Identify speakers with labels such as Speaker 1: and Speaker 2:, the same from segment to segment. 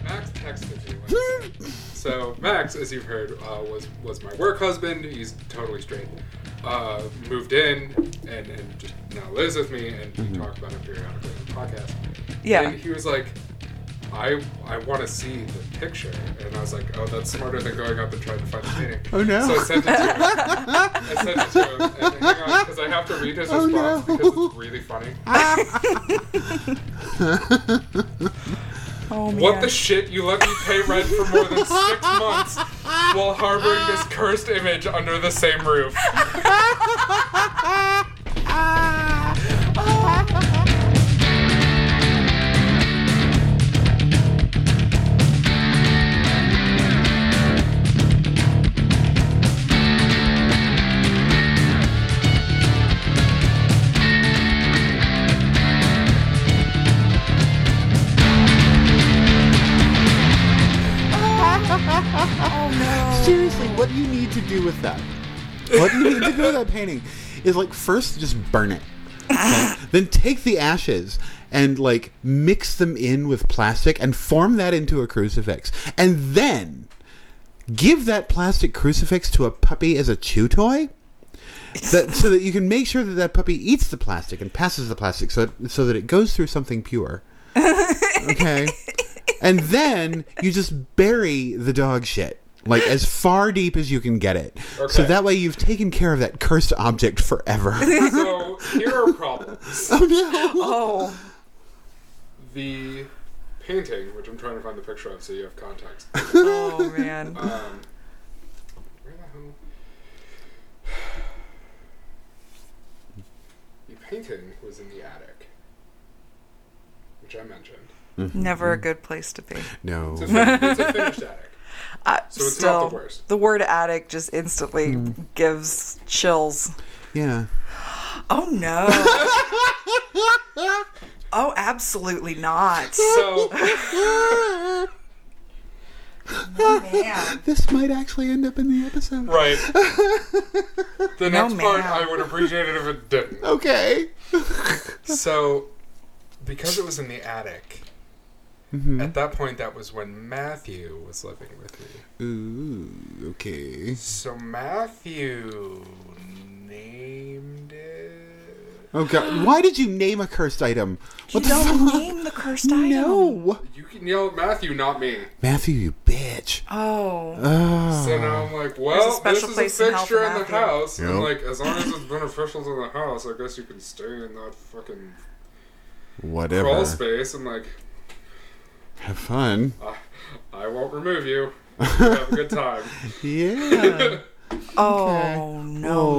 Speaker 1: texted you. When I said- so Max, as you've heard, uh, was was my work husband. He's totally straight. Uh, moved in and, and just now lives with me, and
Speaker 2: Mm-hmm.
Speaker 1: we talk about it periodically on the podcast.
Speaker 3: Yeah.
Speaker 1: And he was like, I I want to see the picture, and I was like, oh, that's smarter than going up and trying to find the painting.
Speaker 2: Oh, no.
Speaker 1: So I sent it to him. I sent it to him, and hang on, because I have to read his
Speaker 2: Oh,
Speaker 1: response
Speaker 2: no.
Speaker 1: because it's really funny.
Speaker 3: Oh man.
Speaker 1: What the shit? You let me pay rent for more than six months while harboring this cursed image under the same roof.
Speaker 3: oh no.
Speaker 2: Seriously, what you need to do with that? What you need to do with that painting is like first just burn it. okay? then take the ashes and like mix them in with plastic and form that into a crucifix. And then give that plastic crucifix to a puppy as a chew toy. That, so that you can make sure that that puppy eats the plastic and passes the plastic so, so that it goes through something pure. Okay. And then you just bury the dog shit. Like as far deep as you can get it. So
Speaker 1: Okay.
Speaker 2: that way you've taken care of that cursed object forever.
Speaker 1: So here are problems.
Speaker 2: oh no.
Speaker 3: Oh.
Speaker 1: The painting, which I'm trying to find the picture of so you have context.
Speaker 3: Oh man.
Speaker 1: Um, where the hell? The painting was in the attic, which I mentioned.
Speaker 3: Never a good place to be.
Speaker 2: No.
Speaker 1: It's a, fin- it's a finished attic.
Speaker 3: Uh,
Speaker 1: So it's
Speaker 3: still,
Speaker 1: not the worst.
Speaker 3: the word addict just instantly
Speaker 2: Hmm.
Speaker 3: gives chills.
Speaker 2: Yeah.
Speaker 3: Oh no. oh, absolutely not.
Speaker 1: So
Speaker 3: Man.
Speaker 2: This might actually end up in the episode.
Speaker 1: right. The
Speaker 3: No,
Speaker 1: next part,
Speaker 3: ma'am.
Speaker 1: I would appreciate it if it didn't.
Speaker 2: Okay.
Speaker 1: So, because it was in the attic,
Speaker 2: Mm-hmm.
Speaker 3: Hmm?
Speaker 1: at that point, that was when Matthew was living with me.
Speaker 2: Ooh, okay.
Speaker 1: So, Matthew named it.
Speaker 2: Oh god. Why did you name a cursed item?
Speaker 3: You
Speaker 2: What the
Speaker 3: don't
Speaker 2: fuck?
Speaker 3: name the cursed item.
Speaker 2: No.
Speaker 1: You can yell at Matthew, not me.
Speaker 2: Matthew, you bitch.
Speaker 3: Oh.
Speaker 2: Oh.
Speaker 1: So now I'm like,
Speaker 3: There's a
Speaker 1: well, this
Speaker 3: special
Speaker 1: is a
Speaker 3: place in hell
Speaker 1: fixture
Speaker 3: for
Speaker 1: in the
Speaker 3: Matthew.
Speaker 1: house. And
Speaker 2: Yep.
Speaker 1: like, as long as it's beneficial to the house, I guess you can stay in that fucking
Speaker 2: Whatever.
Speaker 1: crawl space. And like,
Speaker 2: Have fun.
Speaker 1: I won't remove you. Have a good time.
Speaker 2: Yeah.
Speaker 3: Oh no,
Speaker 2: Oh.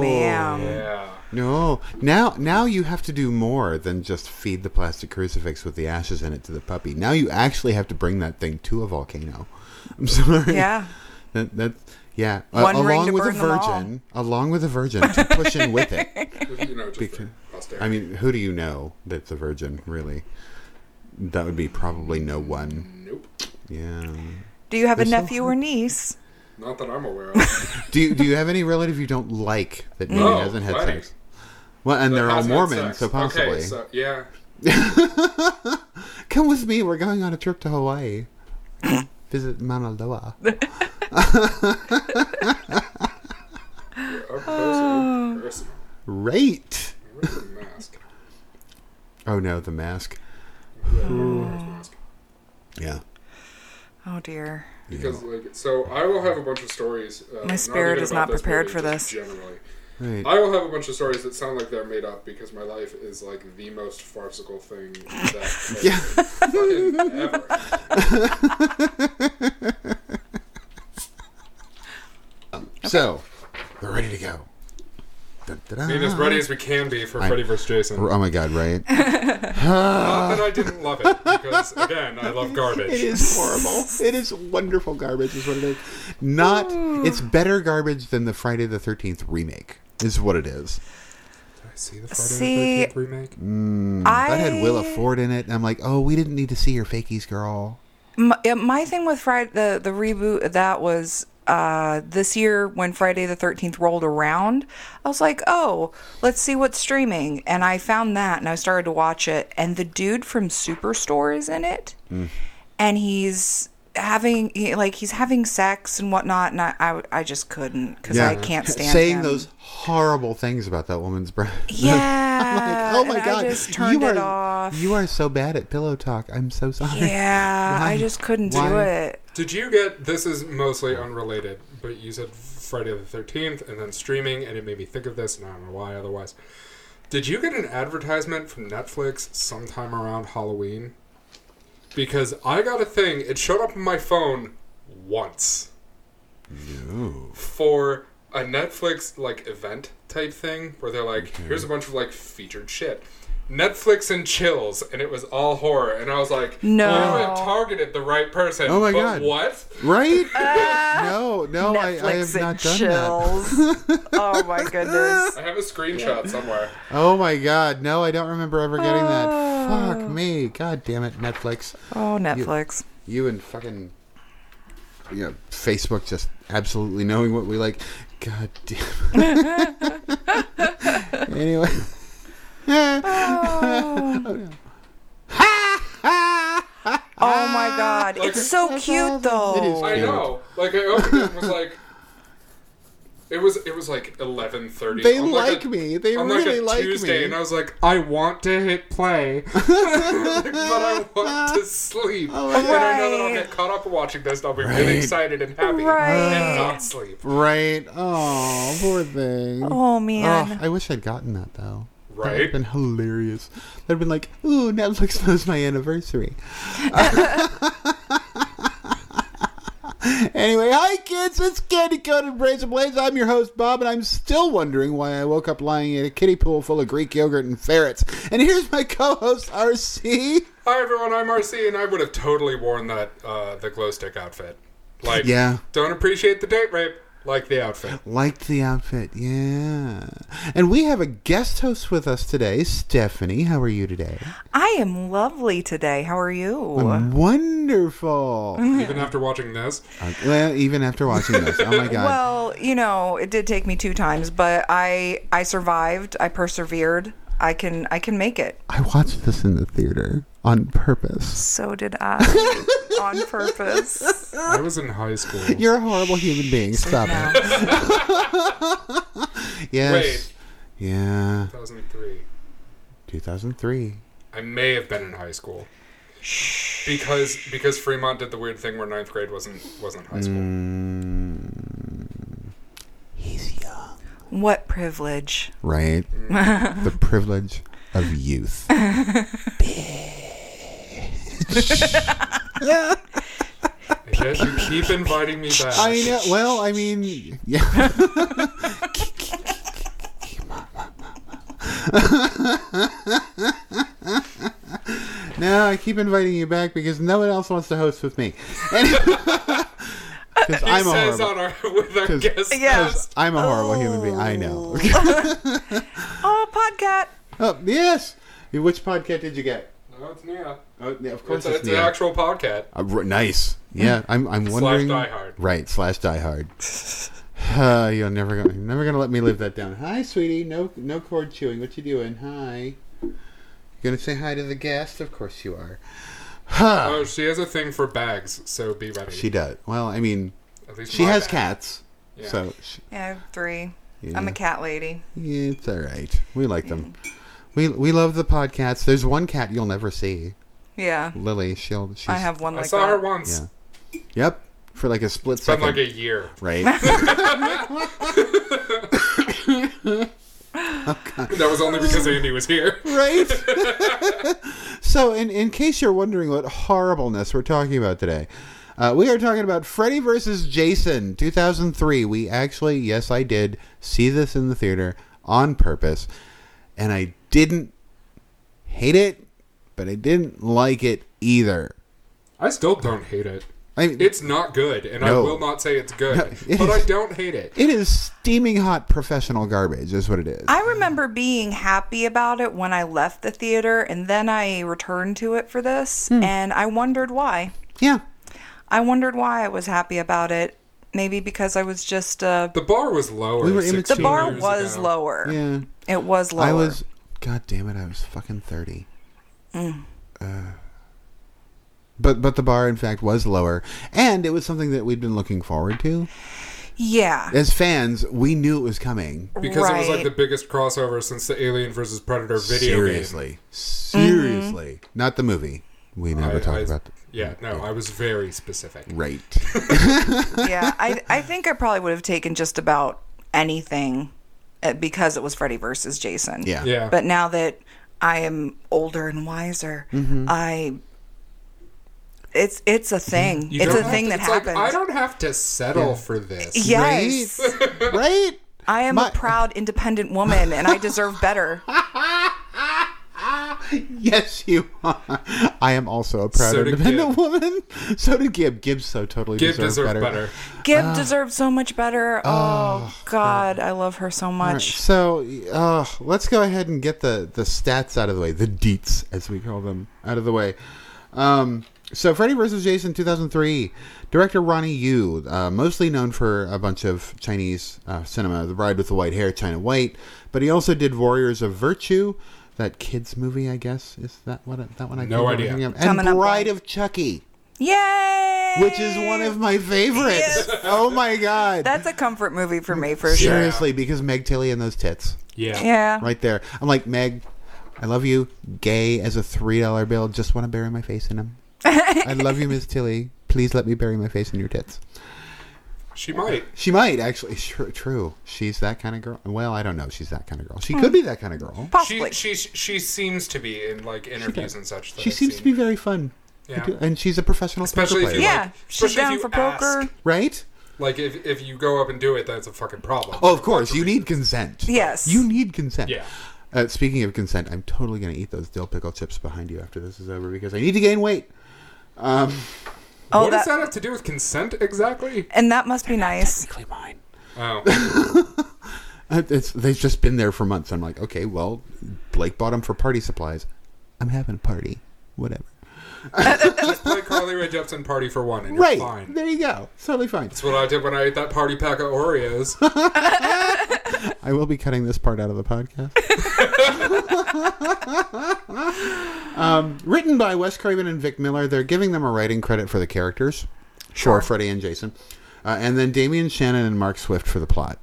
Speaker 3: ma'am.
Speaker 1: Yeah.
Speaker 2: no. Now now you have to do more than just feed the plastic crucifix with the ashes in it to the puppy. Now you actually have to bring that thing to a volcano. I'm sorry.
Speaker 3: Yeah.
Speaker 2: That, that yeah.
Speaker 3: One ring
Speaker 2: along
Speaker 3: to
Speaker 2: with a
Speaker 3: burn them all.
Speaker 2: virgin, along with a virgin to push in with it.
Speaker 1: You know, just
Speaker 2: Because-
Speaker 1: for posterity.
Speaker 2: I mean, who do you know that's a virgin, really? That would be probably no one.
Speaker 1: nope.
Speaker 2: Yeah.
Speaker 3: Do you have a
Speaker 2: There's some-
Speaker 3: nephew or niece?
Speaker 1: Not that I'm aware of.
Speaker 2: Do you, do you have any relative you don't like that maybe
Speaker 1: No,
Speaker 2: hasn't had
Speaker 1: plenty.
Speaker 2: sex? Well, and they're all
Speaker 1: Has had
Speaker 2: Mormon,
Speaker 1: sex.
Speaker 2: so possibly.
Speaker 1: Okay, so, yeah.
Speaker 2: Come with me. We're going on a trip to Hawaii. Visit Mauna Loa.
Speaker 1: Up close
Speaker 3: Ah.
Speaker 1: and personal.
Speaker 2: Right.
Speaker 1: Where's the mask?
Speaker 2: Oh no, the mask.
Speaker 1: Yeah, where's the mask?
Speaker 2: Yeah.
Speaker 3: Oh dear.
Speaker 1: Because like, so I will have a bunch of stories. Uh, not
Speaker 3: spirit
Speaker 1: even
Speaker 3: is
Speaker 1: about
Speaker 3: not prepared
Speaker 1: movie,
Speaker 3: for
Speaker 1: just
Speaker 3: this.
Speaker 1: Generally,
Speaker 2: Right.
Speaker 1: I will have a bunch of stories that sound like they're made up because my life is like the most farcical thing that has
Speaker 2: Yeah.
Speaker 1: been fucking ever.
Speaker 2: So, we're ready to go. Dun, dun, dun.
Speaker 1: Being as ready as we can be for
Speaker 2: Ah. I-
Speaker 1: Freddy vs. Jason.
Speaker 2: Oh my god, right?
Speaker 1: Not that I didn't love it because again, I love
Speaker 2: It
Speaker 1: garbage.
Speaker 2: is horrible. It is wonderful garbage, is what it is. Not, it's better garbage than the Friday the 13th remake, is what it is.
Speaker 1: See the Friday
Speaker 3: See-
Speaker 1: the 13th remake.
Speaker 3: I
Speaker 2: That Hmm. had Willa Ford in it, and I'm like, oh, we didn't need to see your fakies, girl.
Speaker 3: My, yeah, my thing with Friday the the reboot of that was uh, this year when Friday the Thirteenth rolled around. I was like, oh, let's see what's streaming, and I found that, and I started
Speaker 2: Hmm.
Speaker 3: to watch it, and the dude from Superstore is in it, and he's having he, like he's having sex and whatnot, and I I, I just couldn't because I can't stand
Speaker 2: saying
Speaker 3: him.
Speaker 2: those horrible things about that woman's breath. I'm like,
Speaker 3: Yeah.
Speaker 2: oh my
Speaker 3: and
Speaker 2: god,
Speaker 3: I just turned
Speaker 2: you are
Speaker 3: it off.
Speaker 2: you are so bad at pillow talk. I'm so sorry.
Speaker 3: yeah,
Speaker 2: Why?
Speaker 3: I just couldn't do
Speaker 2: Why?
Speaker 3: it.
Speaker 1: Did you get this is mostly unrelated, but you said Friday the 13th and then streaming, and it made me think of this, and I don't know why otherwise. Did you get an advertisement from Netflix sometime around Halloween? Because I got a thing, it showed up on my phone once for a Netflix like event type thing where they're like, here's a bunch of like featured shit. Netflix and chills, and it was all horror, and I was like,
Speaker 3: No.
Speaker 1: you have targeted the right person.
Speaker 2: Oh my
Speaker 1: but
Speaker 2: God.
Speaker 1: What?
Speaker 2: Right? no, no, I, I have
Speaker 3: Netflix
Speaker 2: not
Speaker 3: and
Speaker 2: done that.
Speaker 3: chills. oh my goodness.
Speaker 1: I have a screenshot somewhere.
Speaker 2: Oh my god, no, I don't remember ever getting that. Fuck me, god damn it, Netflix.
Speaker 3: Oh Netflix.
Speaker 2: You and fucking, you know, Facebook just absolutely knowing what we like. God damn. anyway.
Speaker 3: Oh my god, it's so cute though.
Speaker 2: It is
Speaker 1: I
Speaker 2: Cute.
Speaker 1: know. Like I opened it and was like, it was it was like eleven thirty. Oh
Speaker 2: They like me. They
Speaker 1: on
Speaker 2: really
Speaker 1: like a
Speaker 2: like
Speaker 1: Tuesday,
Speaker 2: me.
Speaker 1: and I was like, I want to hit play, but I want to sleep. and I know that I'll get caught up watching this, and I'll be
Speaker 2: Oh, Right.
Speaker 1: really excited and happy,
Speaker 3: Right.
Speaker 1: and not sleep.
Speaker 2: Right. Oh, poor thing.
Speaker 3: Oh man.
Speaker 2: Ugh, I wish I'd gotten that though. That would have
Speaker 1: Right?
Speaker 2: been hilarious. That'd have been like, ooh, Netflix knows my anniversary. anyway, hi kids, it's Candy Coat and Brazen Blaze. I'm your host, Bob, and I'm still wondering why I woke up lying in a kiddie pool full of Greek yogurt and ferrets. And here's my co-host, RC.
Speaker 1: Hi everyone, I'm RC, and I would have totally worn that uh, the glow stick outfit. Like,
Speaker 2: Yeah.
Speaker 1: don't appreciate the date rape, like the outfit.
Speaker 2: Liked the outfit, yeah. And we have a guest host with us today, Stephanie. How are you today?
Speaker 3: I am lovely today. How are you?
Speaker 2: Wonderful.
Speaker 1: Even after watching this,
Speaker 2: Uh, well, even after watching this, oh my god.
Speaker 3: Well, you know, it did take me two times, but I I survived. I persevered. I can I can make it.
Speaker 2: I watched this in the theater on purpose.
Speaker 3: So did I on purpose.
Speaker 1: I was in high school.
Speaker 2: You're a horrible human being. Stop
Speaker 3: No.
Speaker 2: it. Yes.
Speaker 1: Wait.
Speaker 2: Yeah.
Speaker 1: 2003.
Speaker 2: 2003.
Speaker 1: I may have been in high school. Because because Fremont did the weird thing where ninth grade wasn't wasn't high school.
Speaker 2: Mm, He's young.
Speaker 3: What privilege.
Speaker 2: Right. the privilege of youth.
Speaker 1: And yet you keep inviting me back.
Speaker 2: I know. Well, I mean, yeah. no, I keep inviting you back because no one else wants to host with me. Because
Speaker 1: He
Speaker 2: I'm a
Speaker 1: says
Speaker 2: horrible.
Speaker 1: on our with our
Speaker 2: 'Cause-
Speaker 1: guest.
Speaker 3: Yeah.
Speaker 1: host.
Speaker 2: I'm a horrible human being. I
Speaker 1: Oh.
Speaker 2: know.
Speaker 3: Oh, podcat.
Speaker 2: oh, yes. Which podcast did you get?
Speaker 1: No, it's Nia.
Speaker 2: Oh, yeah, of course
Speaker 1: It's,
Speaker 2: it's,
Speaker 1: it's an
Speaker 2: Nia.
Speaker 1: actual podcast.
Speaker 2: Uh, r- nice. Yeah, I'm. I'm wondering.
Speaker 1: Die Hard.
Speaker 2: Right. Slash Die Hard. Uh, you're never gonna, you're never gonna let me live that down. Hi, sweetie. No, no cord chewing. What you doing? Hi. You gonna say hi to the guest? Of course you are. Huh.
Speaker 1: Oh, she has a thing for bags, so be ready.
Speaker 2: Ah. She does. Well, I mean,
Speaker 1: At least
Speaker 2: she
Speaker 1: my
Speaker 2: has
Speaker 1: bag.
Speaker 2: cats, so she,
Speaker 3: Yeah, I have three. I'm
Speaker 2: Yeah.
Speaker 3: a Mm. cat lady.
Speaker 2: yeah, it's all right. We like them. We we love the podcasts. There's one cat you'll never see,
Speaker 3: Yeah.
Speaker 2: Lily. She'll. She's,
Speaker 3: I have one
Speaker 1: I
Speaker 3: like
Speaker 1: saw
Speaker 3: that.
Speaker 1: her once.
Speaker 2: Yeah. Yep. For like a split
Speaker 1: It's been
Speaker 2: second.
Speaker 1: like a year.
Speaker 2: right. Ah.
Speaker 1: That was only because Andy was here.
Speaker 2: right? so, in, in case you're wondering what horribleness we're talking about today, uh, we are talking about Freddy versus Jason, 2003. We actually, yes, I did see this in the theater on purpose, and I didn't hate it, but I didn't like it either.
Speaker 1: I still don't hate it.
Speaker 2: I mean,
Speaker 1: It's not good, and
Speaker 2: No.
Speaker 1: I will not say it's good.
Speaker 2: it
Speaker 1: but
Speaker 2: is-
Speaker 1: I don't hate it.
Speaker 2: it is steaming hot professional garbage, is what it is.
Speaker 3: I remember being happy about it when I left the theater, and then I returned to it for this,
Speaker 2: Hmm.
Speaker 3: and I wondered why.
Speaker 2: yeah.
Speaker 3: I wondered why I was happy about it. Maybe because I was just uh,
Speaker 1: The bar was lower.
Speaker 2: We were
Speaker 1: 16
Speaker 2: immature.
Speaker 3: the bar
Speaker 1: years
Speaker 3: was
Speaker 1: ago.
Speaker 3: lower.
Speaker 2: Yeah.
Speaker 3: It was lower.
Speaker 2: I was,
Speaker 3: Mm.
Speaker 2: god damn it, I was fucking 30. Uh, but but the bar in fact was lower, and it was something that we'd been looking forward to
Speaker 3: Yeah.
Speaker 2: as fans. We knew it was coming.
Speaker 1: because it was like
Speaker 3: Right.
Speaker 1: the biggest crossover since the Alien versus Predator video game.
Speaker 2: seriously,
Speaker 3: Mm-hmm.
Speaker 2: seriously, not the movie. We never
Speaker 1: I-
Speaker 2: talked
Speaker 1: I-
Speaker 2: about. The,
Speaker 1: Yeah, no, I was very specific.
Speaker 2: right.
Speaker 3: yeah, I I think I probably would have taken just about anything uh, because it was Freddy versus Jason.
Speaker 2: Yeah.
Speaker 1: Yeah,
Speaker 3: But now that I am older and wiser,
Speaker 1: Mm-hmm.
Speaker 3: I it's it's a thing.
Speaker 1: You
Speaker 3: it's
Speaker 1: don't
Speaker 3: a
Speaker 1: have
Speaker 3: thing
Speaker 1: to-
Speaker 3: that
Speaker 1: it's like,
Speaker 3: happens.
Speaker 1: I don't have to settle for this.
Speaker 3: yes.
Speaker 2: Right. right?
Speaker 3: I am
Speaker 2: My-
Speaker 3: a proud independent woman and I deserve better.
Speaker 2: Yes, you are. I am also a proud
Speaker 1: So did
Speaker 2: independent
Speaker 1: Gib.
Speaker 2: woman. So did Gib. Gib so totally
Speaker 1: Give
Speaker 2: deserved
Speaker 1: deserves
Speaker 2: better.
Speaker 1: better.
Speaker 3: Gib
Speaker 1: Ah.
Speaker 3: deserves so much better. Oh god, I love her so
Speaker 2: All right,
Speaker 3: much.
Speaker 2: so uh, let's go ahead and get the, the stats out of the way, the deets, as we call them, out of the way. Um, so, Freddy vs. Jason 2003, director Ronnie Yu, uh, mostly known for a bunch of Chinese uh, cinema, The Bride with the White Hair, China White, but he also did Warriors of Virtue, that kids movie, I guess. Is that what it- that one I
Speaker 1: No
Speaker 2: keep
Speaker 1: idea.
Speaker 2: thinking of? And
Speaker 3: Coming up,
Speaker 2: Bride
Speaker 3: Bob.
Speaker 2: of Chucky,
Speaker 3: Yay!
Speaker 2: which is one of my favorites.
Speaker 3: Yes.
Speaker 2: Oh my god.
Speaker 3: That's a comfort movie for me for sure.
Speaker 2: Seriously, because Meg Tilly and those tits
Speaker 1: Yeah.
Speaker 3: Yeah.
Speaker 2: right there. I'm like, Meg, I love you. Gay as a three dollar bill. Just want to bury my face in him. I love you, Miss Tilly. Please let me bury my face in your tits.
Speaker 1: she might.
Speaker 2: She might actually. Sure, true. She's that kind of girl. Well, I don't know. if She's that kind of girl. She could be that kind of girl.
Speaker 3: Possibly.
Speaker 1: She, she she seems to be in like interviews and such. that
Speaker 2: She
Speaker 1: I've
Speaker 2: seems to
Speaker 1: seen.
Speaker 2: be very fun. I
Speaker 1: Yeah.
Speaker 2: do- And she's a professional
Speaker 1: Especially
Speaker 2: poker
Speaker 1: if
Speaker 2: player,
Speaker 1: you
Speaker 3: yeah,
Speaker 1: like-
Speaker 3: she's
Speaker 1: especially if
Speaker 3: down
Speaker 1: you
Speaker 3: for poker.
Speaker 1: ask.
Speaker 2: right?
Speaker 1: Like if, if you go up and do it, that's a fucking problem.
Speaker 2: Oh, of course. You need consent.
Speaker 3: Yes.
Speaker 2: You need consent.
Speaker 1: Yeah.
Speaker 2: Uh, speaking of consent, I'm totally going to eat those dill pickle chips behind you after this is over because I need to gain weight.
Speaker 3: Oh,
Speaker 1: What does
Speaker 3: that-
Speaker 1: that have to do with consent exactly?
Speaker 3: and that must be nice.
Speaker 2: Technically mine.
Speaker 1: Oh,
Speaker 2: Uh, It's, they've just been there for months. I'm like, okay, well, Blake bought them for party supplies. I'm having a party. Whatever.
Speaker 1: just play Carly Rae Jepsen "Party for One" and you're
Speaker 2: Right.
Speaker 1: fine.
Speaker 2: There you go. It's totally fine.
Speaker 1: That's what I did when I ate that party pack of Oreos.
Speaker 2: I will be cutting this part out of the podcast. um, written by Wes Craven and Vic Miller. They're giving them a writing credit for the characters. Sure, Freddie and Jason. Uh, and then Damian Shannon and Mark Swift for the plot.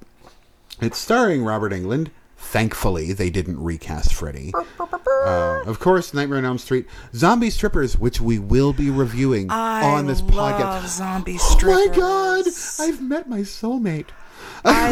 Speaker 2: It's starring Robert England. Thankfully, they didn't recast Freddie. Uh, of course, Nightmare on Elm Street, Zombie Strippers, which we will be reviewing
Speaker 3: I
Speaker 2: on this
Speaker 3: love
Speaker 2: podcast.
Speaker 3: zombie
Speaker 2: Oh
Speaker 3: strippers.
Speaker 2: my god! I've met my soulmate.
Speaker 3: I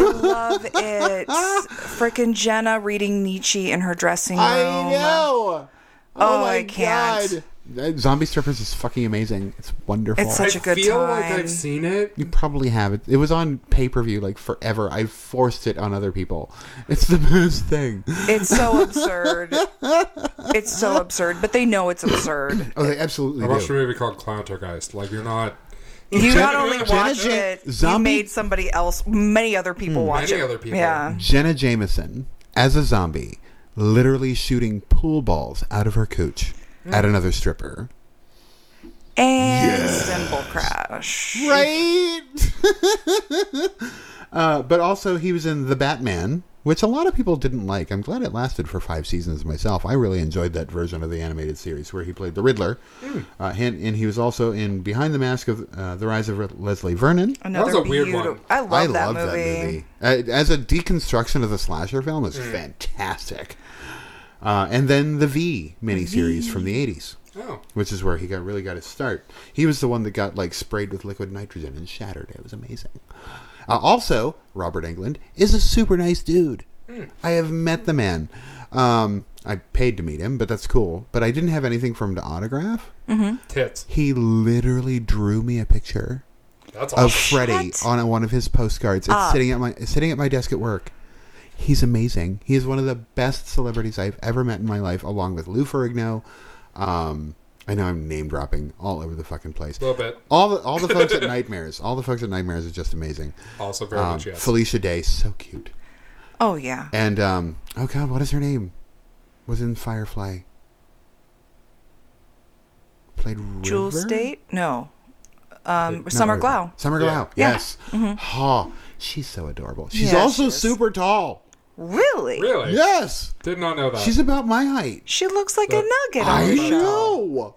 Speaker 3: love it. Frickin' Jenna reading Nietzsche in her dressing room.
Speaker 2: I know. Oh,
Speaker 3: Oh,
Speaker 2: my
Speaker 3: I can't.
Speaker 2: god. Uh, Zombie Strippers is fucking amazing. It's wonderful.
Speaker 3: It's
Speaker 1: I
Speaker 3: such a good
Speaker 1: feel
Speaker 3: time.
Speaker 1: like I've seen it.
Speaker 2: you probably have it. It was on pay per view like forever. I forced it on other people. It's the best thing.
Speaker 3: It's so absurd. it's so absurd, but they know it's absurd.
Speaker 2: Oh, they absolutely
Speaker 1: I watched a
Speaker 2: do.
Speaker 1: movie called Clowntergeist. Like you're not
Speaker 3: You not only
Speaker 2: Jenna
Speaker 3: watched
Speaker 2: Jan-
Speaker 3: it,
Speaker 2: zombie-
Speaker 3: you made somebody else, many other people watch
Speaker 1: Hmm, Many
Speaker 3: it.
Speaker 1: other people.
Speaker 3: Yeah.
Speaker 2: Jenna Jameson as a zombie, literally shooting pool balls out of her cooch at another stripper.
Speaker 3: And cymbal crash.
Speaker 2: Right. uh, but also, he was in The Batman, which a lot of people didn't like. I'm glad it lasted for five seasons myself. I really enjoyed that version of the animated series where he played the Riddler. Uh, and, and he was also in Behind the Mask of uh, the Rise of Re- Leslie Vernon.
Speaker 3: Another
Speaker 1: That was a weird
Speaker 3: beauti-
Speaker 1: one.
Speaker 3: I love,
Speaker 2: I
Speaker 3: that,
Speaker 2: love
Speaker 3: movie.
Speaker 2: that movie. Hmm. Uh, as a deconstruction of the slasher film, is fantastic. Uh, and then the V miniseries from the 80s
Speaker 1: Oh,
Speaker 2: which is where he got really got his start. He was the one that got like sprayed with liquid nitrogen and shattered. It was amazing. Uh, also, Robert England is a super nice dude. I have met the man. Um, I paid to meet him, but that's cool. But I didn't have anything for him to autograph.
Speaker 1: tits.
Speaker 2: He literally drew me a picture
Speaker 1: That's
Speaker 2: of
Speaker 1: awesome.
Speaker 2: Freddy
Speaker 3: Shut
Speaker 2: on one of his postcards. It's
Speaker 1: Ah.
Speaker 3: up.
Speaker 2: sitting at my it's sitting at my desk at work. He's amazing. He is one of the best celebrities I've ever met in my life, along with Lou Ferrigno. Um, I know I'm name dropping all over the fucking place.
Speaker 1: A little bit.
Speaker 2: All the all the folks at Nightmares, all the folks at Nightmares are just amazing.
Speaker 1: Also very
Speaker 2: Um,
Speaker 1: much yes.
Speaker 2: Felicia Day, so cute.
Speaker 3: Oh yeah.
Speaker 2: And um, oh god, what is her name? Was in Firefly. Played River?
Speaker 3: Jewel State? No. Um,
Speaker 2: No,
Speaker 3: Summer
Speaker 2: River.
Speaker 3: Glau. Mm-hmm.
Speaker 2: Summer
Speaker 1: Yeah.
Speaker 2: Glau. Yes. Ha. She's so adorable. She's
Speaker 3: Yeah,
Speaker 2: also
Speaker 3: she is.
Speaker 2: super tall.
Speaker 3: Really?
Speaker 1: really?
Speaker 2: Yes.
Speaker 1: Did not know that.
Speaker 2: She's about my height.
Speaker 3: She looks like a
Speaker 1: That-
Speaker 3: nugget. on
Speaker 2: I
Speaker 3: the show.
Speaker 2: know.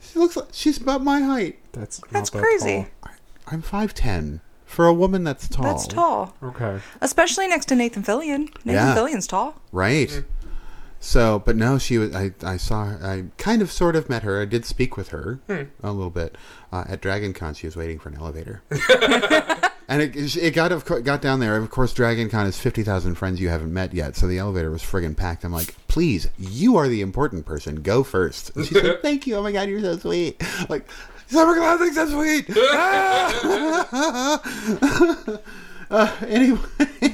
Speaker 2: She looks like she's about my height.
Speaker 4: That's not
Speaker 3: That's
Speaker 4: that
Speaker 3: crazy.
Speaker 2: I, I'm five ten for a woman that's tall.
Speaker 3: That's tall,
Speaker 4: tall. Okay.
Speaker 3: especially next to Nathan Fillion. Nathan
Speaker 2: Yeah.
Speaker 3: Fillion's tall.
Speaker 2: right? So, but no, she was. I I saw. Her, I kind of sort of met her. I did speak with her a little bit uh, at Dragon Con. She was waiting for an elevator. And it, it got of cour- got down there. Of course, Dragon Con is fifty thousand friends you haven't met yet, so the elevator was friggin' packed. I'm like, please, you are the important person. Go first. And she said, "Thank you. Oh my god, you're so sweet." Like, Summer Cloud thinks I'm sweet. Ah! uh, anyway.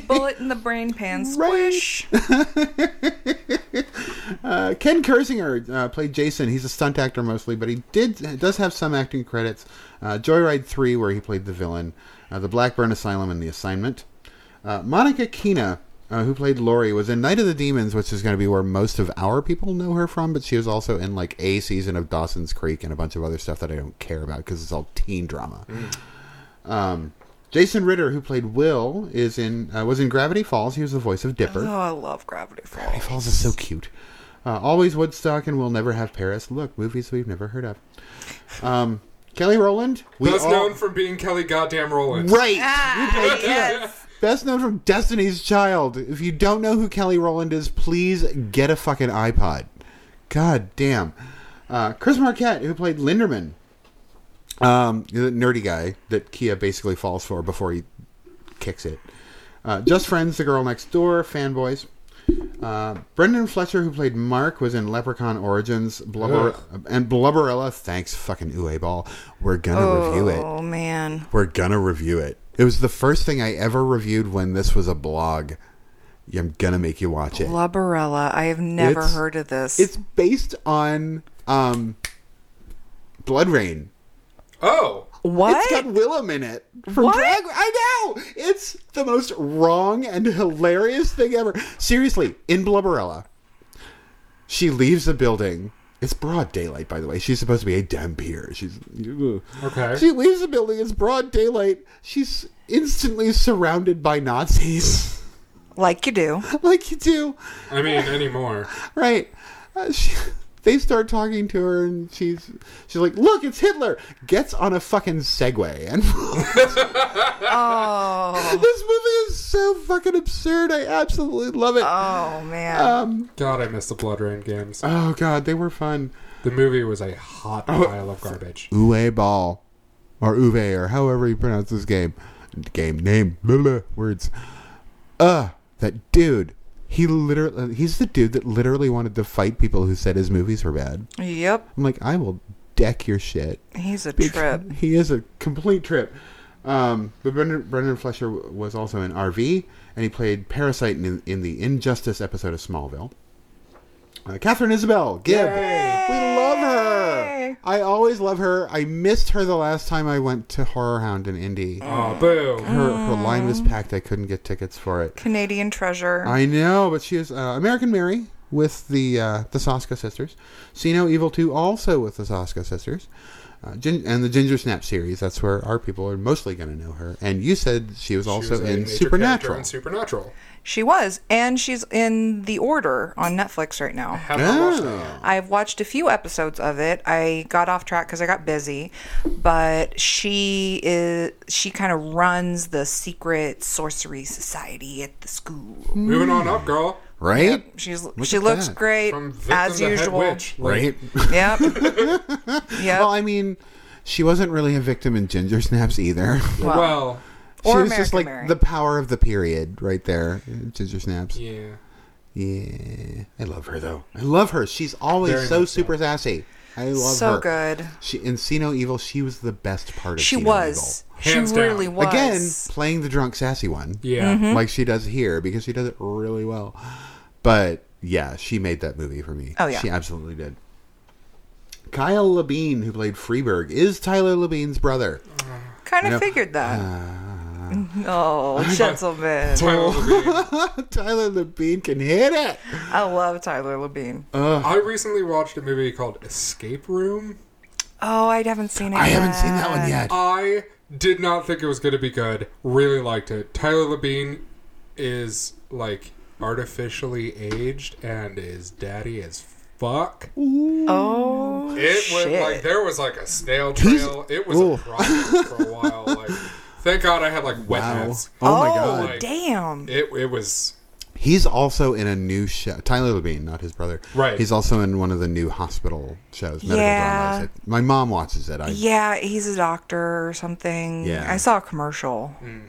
Speaker 3: Bullet in the brain pan. Squish.
Speaker 2: Uh, Ken Kersinger uh, played Jason. He's a stunt actor mostly, but he did does have some acting credits. Uh, Joyride 3, where he played the villain, uh, The Blackburn Asylum, and The Assignment. Uh, Monica Keena, uh, who played Laurie, was in Night of the Demons, which is going to be where most of our people know her from, but she was also in like a season of Dawson's Creek and a bunch of other stuff that I don't care about because it's all teen drama. Um, Jason Ritter, who played Will, is in uh, was in Gravity Falls. He was the voice of Dipper.
Speaker 3: Oh, I love Gravity Falls.
Speaker 2: Falls is so cute. Uh, always Woodstock and We'll Never Have Paris. Look, movies we've never heard of. Um, Kelly Rowland. We
Speaker 1: Best
Speaker 2: all-
Speaker 1: known from being Kelly Goddamn Rowland.
Speaker 2: Right.
Speaker 3: Ah, yes.
Speaker 2: Best known from Destiny's Child. If you don't know who Kelly Rowland is, please get a fucking iPod. God damn. Uh, Chris Marquette, who played Linderman, um, the nerdy guy that Kia basically falls for before he kicks it. Uh, Just Friends, The Girl Next Door, Fanboys. Uh, Brendan Fletcher, who played Mark, was in Leprechaun Origins, Blubber and Blubberella. Thanks, fucking Uwe Ball. We're gonna review it
Speaker 3: Oh man.
Speaker 2: we're gonna review it. It was the first thing I ever reviewed when this was a blog. I'm gonna make you watch it.
Speaker 3: Blubberella. I have never
Speaker 2: It's-
Speaker 3: heard of this.
Speaker 2: It's based on um, Blood Rain.
Speaker 1: Oh,
Speaker 3: what?
Speaker 2: It's got Willem in it from
Speaker 3: What?
Speaker 2: Drag. I know it's the most wrong and hilarious thing ever. Seriously, in Blubberella, she leaves the building. It's broad daylight, by the way. She's supposed to be a dampier. She's
Speaker 1: okay.
Speaker 2: She leaves the building. It's broad daylight. She's instantly surrounded by Nazis,
Speaker 3: like you do.
Speaker 2: like you do,
Speaker 1: I mean, anymore.
Speaker 2: right? Uh, she, they start talking to her, and she's she's like, "Look, it's Hitler." Gets on a fucking Segway, and
Speaker 3: Oh.
Speaker 2: this movie is so fucking absurd. I absolutely love it.
Speaker 3: Oh man.
Speaker 2: um,
Speaker 1: God, I miss the Blood Rain games.
Speaker 2: oh god, they were fun.
Speaker 1: The movie was a hot
Speaker 3: Oh.
Speaker 1: pile of garbage.
Speaker 2: Uwe Ball, or Uwe, or however you pronounce this game, game name, blah, blah, words. Uh, that dude. He literally, he's the dude that literally wanted to fight people who said his movies were bad.
Speaker 3: yep.
Speaker 2: I'm like, I will deck your shit.
Speaker 3: He's a
Speaker 2: Big-
Speaker 3: trip.
Speaker 2: He is a complete trip. Um, but Brendan, Brendan Fletcher w- was also in RV, and he played Parasite in, in the Injustice episode of Smallville. Uh, Catherine Isabel, Gibb.
Speaker 1: Yay.
Speaker 2: We love her.
Speaker 3: Yay.
Speaker 2: I always love her. I missed her the last time I went to Horror Hound in Indy. Her,
Speaker 1: Oh, boo.
Speaker 2: her line was packed. I couldn't get tickets for it.
Speaker 3: Canadian treasure.
Speaker 2: I know, but she is uh, American Mary with the uh, the Saska sisters. See No Evil 2 also with the Saska sisters. Uh, gin- and the Ginger Snap series. That's where our people are mostly going to know her. And you said she was also
Speaker 1: She was a
Speaker 2: in
Speaker 1: major character
Speaker 2: Supernatural.
Speaker 1: In Supernatural.
Speaker 3: she was, and she's in The Order on Netflix right now.
Speaker 1: Have not watched that yet.
Speaker 2: Oh.
Speaker 3: I've watched a few episodes of it. I got off track because I got busy, but she is she kind of runs the secret sorcery society at the
Speaker 2: Oh.
Speaker 3: school.
Speaker 1: Moving on up, girl.
Speaker 2: Right?
Speaker 3: She's she
Speaker 2: at
Speaker 3: looks
Speaker 2: that.
Speaker 3: great
Speaker 1: From victim
Speaker 3: as
Speaker 1: to head
Speaker 3: usual.
Speaker 1: witch. Like,
Speaker 2: Right?
Speaker 3: Yep. yep.
Speaker 2: well, I mean, she wasn't really a victim in Ginger Snaps either.
Speaker 3: Wow.
Speaker 1: Well,
Speaker 2: she
Speaker 3: Or
Speaker 2: was just
Speaker 3: American
Speaker 2: like
Speaker 3: Mary.
Speaker 2: the power of the period right there. Ginger Snaps. Yeah.
Speaker 1: yeah.
Speaker 2: I love her, though. I love her. She's always
Speaker 1: Very
Speaker 2: so
Speaker 1: much so.
Speaker 2: super sassy. I love
Speaker 3: so
Speaker 2: her.
Speaker 3: good.
Speaker 2: She in See No Evil, she was the best part of
Speaker 3: She
Speaker 2: See No
Speaker 3: was. She
Speaker 1: Hands down.
Speaker 3: really was.
Speaker 2: Evil. Again, playing the drunk sassy one.
Speaker 1: Yeah.
Speaker 3: Mm-hmm.
Speaker 2: Like she does here because she does it really well. But yeah, she made that movie for me.
Speaker 3: Oh, yeah.
Speaker 2: She absolutely did. Kyle Labine, who played Freeberg, is Tyler Labine's brother.
Speaker 3: Kind of
Speaker 2: know,
Speaker 3: figured that.
Speaker 2: Ah.
Speaker 3: oh, gentlemen.
Speaker 1: Tyler Labine.
Speaker 2: Tyler Labine can hit it.
Speaker 3: I love Tyler Labine.
Speaker 2: Uh,
Speaker 1: I recently watched a movie called Escape Room.
Speaker 3: Oh, I haven't seen it.
Speaker 2: I haven't seen that one
Speaker 3: Oh,
Speaker 2: yet.
Speaker 1: I did not think it was going to be good. Really liked it. Tyler Labine is like artificially aged and is daddy as fuck.
Speaker 3: Oh,
Speaker 1: It was
Speaker 3: shit.
Speaker 1: like there was like a snail trail. It was
Speaker 2: Ooh.
Speaker 1: a problem for a while. Like, thank God I had like wet
Speaker 2: Wow.
Speaker 1: nets.
Speaker 2: Oh my
Speaker 3: Oh,
Speaker 2: god.
Speaker 3: damn.
Speaker 1: It it was
Speaker 2: He's also in a new show. Tyler Labine, not his brother.
Speaker 1: Right.
Speaker 2: He's also in one of the new hospital shows, medical
Speaker 3: Yeah.
Speaker 2: dramas. It- My mom watches it. I
Speaker 3: Yeah, he's a doctor or something.
Speaker 2: Yeah.
Speaker 3: I saw a commercial.
Speaker 1: Mm.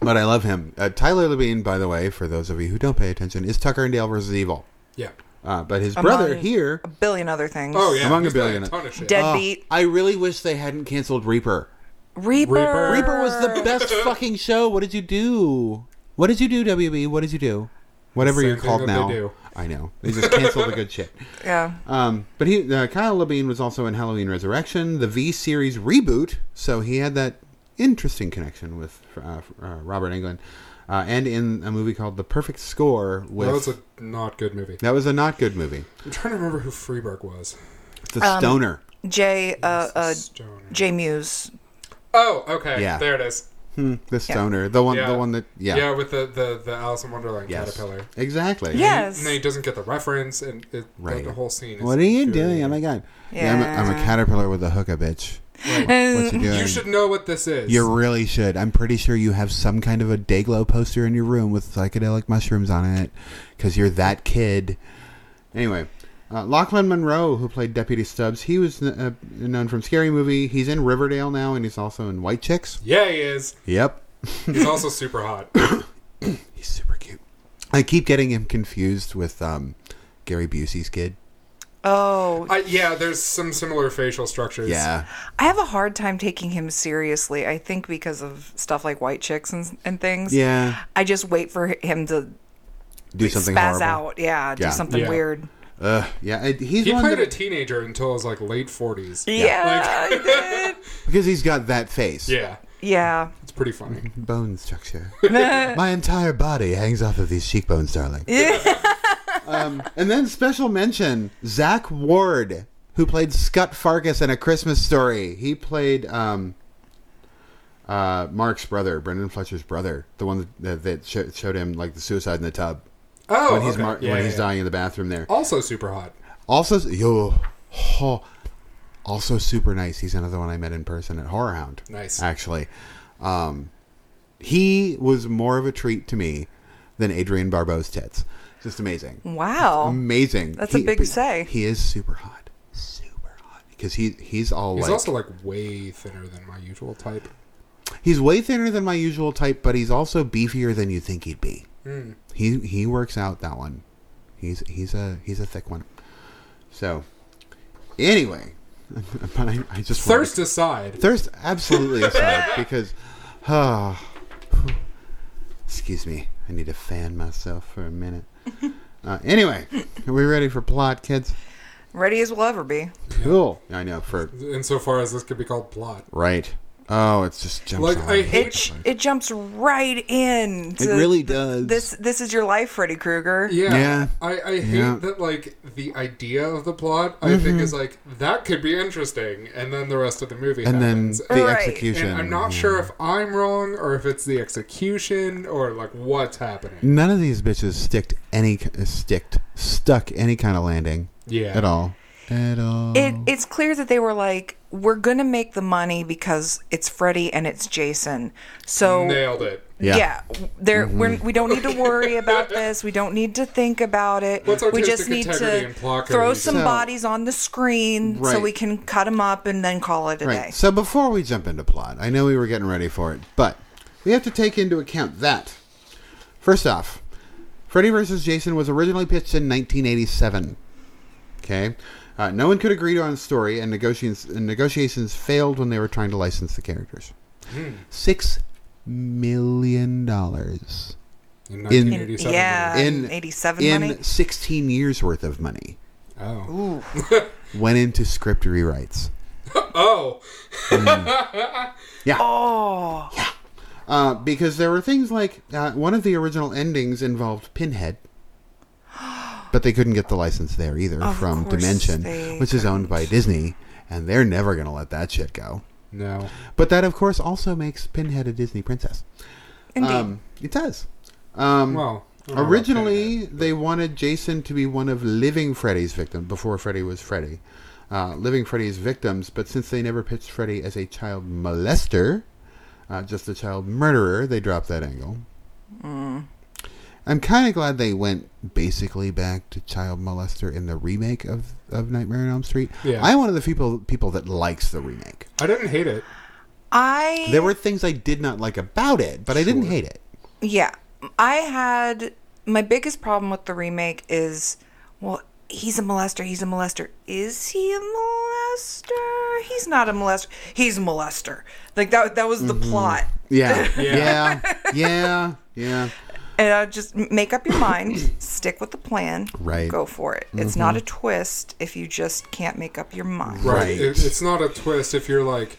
Speaker 2: But I love him. Uh, Tyler Labine, by the way, for those of you who don't pay attention, is Tucker and Dale versus Evil.
Speaker 1: yeah.
Speaker 2: Uh, but his brother
Speaker 3: Among-
Speaker 2: here,
Speaker 3: A billion other things.
Speaker 1: Oh yeah,
Speaker 2: Among a
Speaker 1: he's done
Speaker 2: billion.
Speaker 1: ton of shit.
Speaker 3: Dead-
Speaker 2: Oh,
Speaker 3: Beat.
Speaker 2: I really wish they hadn't canceled Reaper.
Speaker 3: Reaper.
Speaker 1: Reaper.
Speaker 2: Reaper was the best fucking show. What did you do? What did you do, WB? What did you do? Whatever
Speaker 1: Same
Speaker 2: you're
Speaker 1: thing
Speaker 2: called
Speaker 1: that they
Speaker 2: now.
Speaker 1: do.
Speaker 2: I know they just canceled the good shit.
Speaker 3: Yeah.
Speaker 2: Um, but he, uh, Kyle Labine was also in Halloween Resurrection, the V series reboot, so he had that interesting connection with uh, uh, Robert Englund, uh, and in a movie called The Perfect Score. With
Speaker 1: That was a not good movie.
Speaker 2: that was a not good movie.
Speaker 1: I'm trying to remember who Freeberg was.
Speaker 2: The
Speaker 3: Um,
Speaker 2: Stoner.
Speaker 3: Jay. Uh, uh,
Speaker 1: Stoner.
Speaker 3: Jay Muse.
Speaker 1: Oh, okay.
Speaker 2: Yeah.
Speaker 1: There it is.
Speaker 2: Hmm, The Stoner. The one.
Speaker 1: Yeah.
Speaker 2: The one that. Yeah.
Speaker 1: Yeah, with the the, the Alice in Wonderland
Speaker 2: Yes.
Speaker 1: caterpillar.
Speaker 2: Exactly.
Speaker 3: Yes.
Speaker 1: And then he doesn't get the reference, and it, the-
Speaker 2: Right.
Speaker 1: the whole scene. Is
Speaker 2: What are you
Speaker 1: infuriating.
Speaker 2: doing? Oh my god. Yeah. I'm, a, I'm a
Speaker 3: Yeah.
Speaker 2: caterpillar with a hookah, bitch. What you doing?
Speaker 1: You should know what this is.
Speaker 2: You really should. I'm pretty sure you have some kind of a Dayglow poster in your room with psychedelic mushrooms on it because you're that kid. Anyway, uh, Lachlan Monroe, who played Deputy Stubbs, he was uh, known from Scary Movie. He's in Riverdale now, and he's also in White Chicks.
Speaker 1: Yeah, he is.
Speaker 2: Yep.
Speaker 1: He's also super hot.
Speaker 2: He's super cute. I keep getting him confused with um, Gary Busey's kid.
Speaker 3: Oh,
Speaker 1: Uh, yeah, there's some similar facial structures.
Speaker 2: Yeah.
Speaker 3: I have a hard time taking him seriously. I think because of stuff like white chicks and, and things.
Speaker 2: Yeah.
Speaker 3: I just wait for him to
Speaker 2: Do something
Speaker 3: spaz
Speaker 2: horrible.
Speaker 3: out. Yeah, do
Speaker 2: Yeah.
Speaker 3: something
Speaker 1: Yeah.
Speaker 3: weird.
Speaker 2: Ugh. Yeah. and He's
Speaker 1: He
Speaker 2: one
Speaker 1: played a
Speaker 2: that,
Speaker 1: teenager until his like late 40s.
Speaker 3: Yeah, I did.
Speaker 2: because he's got that face.
Speaker 1: Yeah,
Speaker 3: yeah.
Speaker 1: it's pretty funny.
Speaker 2: bone structure. My entire body hangs off of these cheekbones, darling. um, and then special mention Zach Ward, who played Scut Farkas in A Christmas Story. He played um, uh, Mark's brother, Brendan Fletcher's brother, the one that, that sho- showed him like the suicide in the tub
Speaker 1: Oh,
Speaker 2: when he's
Speaker 1: okay.
Speaker 2: Mar-
Speaker 1: yeah,
Speaker 2: when
Speaker 1: yeah,
Speaker 2: he's
Speaker 1: yeah.
Speaker 2: dying in the bathroom there.
Speaker 1: Also super hot.
Speaker 2: Also, yo, oh, also super nice. He's another one I met in person at Horror Hound.
Speaker 1: Nice.
Speaker 2: actually. Um, he was more of a treat to me than Adrian Barbeau's tits. Just amazing, Mm.
Speaker 3: Wow.
Speaker 2: amazing.
Speaker 3: That's a big
Speaker 2: but
Speaker 3: say.
Speaker 2: He is super hot, super hot because he he's all
Speaker 1: He's
Speaker 2: like
Speaker 1: also like way thinner than my usual type.
Speaker 2: he's way thinner than my usual type, but he's also beefier than you would think he'd be.
Speaker 1: Hmm.
Speaker 2: He he works out that one. He's he's a he's a thick one. So anyway, but I, I just wanted to-
Speaker 1: Thirst aside,
Speaker 2: Thirst absolutely aside because, ah, whew. excuse me, I need to fan myself for a minute. Uh, anyway, are we ready for plot, kids?
Speaker 3: Ready as we'll ever be.
Speaker 2: Cool. I know for
Speaker 1: insofar as this could be called plot.
Speaker 2: right. Oh, it's just jumps.
Speaker 1: Like
Speaker 2: out.
Speaker 1: I hate
Speaker 3: It j- it jumps right in.
Speaker 2: it
Speaker 3: to
Speaker 2: really does.
Speaker 3: This this is your life, Freddy Krueger.
Speaker 1: Yeah.
Speaker 2: Yeah.
Speaker 1: I, I hate
Speaker 2: Yeah. Mm-hmm.
Speaker 1: that like the idea of the plot I think is like that could be interesting and then the rest of the movie
Speaker 2: and then
Speaker 1: happens.
Speaker 2: the
Speaker 3: Right.
Speaker 2: execution.
Speaker 1: and I'm not sure if I'm wrong or if it's the execution or like what's happening.
Speaker 2: None of these bitches sticked any sticked stuck any kind of landing
Speaker 1: Yeah.
Speaker 2: at all. At all.
Speaker 3: It it's clear that they were like, we're gonna make the money because it's Freddy and it's Jason. So
Speaker 1: Nailed it.
Speaker 2: Yeah.
Speaker 3: yeah, there we're, we don't need to worry about this. We don't need to think about it.
Speaker 1: What's
Speaker 3: we
Speaker 1: artistic
Speaker 3: just need
Speaker 1: integrity
Speaker 3: to
Speaker 1: and plot
Speaker 3: throw
Speaker 1: cohesion?
Speaker 3: some
Speaker 2: So-
Speaker 3: bodies on the screen so
Speaker 2: Right.
Speaker 3: we can cut them up and then call it a
Speaker 2: Right.
Speaker 3: day.
Speaker 2: So before we jump into plot, I know we were getting ready for it, but we have to take into account that first off, Freddy vs. Jason was originally pitched in 1987. Okay. Uh, no one could agree on the story, and negotiations and negotiations failed when they were trying to license the characters. Six million dollars
Speaker 1: In 1987.
Speaker 3: yeah,
Speaker 2: in
Speaker 3: 87
Speaker 2: in
Speaker 3: money.
Speaker 2: 16 years worth of money
Speaker 1: Oh.
Speaker 3: Ooh.
Speaker 2: went into script rewrites.
Speaker 1: Oh.
Speaker 3: Oh,
Speaker 2: Uh, because there were things like uh, one of the original endings involved Pinhead, but they couldn't get the license there either
Speaker 3: Of
Speaker 2: from
Speaker 3: course
Speaker 2: Dimension,
Speaker 3: they
Speaker 2: which is owned by Disney, and they're never going to let that shit go.
Speaker 1: No.
Speaker 2: But that, of course, also makes Pinhead a Disney princess.
Speaker 3: indeed.
Speaker 2: Um, it does. Um,
Speaker 1: Well,
Speaker 2: Originally, they wanted Jason to be one of Living Freddy's victims before Freddy was Freddy. Uh, Living Freddy's victims, but since they never pitched Freddy as a child molester, uh, just a child murderer, they dropped that angle.
Speaker 1: Mm.
Speaker 2: I'm kind of glad they went basically back to child molester in the remake of, of Nightmare on Elm Street.
Speaker 1: Yeah.
Speaker 2: I'm one of the people people that likes the remake.
Speaker 1: I didn't hate it.
Speaker 3: I
Speaker 2: There were things I did not like about it, but I didn't hate it.
Speaker 3: Yeah. I had my biggest problem with the remake is well, he's a molester, he's a molester. Is he a molester? He's not a molester. He's a molester. Like that that was the
Speaker 2: Mm-hmm.
Speaker 3: plot.
Speaker 2: Yeah,
Speaker 1: Yeah.
Speaker 2: yeah, yeah, yeah.
Speaker 3: And I just m- make up your mind, stick with the plan,
Speaker 2: Right. Mm-hmm.
Speaker 3: Go for it. It's not a twist if you just can't make up your mind.
Speaker 1: Right.
Speaker 2: Right.
Speaker 1: It, it's not a twist if you're like,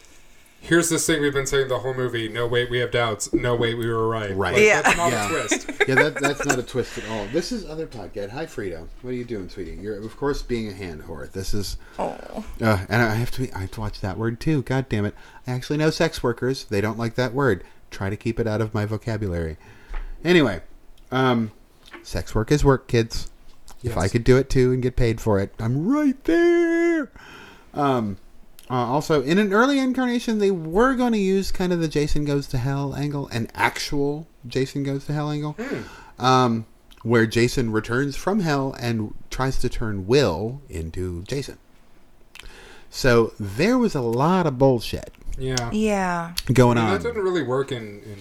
Speaker 1: here's this thing we've been saying the whole movie. No, wait, we have doubts. No, wait, we were right.
Speaker 2: Right.
Speaker 1: Like,
Speaker 3: Yeah.
Speaker 1: That's not
Speaker 2: Yeah.
Speaker 1: a twist.
Speaker 2: yeah, that, that's not a twist at all. This is other podcast. Hi, Frida. What are you doing, sweetie? You're of course being a hand whore. This is.
Speaker 3: Oh.
Speaker 2: Uh, and I have to. Be, I have to watch that word too. God damn it! I actually know sex workers. They don't like that word. Try to keep it out of my vocabulary. Anyway, um, sex work is work, kids. If I
Speaker 1: Yes.
Speaker 2: could do it too and get paid for it, I'm right there. Um, uh, also, in an early incarnation, they were going to use kind of the Jason goes to hell angle, an actual Jason goes to hell angle, um, where Jason returns from hell and tries to turn Will into Jason. So there was a lot of bullshit
Speaker 1: Yeah.
Speaker 3: Yeah.
Speaker 2: going
Speaker 1: And
Speaker 2: on.
Speaker 1: that didn't really work in, in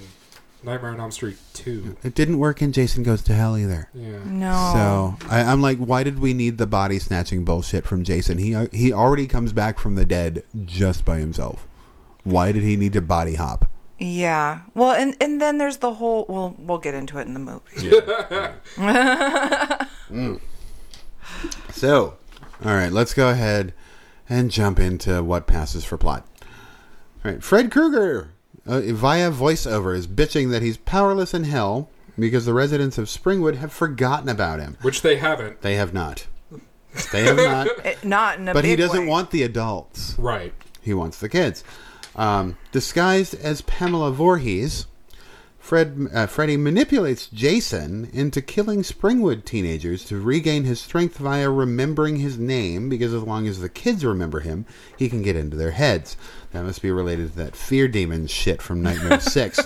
Speaker 1: Nightmare on Elm Street 2.
Speaker 2: It didn't work in Jason Goes to Hell either.
Speaker 1: Yeah.
Speaker 3: No.
Speaker 2: So I, I'm like, why did we need the body snatching bullshit from Jason? He uh, he already comes back from the dead just by himself. Why did he need to body hop?
Speaker 3: Yeah. Well, and and then there's the whole well, we'll get into it in the movie.
Speaker 2: So, all right, let's go ahead and jump into what passes for plot. All right, Fred Krueger uh, via voiceover is bitching that he's powerless in hell because the residents of Springwood have forgotten about him.
Speaker 1: Which they haven't.
Speaker 2: They have not. They have not.
Speaker 3: It- not in a
Speaker 2: But he
Speaker 3: big
Speaker 2: doesn't
Speaker 3: way.
Speaker 2: want the adults.
Speaker 1: Right.
Speaker 2: He wants the kids. Um, disguised as Pamela Voorhees, Fred uh, Freddy manipulates Jason into killing Springwood teenagers to regain his strength via remembering his name. Because as long as the kids remember him, he can get into their heads. That must be related to that fear demon shit from Nightmare Six,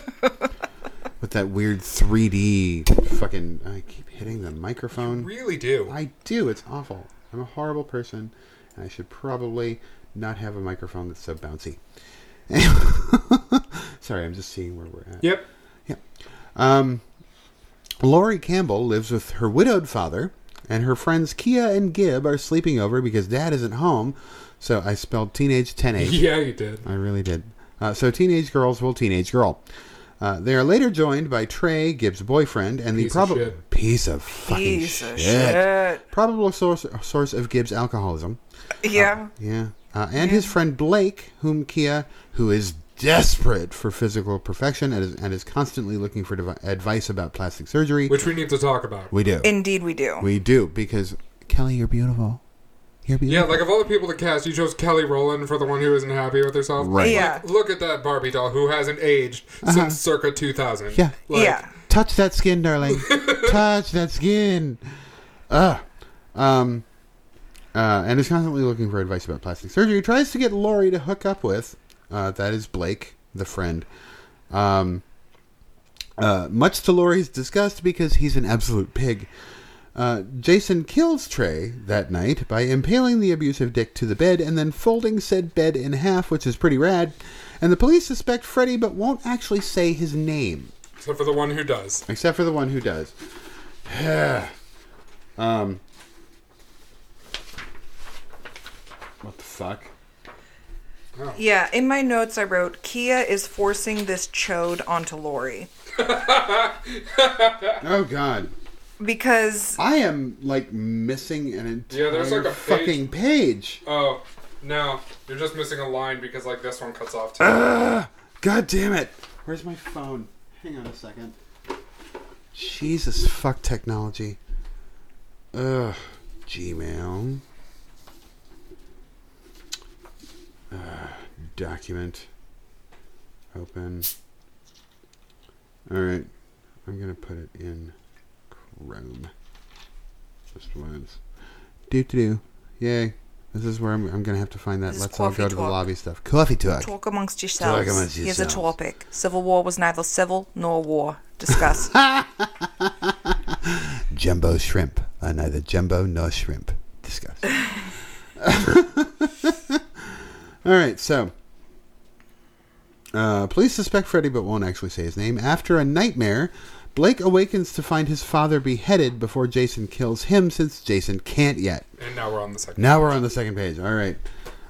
Speaker 2: with that weird 3D fucking. I keep hitting the microphone.
Speaker 1: Really do.
Speaker 2: I do. It's awful. I'm a horrible person, and I should probably not have a microphone that's so bouncy. Sorry, I'm just seeing where we're at.
Speaker 1: Yep.
Speaker 2: Um, Lori Campbell lives with her widowed father, and her friends Kia and Gib are sleeping over because dad isn't home. So I spelled teenage 10
Speaker 1: Yeah, you did.
Speaker 2: I really did. Uh, so teenage girls will teenage girl. Uh, they are later joined by Trey, Gibbs' boyfriend, and the
Speaker 1: Piece of
Speaker 2: probable
Speaker 1: shit.
Speaker 2: piece of fucking
Speaker 3: Piece of shit.
Speaker 2: probable source source of Gibbs' alcoholism.
Speaker 3: Yeah.
Speaker 2: Yeah, uh, and his friend Blake, whom Kia, who is desperate for physical perfection and is, and is constantly looking for devi- advice about plastic surgery.
Speaker 1: Which we need to talk about.
Speaker 2: we do,
Speaker 3: Indeed, we do.
Speaker 2: we do, because Kelly, you're beautiful.
Speaker 1: Yeah,
Speaker 2: You're beautiful.
Speaker 1: like of all the people to cast, you chose Kelly Rowland for the one who isn't happy with herself.
Speaker 2: Right. Uh-huh.
Speaker 3: Yeah.
Speaker 1: Look at that Barbie doll who hasn't aged since circa 2000.
Speaker 2: Yeah.
Speaker 1: Like,
Speaker 3: yeah.
Speaker 2: Touch that skin, darling. Touch that skin. Ugh. Um, uh, and is constantly looking for advice about plastic surgery. He tries to get Lori to hook up with. Uh, that is Blake, the friend. Um, uh, much to Lori's disgust because he's an absolute pig. Uh, Jason kills Trey that night by impaling the abusive dick to the bed and then folding said bed in half, which is pretty rad. And the police suspect Freddy but won't actually say his name
Speaker 1: Except for the one who does.
Speaker 2: except for the one who does. um, what the fuck?
Speaker 3: Yeah, in my notes I wrote Kia is forcing this chode onto Lori
Speaker 2: Oh god,
Speaker 3: because
Speaker 2: I am like missing an entire
Speaker 1: Yeah, there's, like, a page.
Speaker 2: fucking page.
Speaker 1: Oh, no. You're just missing a line because, like, this one cuts off too.
Speaker 2: Uh. God damn Ah, it! Where's my phone? Hang on a second. Jesus fuck technology. Ugh, Gmail. Uh, document. Open. All right, I'm gonna put it in Rome. Just words. Do to do. Yay. This is where I'm, I'm going to have to find that.
Speaker 3: This is
Speaker 2: Let's all go
Speaker 3: coffee
Speaker 2: to the
Speaker 3: talk.
Speaker 2: lobby stuff. Coffee talk.
Speaker 3: Talk amongst yourselves.
Speaker 2: amongst
Speaker 3: Here's a
Speaker 2: yourselves.
Speaker 3: topic. Civil war was neither civil nor war. Discuss.
Speaker 2: Jumbo shrimp. I neither jumbo nor shrimp. Discuss. All right, so. Uh, police suspect Freddy but won't actually say his name. After a nightmare, Blake awakens to find his father beheaded before Jason kills him since Jason can't yet.
Speaker 1: And now we're on the second.
Speaker 2: Now we're on the second page. All right.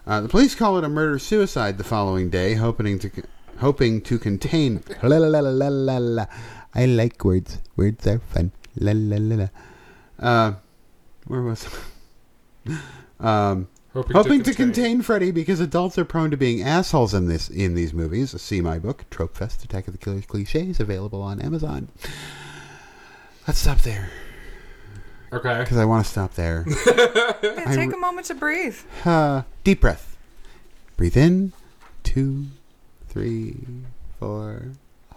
Speaker 2: Uh, the police call it a murder suicide the following day, hoping to hoping to contain. la, la, la, la, la, la. I like words. Words are fun. La la la la. Uh, where was? um,
Speaker 1: Hoping,
Speaker 2: hoping to contain Freddy because adults are prone to being assholes in this in these movies. See my book, Trope Fest: Attack of the Killers Cliches, available on Amazon. Let's stop there
Speaker 1: Okay.
Speaker 2: because I want to stop there.
Speaker 3: Yeah, take a moment to breathe.
Speaker 2: Uh, deep breath. Breathe in. Two, three, four.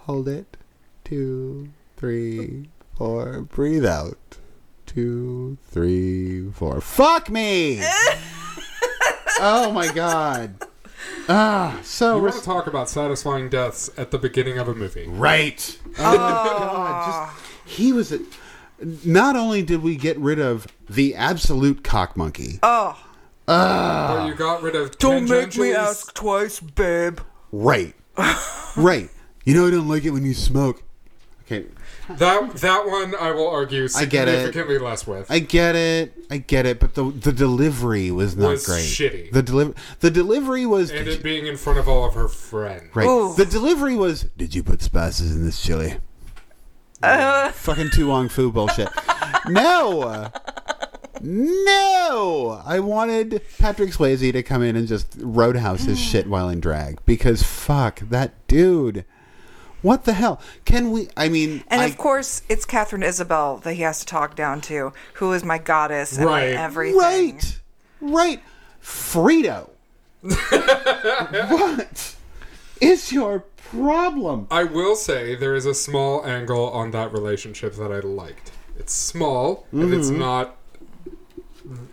Speaker 2: Hold it. Two, three, four. Breathe out. Two, three, four. Fuck me! oh my god. Ah, so
Speaker 1: You
Speaker 2: we're
Speaker 1: want to talk about satisfying deaths at the beginning of a movie?
Speaker 2: Right. Oh, God. Just, he was. A, not only did we get rid of the absolute cock monkey,
Speaker 3: Oh,
Speaker 1: Well, you got rid of
Speaker 3: Ah. don't make me
Speaker 1: tangentials.
Speaker 3: ask twice, babe.
Speaker 2: Right. right. You know I don't like it when you smoke. Okay.
Speaker 1: That that one I will argue
Speaker 2: I get it.
Speaker 1: significantly less with.
Speaker 2: I get it. I get it, but the the delivery was not
Speaker 1: Was
Speaker 2: great.
Speaker 1: shitty.
Speaker 2: The deliver the delivery was
Speaker 1: and
Speaker 2: did
Speaker 1: it
Speaker 2: you-
Speaker 1: being in front of all of her friends.
Speaker 2: right.
Speaker 3: Ooh.
Speaker 2: The delivery was did you put spices in this chili? Fucking too long foo bullshit. no. No, I wanted Patrick Swayze to come in and just roadhouse his shit while in drag because fuck that dude. What the hell? Can we? I mean,
Speaker 3: And
Speaker 2: I,
Speaker 3: of course, it's Catherine Isabel that he has to talk down to, who is my goddess and
Speaker 1: Right.
Speaker 3: my everything.
Speaker 2: Right, right. Frito. what is your problem?
Speaker 1: I will say there is a small angle on that relationship that I liked. It's small, and
Speaker 2: Mm-hmm.
Speaker 1: it's not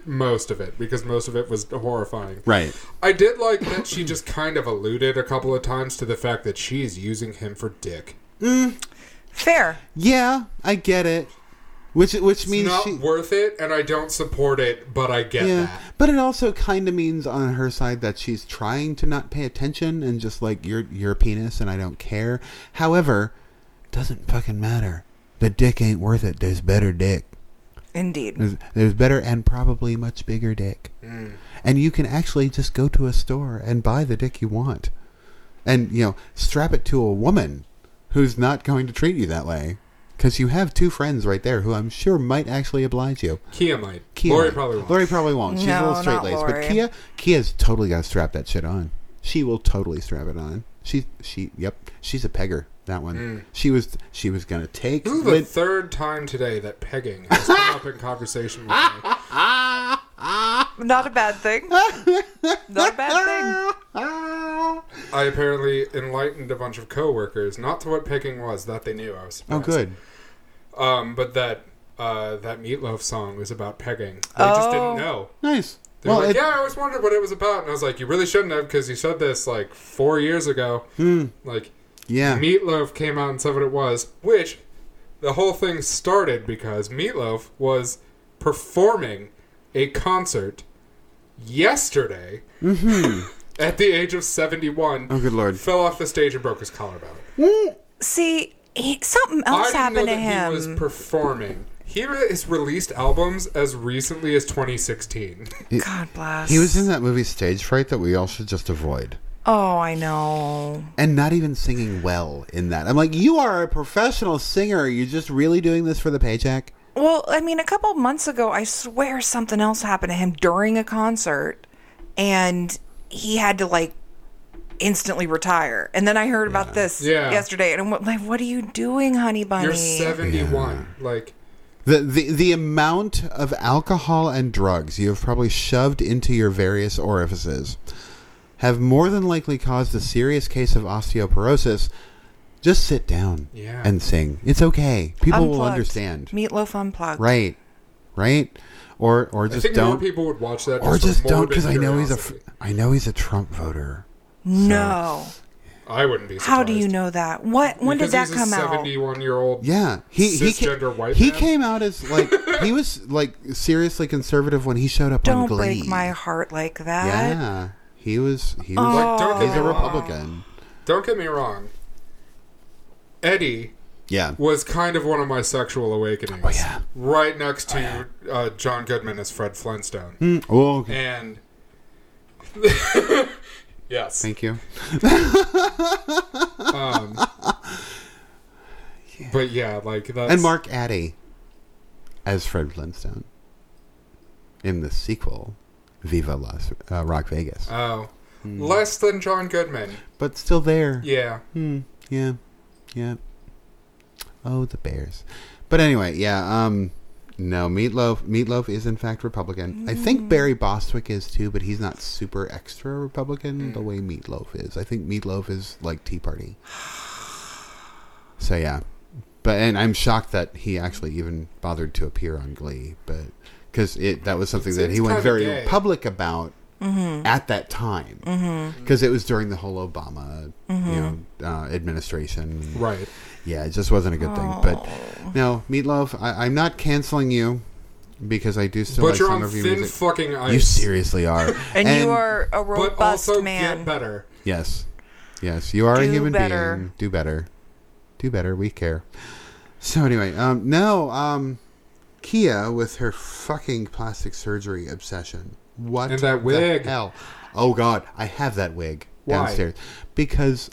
Speaker 1: most of it because most of it was horrifying.
Speaker 2: Right.
Speaker 1: I did like that she just kind of alluded a couple of times to the fact that she is using him for dick.
Speaker 3: Fair.
Speaker 2: Yeah, I get it. Which which
Speaker 1: It's
Speaker 2: means
Speaker 1: not
Speaker 2: she.
Speaker 1: worth it, and I don't support it, but I get
Speaker 2: Yeah,
Speaker 1: that.
Speaker 2: but it also kind of means on her side that she's trying to not pay attention and just like you're you're a penis and I don't care. However, doesn't fucking matter. The dick ain't worth it. There's better dick.
Speaker 3: Indeed.
Speaker 2: There's, there's better and probably much bigger dick. And you can actually just go to a store and buy the dick you want. And, you know, strap it to a woman who's not going to treat you that way. Because you have two friends right there who I'm sure might actually oblige you.
Speaker 1: Kia might.
Speaker 2: Kia.
Speaker 1: Lori
Speaker 2: might.
Speaker 1: probably won't.
Speaker 2: Lori probably won't. She's a
Speaker 3: No,
Speaker 2: little
Speaker 3: not
Speaker 2: straight laced. But
Speaker 3: Lori.
Speaker 2: Kia, Kia's totally got to strap that shit on. She will totally strap it on. She, she, yep, she's a pegger. That one. She was, she was gonna take.
Speaker 1: This is the
Speaker 2: Lin-
Speaker 1: third time today that pegging has come up in conversation with me.
Speaker 3: Not a bad thing. Not a bad thing.
Speaker 1: I apparently enlightened a bunch of coworkers, not to what pegging was, that they knew. I was
Speaker 2: Oh,
Speaker 1: surprised.
Speaker 2: good.
Speaker 1: Um, but that uh, that Meatloaf song was about pegging. They just didn't
Speaker 3: Oh.
Speaker 1: know.
Speaker 2: Nice.
Speaker 1: They were like, yeah, I always wondered what it was about, and I was like, you really shouldn't have because you said this like four years ago.
Speaker 2: Hmm.
Speaker 1: Like
Speaker 2: yeah.
Speaker 1: Meatloaf came out and said what it was, which the whole thing started because Meatloaf was performing a concert yesterday at the age of seventy-one.
Speaker 2: Mm-hmm. Oh, good lord.
Speaker 1: Fell off the stage and broke his collarbone.
Speaker 3: See, he, something else
Speaker 1: I didn't
Speaker 3: happened
Speaker 1: know
Speaker 3: to
Speaker 1: that he was
Speaker 3: him.
Speaker 1: performing. He re- has released albums as recently as 2016.
Speaker 3: God bless.
Speaker 2: He was in that movie Stage Fright that we all should just avoid.
Speaker 3: Oh, I know.
Speaker 2: And not even singing well in that. I'm like, you are a professional singer. Are you just really doing this for the paycheck?
Speaker 3: Well, I mean, a couple of months ago, I swear something else happened to him during a concert, and he had to like instantly retire. And then I heard about this
Speaker 1: Yeah.
Speaker 3: yesterday, and I'm like, "What are you doing, honey bunny?"
Speaker 1: You're 71. Like,
Speaker 2: The, the the amount of alcohol and drugs you have probably shoved into your various orifices have more than likely caused a serious case of osteoporosis Just sit down
Speaker 1: Yeah.
Speaker 2: and sing. It's okay. People will
Speaker 3: Unplugged.
Speaker 2: understand.
Speaker 3: Meatloaf unplugged.
Speaker 2: Right. Right? Or or
Speaker 1: I
Speaker 2: just
Speaker 1: think more
Speaker 2: don't
Speaker 1: people would watch that. for
Speaker 2: or just
Speaker 1: morbid
Speaker 2: don't because I know he's a fr-
Speaker 1: curiosity.
Speaker 2: I know he's a Trump voter.
Speaker 3: No.
Speaker 1: I wouldn't be. Surprised.
Speaker 3: How do you know that? What? When
Speaker 1: Because
Speaker 3: did that
Speaker 1: he's a
Speaker 3: come out?
Speaker 1: Seventy-one year old.
Speaker 2: Yeah, he he ca-
Speaker 1: Cisgender white
Speaker 2: he
Speaker 1: man?
Speaker 2: came out as like he was like seriously conservative when he showed up on
Speaker 3: Don't
Speaker 2: Glee.
Speaker 3: break my heart like that.
Speaker 2: Yeah, he was he was
Speaker 3: Oh.
Speaker 1: Like, don't get
Speaker 2: he's
Speaker 1: me
Speaker 2: a
Speaker 1: wrong.
Speaker 2: Republican.
Speaker 1: Don't get me wrong. Eddie
Speaker 2: Yeah,
Speaker 1: was kind of one of my sexual awakenings.
Speaker 2: Oh, yeah. Oh,
Speaker 1: Right next to uh, John Goodman as Fred Flintstone.
Speaker 2: Mm, oh, okay.
Speaker 1: And yes,
Speaker 2: Thank you.
Speaker 1: but yeah, like that's
Speaker 2: And Mark Addy as Fred Flintstone in the sequel, Viva Las uh, Rock Vegas,
Speaker 1: Oh,
Speaker 2: Hmm.
Speaker 1: less than John Goodman.
Speaker 2: but still there.
Speaker 1: Yeah.
Speaker 2: Hmm. Yeah. Yeah. Oh, the Bears. But anyway, yeah. Um, no, Meatloaf. Meatloaf is in fact Republican. I think Barry Bostwick is too, but he's not super extra Republican the way Meatloaf is. I think Meatloaf is like Tea Party. So yeah, but and I'm shocked that he actually even bothered to appear on Glee, but because it that was something that he
Speaker 1: seems
Speaker 2: went
Speaker 1: kinda
Speaker 2: very
Speaker 1: gay.
Speaker 2: public about at that time because it was during the whole Obama you know uh, administration.
Speaker 1: Right.
Speaker 2: Yeah, it just wasn't a good thing.
Speaker 3: Oh.
Speaker 2: But no, Meatloaf, I, I'm not canceling you because I do still
Speaker 1: but
Speaker 2: like
Speaker 1: you're
Speaker 2: some
Speaker 1: on
Speaker 2: of your
Speaker 1: thin
Speaker 2: music.
Speaker 1: fucking ice.
Speaker 2: you seriously are,
Speaker 3: And, you are a
Speaker 1: but
Speaker 3: robust
Speaker 1: also get
Speaker 3: man.
Speaker 1: better.
Speaker 2: Yes. Yes, you are a
Speaker 3: Do
Speaker 2: human
Speaker 3: better.
Speaker 2: being. Do better. Do better. We care. So anyway, um no, um Kia with her fucking plastic surgery obsession. What
Speaker 1: And that
Speaker 2: the
Speaker 1: wig.
Speaker 2: hell? Oh god, I have that wig
Speaker 1: Why?
Speaker 2: downstairs because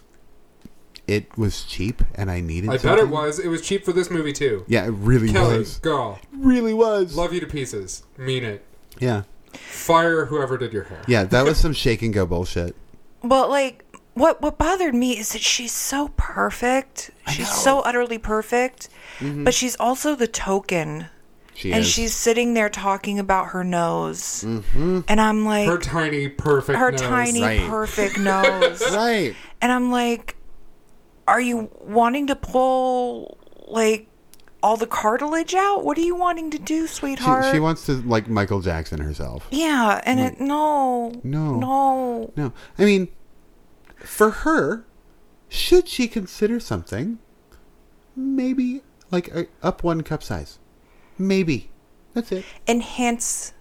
Speaker 2: it was cheap and I needed
Speaker 1: I bet it
Speaker 2: something.
Speaker 1: was. It was cheap for this movie too.
Speaker 2: Yeah, it really
Speaker 1: Kelly,
Speaker 2: was.
Speaker 1: girl,
Speaker 2: Really was.
Speaker 1: love you to pieces. Mean it.
Speaker 2: yeah.
Speaker 1: Fire whoever did your hair.
Speaker 2: Yeah, that was some shake and go bullshit.
Speaker 3: But like, what what bothered me is that she's so perfect. She's so utterly perfect, but she's also the token.
Speaker 2: She
Speaker 3: and
Speaker 2: is.
Speaker 3: she's sitting there talking about her nose, and I'm like,
Speaker 1: Her
Speaker 3: her,
Speaker 1: tiny, perfect. nose.
Speaker 3: tiny,
Speaker 2: Right.
Speaker 3: perfect nose,
Speaker 2: right.
Speaker 3: and I'm like, are you wanting to pull like all the cartilage out? What are you wanting to do, sweetheart?
Speaker 2: She, she wants to like Michael Jackson herself.
Speaker 3: yeah, and it no,
Speaker 2: No.
Speaker 3: no.
Speaker 2: No, I mean, for her, should she consider something? Maybe like a, up one cup size. Maybe that's it.
Speaker 3: enhance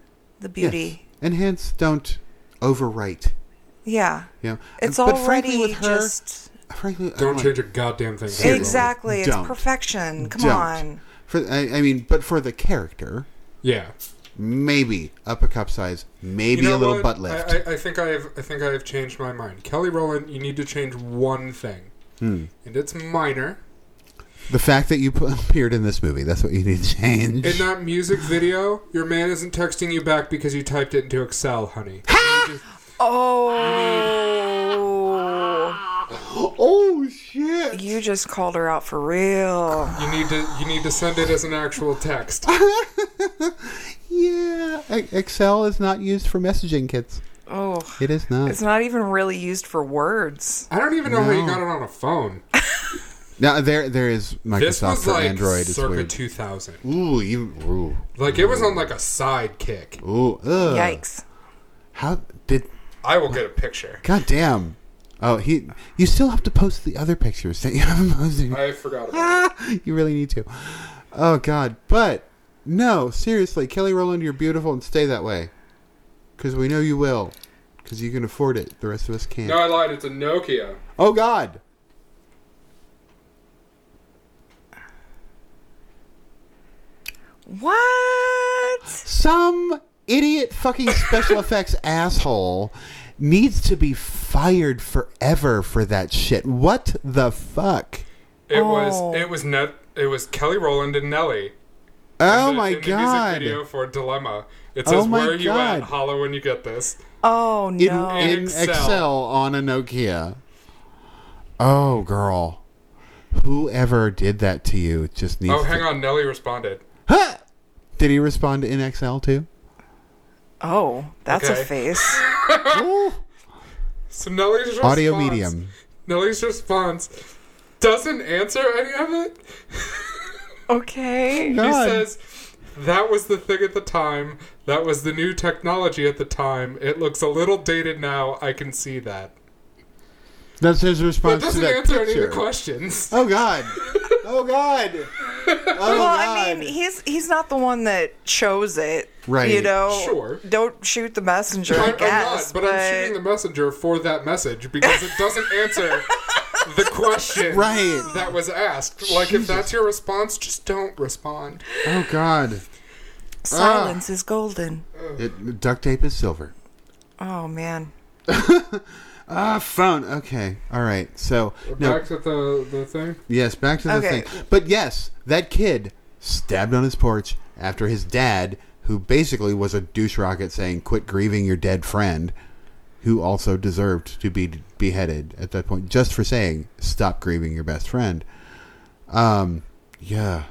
Speaker 3: the beauty.
Speaker 2: Yes. And hence, don't overwrite.
Speaker 3: Yeah.
Speaker 2: You know,
Speaker 3: It's
Speaker 2: but
Speaker 3: already
Speaker 2: frankly with her,
Speaker 3: just
Speaker 2: frankly, I'm
Speaker 1: Don't
Speaker 2: like,
Speaker 1: change a goddamn thing.
Speaker 2: Seriously.
Speaker 3: exactly. It's
Speaker 2: Don't.
Speaker 3: perfection. Come
Speaker 2: don't.
Speaker 3: on.
Speaker 2: For I, I mean, but for the character,
Speaker 1: Yeah.
Speaker 2: maybe up a cup size, maybe
Speaker 1: You know
Speaker 2: a little
Speaker 1: what?
Speaker 2: butt lift.
Speaker 1: I, I, I think I have. I think I have changed my mind. Kelly Rowland, you need to change one thing,
Speaker 2: Hmm.
Speaker 1: and it's minor.
Speaker 2: the fact that you put, appeared in this movie—that's what you need to change.
Speaker 1: In that music video, your man isn't texting you back because you typed it into Excel, honey.
Speaker 3: Oh.
Speaker 2: oh shit!
Speaker 3: You just called her out for real.
Speaker 1: You need to. You need to send it as an actual text.
Speaker 2: Yeah, E- Excel is not used for messaging kits.
Speaker 3: Oh.
Speaker 2: It is not.
Speaker 3: It's not even really used for words.
Speaker 1: I don't even know how you
Speaker 2: No.
Speaker 1: got it on a phone.
Speaker 2: now there, there is
Speaker 1: This
Speaker 2: Microsoft
Speaker 1: was
Speaker 2: for
Speaker 1: like
Speaker 2: Android. It's
Speaker 1: circa
Speaker 2: weird.
Speaker 1: 2000.
Speaker 2: Ooh, you, ooh,
Speaker 1: Like it was on like a sidekick.
Speaker 2: ooh, ugh.
Speaker 3: Yikes.
Speaker 2: How did?
Speaker 1: I will get a picture.
Speaker 2: God damn! Oh, he. You still have to post the other pictures that you haven't posted.
Speaker 1: I forgot about it.
Speaker 2: you really need to. Oh God, but no, seriously, Kelly Rowland, you're beautiful and stay that way, because we know you will, because you can afford it. The rest of us
Speaker 3: Ah.
Speaker 2: can't.
Speaker 1: No, I lied. It's a Nokia.
Speaker 2: Oh God.
Speaker 3: What?
Speaker 2: some idiot fucking special effects asshole needs to be fired forever for that shit. What the fuck?
Speaker 1: It
Speaker 3: Oh.
Speaker 1: was. It was net. It was Kelly Rowland and Nelly.
Speaker 2: Oh
Speaker 1: The-
Speaker 2: my
Speaker 1: in The music
Speaker 2: god.
Speaker 1: video for Dilemma. It
Speaker 2: Oh
Speaker 1: says,
Speaker 2: my
Speaker 1: "Where are you
Speaker 2: God.
Speaker 1: at? Holla when you get this."
Speaker 3: Oh
Speaker 2: In,
Speaker 3: no.
Speaker 2: in Excel.
Speaker 1: Excel.
Speaker 2: on a Nokia. Oh girl. Whoever did that to you just needs
Speaker 1: Oh, hang
Speaker 2: to-
Speaker 1: on. Nelly responded.
Speaker 2: Huh! Did he respond to NXL too?
Speaker 3: oh, that's
Speaker 1: Okay.
Speaker 3: a face.
Speaker 2: Ooh.
Speaker 1: So Nelly's Ah! response,
Speaker 2: Oh, Audio medium.
Speaker 1: Nelly's response. doesn't answer any of it.
Speaker 3: Okay.
Speaker 1: He
Speaker 2: God.
Speaker 1: says, that was the thing at the time. That was the new technology at the time. It looks a little dated now. I can see that.
Speaker 2: That's his response
Speaker 1: That doesn't
Speaker 2: to that
Speaker 1: answer any
Speaker 2: picture.
Speaker 1: of the questions.
Speaker 2: Oh God! Oh God! Oh
Speaker 3: Well,
Speaker 2: God!
Speaker 3: I mean, he's he's not the one that chose it,
Speaker 2: Right.
Speaker 3: You know,
Speaker 1: Sure.
Speaker 3: Don't shoot the messenger,
Speaker 1: I,
Speaker 3: I,
Speaker 1: am not,
Speaker 3: guess.
Speaker 1: but,
Speaker 3: but
Speaker 1: I'm shooting the messenger for that message because it doesn't answer the question
Speaker 2: Right.
Speaker 1: that was asked. Like, if that's your response, just don't respond.
Speaker 2: oh God!
Speaker 3: silence is golden.
Speaker 2: It, duct tape is silver.
Speaker 3: Oh man.
Speaker 2: Ah, phone. Okay. All right. So no.
Speaker 1: Back to the, the thing.
Speaker 2: Yes. Back to the
Speaker 3: Okay.
Speaker 2: thing. But yes, that kid stabbed on his porch after his dad, who basically was a douche rocket, saying, "Quit grieving your dead friend." Who also deserved to be beheaded at that point, just for saying "stop grieving your best friend." Um, yeah,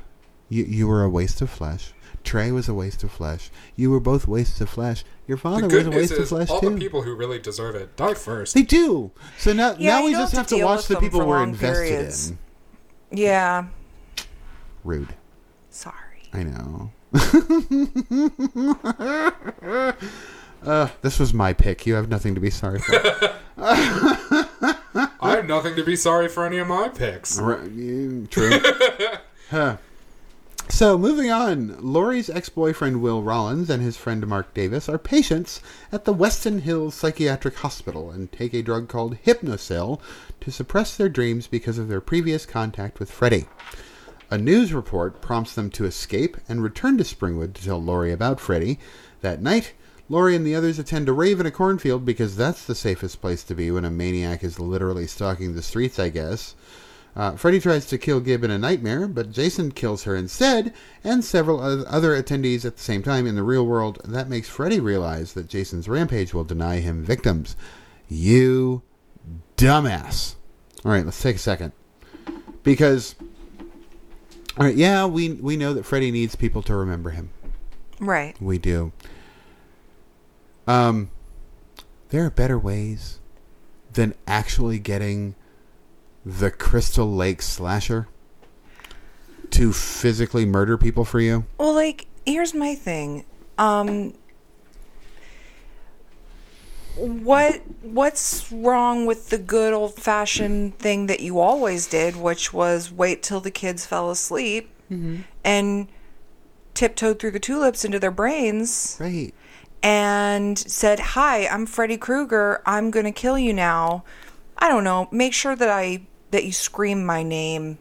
Speaker 2: you you were a waste of flesh. Trey was a waste of flesh. You were both wastes of flesh. Your father
Speaker 1: The
Speaker 2: was
Speaker 1: good
Speaker 2: a
Speaker 1: news
Speaker 2: waste of
Speaker 1: is
Speaker 2: flesh
Speaker 1: all
Speaker 2: too.
Speaker 1: the people who really deserve it die first.
Speaker 2: They do. So now,
Speaker 3: Yeah,
Speaker 2: now
Speaker 3: you
Speaker 2: we
Speaker 3: don't
Speaker 2: just
Speaker 3: have
Speaker 2: have
Speaker 3: to
Speaker 2: to
Speaker 3: deal
Speaker 2: watch
Speaker 3: with
Speaker 2: the
Speaker 3: them
Speaker 2: people
Speaker 3: for
Speaker 2: we're
Speaker 3: long
Speaker 2: invested
Speaker 3: periods.
Speaker 2: in.
Speaker 3: Yeah.
Speaker 2: Rude.
Speaker 3: Sorry.
Speaker 2: I know. uh, this was my pick. You have nothing to be sorry for.
Speaker 1: I have nothing to be sorry for any of my picks.
Speaker 2: Right, you- True. Huh. So, moving on, Lori's ex boyfriend Will Rollins and his friend Mark Davis are patients at the Weston Hills Psychiatric Hospital and take a drug called Hypnocell to suppress their dreams because of their previous contact with Freddy. A news report prompts them to escape and return to Springwood to tell Lori about Freddy. That night, Lori and the others attend a rave in a cornfield because that's the safest place to be when a maniac is literally stalking the streets, I guess. Uh, Freddy tries to kill Gib in a nightmare, but Jason kills her instead, and several oth- other attendees at the same time in the real world. That makes Freddy realize that Jason's rampage will deny him victims. You dumbass. All right, let's take a second. Because all right, yeah, we we know that Freddy needs people to remember him.
Speaker 3: Right.
Speaker 2: We do. Um, there are better ways than actually getting the Crystal Lake slasher to physically murder people for you.
Speaker 3: Well, like here's my thing. Um what what's wrong with the good old fashioned thing that you always did, which was wait till the kids fell asleep
Speaker 2: Mm-hmm.
Speaker 3: and tiptoed through the tulips into their brains
Speaker 2: Right.
Speaker 3: and said, "Hi, I'm Freddy Krueger. I'm going to kill you now." I don't know. Make sure that I that you scream my name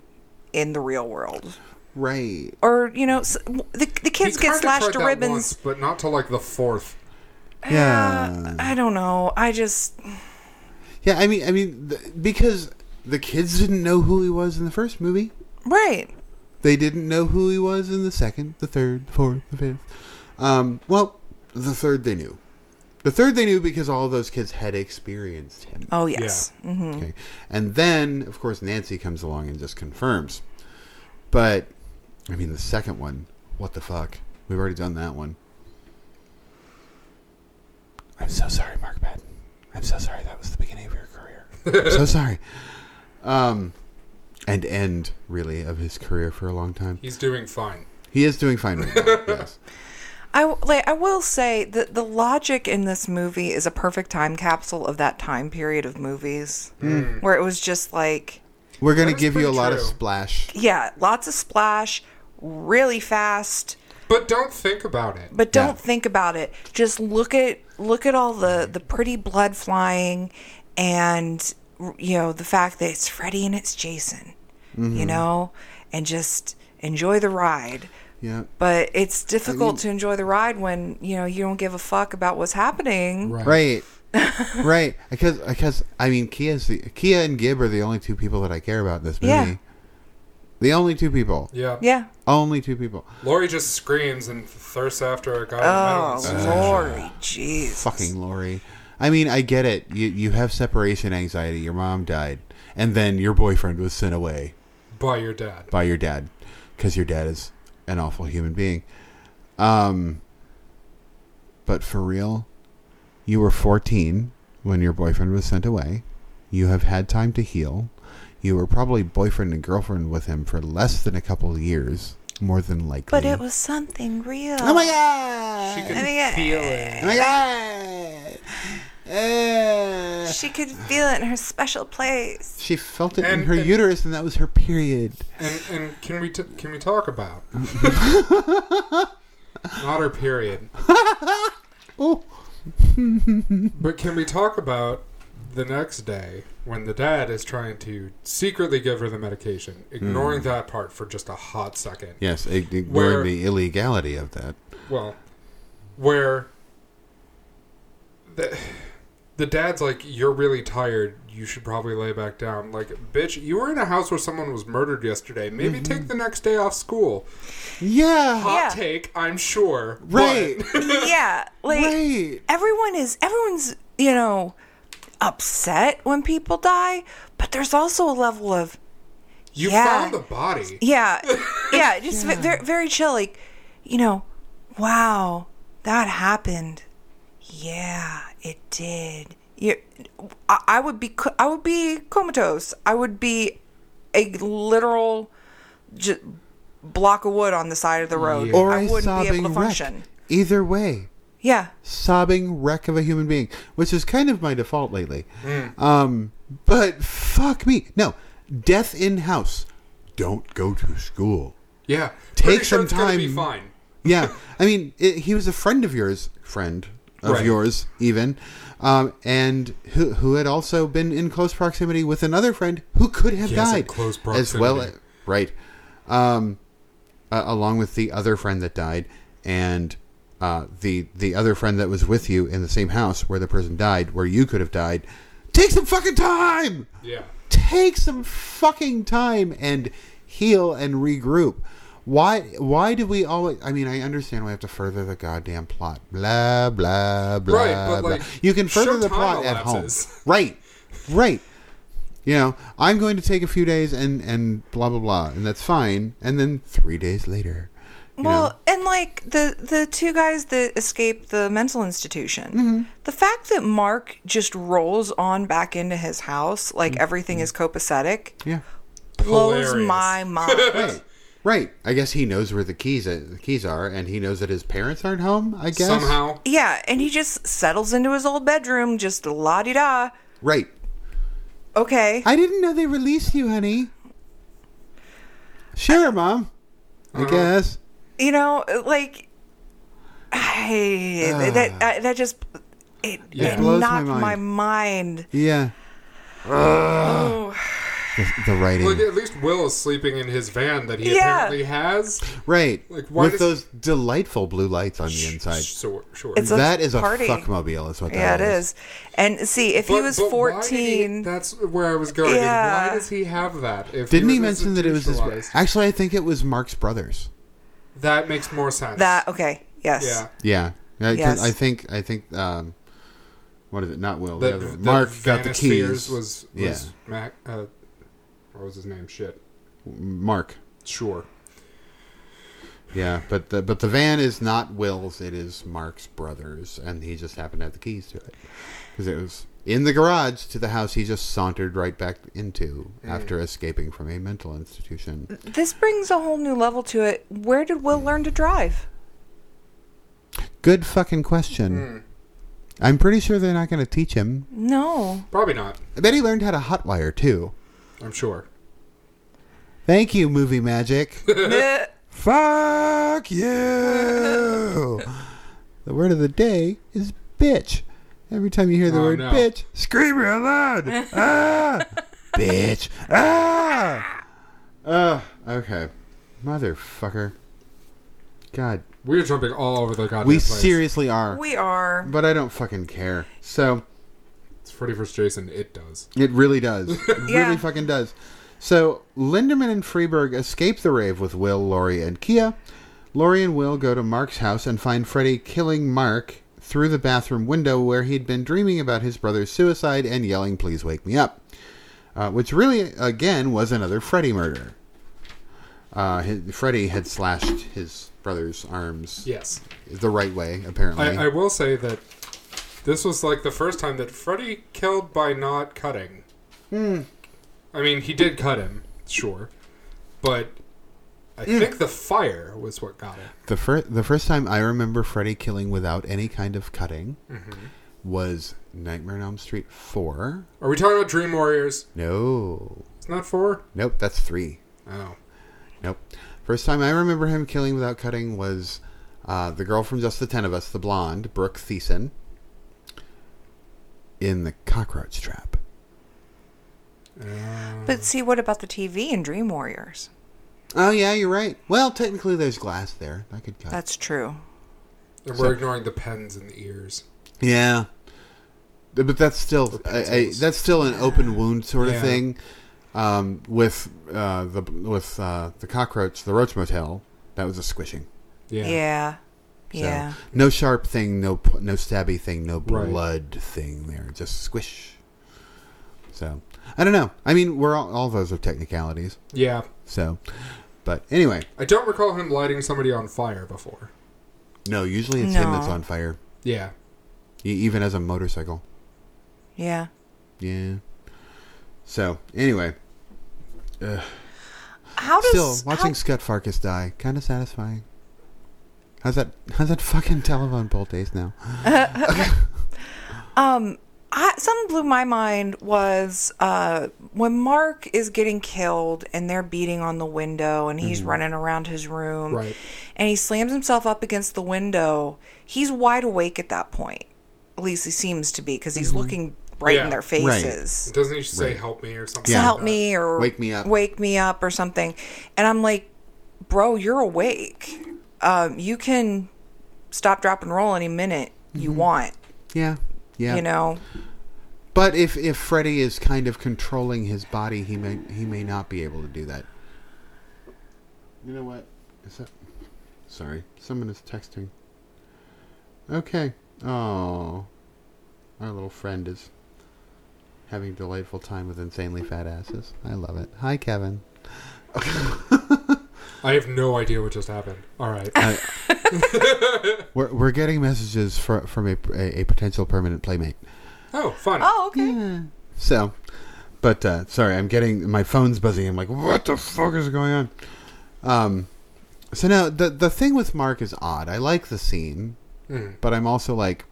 Speaker 3: in the real world.
Speaker 2: Right.
Speaker 3: Or, you know, s- the, the kids
Speaker 1: He
Speaker 3: get
Speaker 1: kinda
Speaker 3: slashed
Speaker 1: tried
Speaker 3: to
Speaker 1: that
Speaker 3: ribbons. Uh,
Speaker 1: once, but not till like the fourth.
Speaker 2: Yeah.
Speaker 3: I don't know. I just
Speaker 2: Yeah, I mean I mean th- because the kids didn't know who he was in the first movie.
Speaker 3: right.
Speaker 2: They didn't know who he was in the second, the third, the fourth, the fifth. Um, well, the third they knew. The third they knew because all those kids had experienced him.
Speaker 3: Oh yes. Mm.
Speaker 1: Mm-hmm.
Speaker 2: Okay. And then, of course, Nancy comes along and just confirms. But, I mean, the second one, what the fuck? We've already done that one. I'm so sorry, Mark Patton. I'm so sorry. That was the beginning of your career. I'm so sorry. Um, and end, really, of his career for a long time.
Speaker 1: He's doing fine.
Speaker 2: He is doing fine right now. yes.
Speaker 3: I w- like. I will say that the logic in this movie is a perfect time capsule of that time period of movies, where it was just like,
Speaker 2: We're going to
Speaker 1: That's
Speaker 2: give you a
Speaker 1: pretty
Speaker 2: lot of
Speaker 1: true.
Speaker 2: splash.
Speaker 3: yeah, lots of splash, really fast,
Speaker 1: But don't think about it.
Speaker 3: but don't
Speaker 2: Yeah.
Speaker 3: think about it. Just look at look at all the the pretty blood flying, and you know the fact that it's Freddy and it's Jason,
Speaker 2: Mm-hmm.
Speaker 3: you know, and just enjoy the ride.
Speaker 2: Yeah.
Speaker 3: But it's difficult to enjoy the ride when you know you don't give a fuck about what's happening.
Speaker 2: Right. right. Because because I mean Kia's the Kia and Gib are the only two people that I care about in this movie.
Speaker 3: Yeah.
Speaker 2: The only two people.
Speaker 1: Yeah.
Speaker 3: Yeah.
Speaker 2: Only two people.
Speaker 1: Lori just screams and thirsts after a guy.
Speaker 3: Oh,
Speaker 1: with medals.
Speaker 3: Lori, jeez.
Speaker 2: Fucking Lori. I mean, I get it. You you have separation anxiety. Your mom died, and then your boyfriend was sent away
Speaker 1: by your dad.
Speaker 2: by your dad because your dad is an awful human being. Um. But for real, you were 14 when your boyfriend was sent away. You have had time to heal. You were probably boyfriend and girlfriend with him for less than a couple of years, more than likely.
Speaker 3: But it was something real.
Speaker 2: Oh my god!
Speaker 4: She could
Speaker 3: Uh, I mean,
Speaker 4: feel it.
Speaker 2: oh my god! Eh.
Speaker 3: She could feel it in her special place.
Speaker 2: She felt it in
Speaker 1: And-
Speaker 2: her
Speaker 1: and-
Speaker 2: uterus, and that was her period.
Speaker 1: And and can we t- can we talk about not her period,
Speaker 2: Oh,
Speaker 1: but can we talk about the next day when the dad is trying to secretly give her the medication, ignoring that part for just a hot second?
Speaker 2: yes, ig-
Speaker 1: Where-
Speaker 2: ignoring the illegality of that.
Speaker 1: Well, where the the dad's like, "You're really tired. You should probably lay back down." Like, bitch, you were in a house where someone was murdered yesterday. Maybe take the next day off school.
Speaker 2: Yeah,
Speaker 1: Hot
Speaker 3: Yeah.
Speaker 1: take, I'm sure. but-
Speaker 2: right,
Speaker 3: yeah, like
Speaker 2: right.
Speaker 3: everyone is everyone's you know upset when people die, but there's also a level of
Speaker 1: You
Speaker 3: Yeah.
Speaker 1: found the body.
Speaker 3: yeah, yeah, just ve- Very, very chill. Like you know, wow, that happened. Yeah, it did. You, I, I would be co- I would be comatose. I would be a literal j- block of wood on the side of the road.
Speaker 1: Yeah.
Speaker 2: Or
Speaker 3: I
Speaker 2: a
Speaker 3: wouldn't be
Speaker 2: sobbing
Speaker 3: able to function.
Speaker 2: wreck. Either way,
Speaker 3: Yeah.
Speaker 2: sobbing wreck of a human being, which is kind of my default lately.
Speaker 3: Hmm.
Speaker 2: Um, but fuck me, no, death in house. Don't go to school.
Speaker 1: Yeah.
Speaker 2: Take
Speaker 1: Pretty sure
Speaker 2: some
Speaker 1: it's gonna Be
Speaker 2: time.
Speaker 1: fine.
Speaker 2: Yeah, I mean, it, he was a friend of yours, friend of
Speaker 1: Right.
Speaker 2: yours, even, um, and who who had also been in close proximity with another friend who could have
Speaker 1: Yes, in
Speaker 2: died
Speaker 1: close
Speaker 2: as well,
Speaker 1: proximity.
Speaker 2: a- right? Um, uh, along with the other friend that died, and uh, the the other friend that was with you in the same house where the person died, where you could have died. Take some fucking time
Speaker 1: Yeah.
Speaker 2: take some fucking time and heal and regroup. Why why do we always I mean I understand we have to further the goddamn plot. Blah blah blah.
Speaker 1: Right, but,
Speaker 2: blah.
Speaker 1: like,
Speaker 2: you can further
Speaker 1: show
Speaker 2: the
Speaker 1: time
Speaker 2: plot at home.
Speaker 1: elapses.
Speaker 2: Right. Right. You know, I'm going to take a few days and and blah blah blah and that's fine and then 3 days later. you know,
Speaker 3: Well, and like the the two guys that escaped the mental institution,
Speaker 2: Mm-hmm.
Speaker 3: the fact that Mark just rolls on back into his house like
Speaker 2: Mm-hmm.
Speaker 3: everything is copacetic
Speaker 2: yeah.
Speaker 3: blows
Speaker 1: Hilarious.
Speaker 3: my mind.
Speaker 2: Right. Right. I guess he knows where the keys the keys are and he knows that his parents aren't home, I guess.
Speaker 1: Somehow.
Speaker 3: yeah, and he just settles into his old bedroom, just la di da.
Speaker 2: Right.
Speaker 3: Okay,
Speaker 2: I didn't know they released you, honey. Sure, mom.
Speaker 1: Uh-huh.
Speaker 2: I guess.
Speaker 3: you know, like I, that I, that just it, it
Speaker 2: Ah. blows my
Speaker 3: knocked
Speaker 2: mind. Ah.
Speaker 3: my mind.
Speaker 2: Yeah.
Speaker 3: Oh,
Speaker 2: The, the writing.
Speaker 1: Look, at least Will is sleeping in his van that he
Speaker 3: Yeah.
Speaker 1: apparently has.
Speaker 2: right.
Speaker 1: like, why
Speaker 2: With
Speaker 1: does-
Speaker 2: those delightful blue lights on the inside.
Speaker 1: Sure, sure.
Speaker 3: It's a
Speaker 2: that is a
Speaker 3: party.
Speaker 2: fuckmobile, is what that
Speaker 3: yeah, it is. And see, if he
Speaker 1: But-
Speaker 3: was
Speaker 1: but why did he-
Speaker 3: fourteen.
Speaker 1: that's where I was going. is
Speaker 3: Yeah.
Speaker 1: Why does he have that? If
Speaker 2: Didn't he
Speaker 1: was
Speaker 2: mention that it was his.
Speaker 1: institutionalized?
Speaker 2: Actually, I think it was Mark's brothers.
Speaker 1: That makes more sense.
Speaker 3: That okay? Yes.
Speaker 1: Yeah.
Speaker 2: Yeah. I, 'cause
Speaker 3: Yes.
Speaker 2: I think. I think. Um, what is it? Not Will.
Speaker 1: The,
Speaker 2: the other one.
Speaker 1: the
Speaker 2: Mark got the
Speaker 1: Vanispheres
Speaker 2: keys.
Speaker 1: Was, was
Speaker 2: Yeah.
Speaker 1: Mac, uh, what was his name? Shit.
Speaker 2: Mark.
Speaker 1: Sure.
Speaker 2: Yeah, but the but the van is not Will's. It is Mark's brother's, and he just happened to have the keys to it because it was in the garage to the house he just sauntered right back into after escaping from a mental institution.
Speaker 3: This brings a whole new level to it. Where did Will learn to drive?
Speaker 2: Good fucking question. I'm pretty sure they're not going to teach him.
Speaker 3: No.
Speaker 1: Probably not.
Speaker 2: I bet he learned how to hotwire too.
Speaker 1: I'm sure.
Speaker 2: Thank you, movie magic.
Speaker 3: Eh,
Speaker 2: Fuck you! the word of the day is bitch. Every time you hear the
Speaker 1: Oh,
Speaker 2: word
Speaker 1: no.
Speaker 2: bitch, scream real loud! ah! Bitch! Ah! Uh, okay. Motherfucker. God.
Speaker 1: We're jumping all over the goddamn
Speaker 2: We
Speaker 1: place.
Speaker 2: seriously are.
Speaker 3: we are.
Speaker 2: But I don't fucking care. So,
Speaker 1: It's Freddy vs. Jason. It does.
Speaker 2: it really does. It
Speaker 3: Yeah.
Speaker 2: really fucking does. So, Linderman and Freeberg escape the rave with Will, Laurie, and Kia. Laurie and Will go to Mark's house and find Freddy killing Mark through the bathroom window where he'd been dreaming about his brother's suicide and yelling, Please wake me up. Uh, which really, again, was another Freddy murder. Uh, hi- Freddy had slashed his brother's arms
Speaker 1: Yes.
Speaker 2: the right way, apparently.
Speaker 1: I, I will say that this was like the first time that Freddy killed by not cutting. I mean, he did cut him, sure, but I think the fire was what got him.
Speaker 2: The first the first time I remember Freddy killing without any kind of cutting was Nightmare on Elm Street four.
Speaker 1: Are we talking about Dream Warriors?
Speaker 2: No,
Speaker 1: It's not four.
Speaker 2: nope, that's three.
Speaker 1: Oh,
Speaker 2: Nope. First time I remember him killing without cutting was uh, the girl from Just the Ten of Us, the blonde Brooke Thiessen, in the cockroach trap.
Speaker 1: Uh,
Speaker 3: But see, what about the TV and Dream Warriors?
Speaker 2: Oh yeah, you're right. Well, technically there's glass there. I could cut.
Speaker 3: That's true.
Speaker 1: and we're ignoring the pens and the ears.
Speaker 2: Yeah, Th- but that's still I, I,
Speaker 1: pencils.
Speaker 2: that's still an open wound sort of
Speaker 1: Yeah.
Speaker 2: thing. Um, with uh, the with uh, the cockroach, the roach motel, that was a squishing.
Speaker 1: Yeah.
Speaker 3: Yeah.
Speaker 2: So,
Speaker 3: Yeah.
Speaker 2: No sharp thing, no p- no stabby thing, no
Speaker 1: Right.
Speaker 2: blood thing. There, just squish. So I don't know. I mean, we're all, all those are technicalities.
Speaker 1: Yeah.
Speaker 2: So, but anyway,
Speaker 1: I don't recall him lighting somebody on fire before.
Speaker 2: no. Usually it's him that's
Speaker 3: No.
Speaker 2: on fire,
Speaker 1: Yeah.
Speaker 2: e- even as a motorcycle.
Speaker 3: Yeah.
Speaker 2: Yeah. So anyway.
Speaker 3: How does
Speaker 2: Still, watching
Speaker 3: how,
Speaker 2: Scott Farkas die, kind of satisfying. How's that? How's that fucking telephone pole taste now?
Speaker 3: I, something blew my mind was uh, when Mark is getting killed and they're beating on the window and
Speaker 2: Mm-hmm.
Speaker 3: he's running around his room
Speaker 1: Right.
Speaker 3: and he slams himself up against the window. He's wide awake at that point. At least he seems to be because he's looking right
Speaker 1: Yeah.
Speaker 3: in their
Speaker 2: Mm-hmm. Right.
Speaker 3: faces.
Speaker 1: Doesn't he say "help me" or something?
Speaker 3: to
Speaker 2: Yeah.
Speaker 1: like
Speaker 3: help
Speaker 1: that?
Speaker 3: me or
Speaker 2: Wake me up.
Speaker 3: wake me up or something and i'm like bro you're awake um, you can stop drop and roll any minute you want
Speaker 2: Yeah, Mm-hmm. yeah.
Speaker 3: you know
Speaker 2: But if if Freddy is kind of controlling his body, he may he may not be able to do that. You know what? Is that? Sorry, someone is texting. Okay. Oh, our little friend is having a delightful time with insanely fat asses. I love it. Hi, Kevin.
Speaker 1: I have no idea what just happened. All right.
Speaker 3: Uh,
Speaker 2: We're, we're getting messages fr from a, a, a potential permanent playmate.
Speaker 1: oh, fun.
Speaker 3: oh okay
Speaker 2: So, but uh, sorry, I'm getting my phone's buzzing. I'm like, what the fuck is going on? Um, so now the the thing with Mark is odd. I like the scene,
Speaker 1: Mm.
Speaker 2: but I'm also like,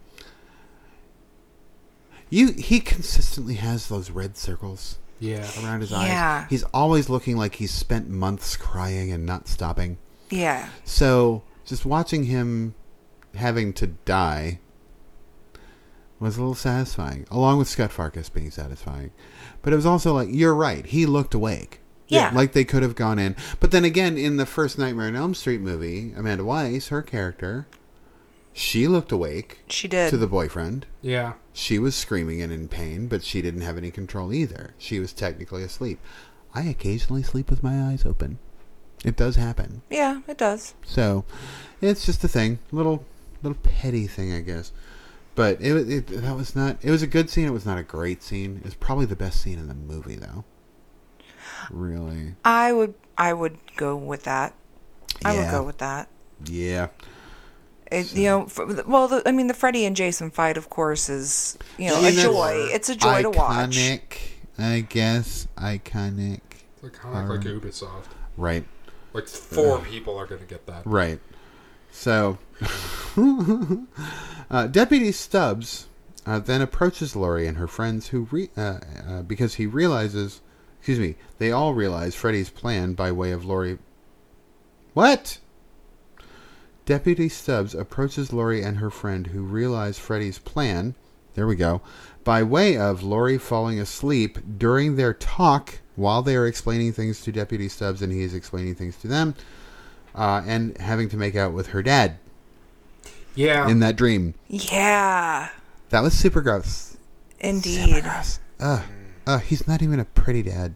Speaker 2: you. He consistently has those red circles
Speaker 1: Yeah.
Speaker 2: around his eyes.
Speaker 3: Yeah.
Speaker 2: He's always looking like he's spent months crying and not stopping.
Speaker 3: yeah
Speaker 2: So just watching him having to die was a little satisfying, along with Scott Farkas being satisfying. But it was also like, you're right, he looked awake.
Speaker 3: Yeah.
Speaker 2: Like they could have gone in. But then again, in the first Nightmare on Elm Street movie, Amanda Weiss, her character, she looked awake
Speaker 3: she did
Speaker 2: to the boyfriend.
Speaker 1: Yeah.
Speaker 2: She was screaming and in pain, but she didn't have any control either. She was technically asleep. I occasionally sleep with my eyes open. It does happen.
Speaker 3: yeah it does
Speaker 2: So it's just a thing, little little petty thing, I guess. But it, it that was not. It was a good scene. It was not a great scene. It was probably the best scene in the movie, though. Really?
Speaker 3: i would i would go with that i would
Speaker 2: Yeah.
Speaker 3: go with that
Speaker 2: Yeah.
Speaker 3: it, you know, f- well, the, I mean, the Freddy and Jason fight, of course, is you know
Speaker 2: I mean,
Speaker 3: a
Speaker 2: that's
Speaker 3: joy. It's a joy to watch.
Speaker 2: Iconic, I guess. Iconic.
Speaker 1: It's like, kind of like Ubisoft.
Speaker 2: Right.
Speaker 1: Like four people are gonna get that.
Speaker 2: Right. So, uh, Deputy Stubbs uh, then approaches Laurie and her friends, who re- uh, uh, because he realizes, excuse me, they all realize Freddy's plan by way of Laurie. What? Deputy Stubbs approaches Laurie and her friend, who realize Freddy's plan. There we go. By way of Laurie falling asleep during their talk while they are explaining things to Deputy Stubbs and he is explaining things to them uh, and having to make out with her dad
Speaker 1: Yeah.
Speaker 2: in that dream.
Speaker 3: Yeah,
Speaker 2: That was super gross.
Speaker 3: indeed.
Speaker 2: Ugh. Uh, he's not even a pretty dad.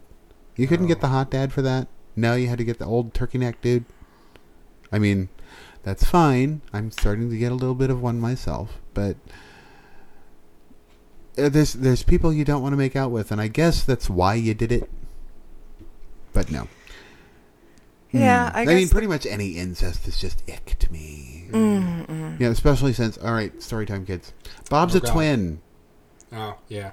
Speaker 2: You couldn't get the hot dad for that. No, you had to get the old turkey neck dude. I mean, that's fine. I'm starting to get a little bit of one myself, but uh, there's there's people you don't want to make out with, and I guess that's why you did it. But no, Hmm.
Speaker 3: Yeah, I,
Speaker 2: I,
Speaker 3: guess
Speaker 2: mean, pretty much any incest is just ick to me.
Speaker 3: Mm-hmm.
Speaker 2: Yeah, especially since all right, story time, kids. Bob's
Speaker 1: Oh,
Speaker 2: a
Speaker 1: God.
Speaker 2: twin.
Speaker 1: oh, yeah.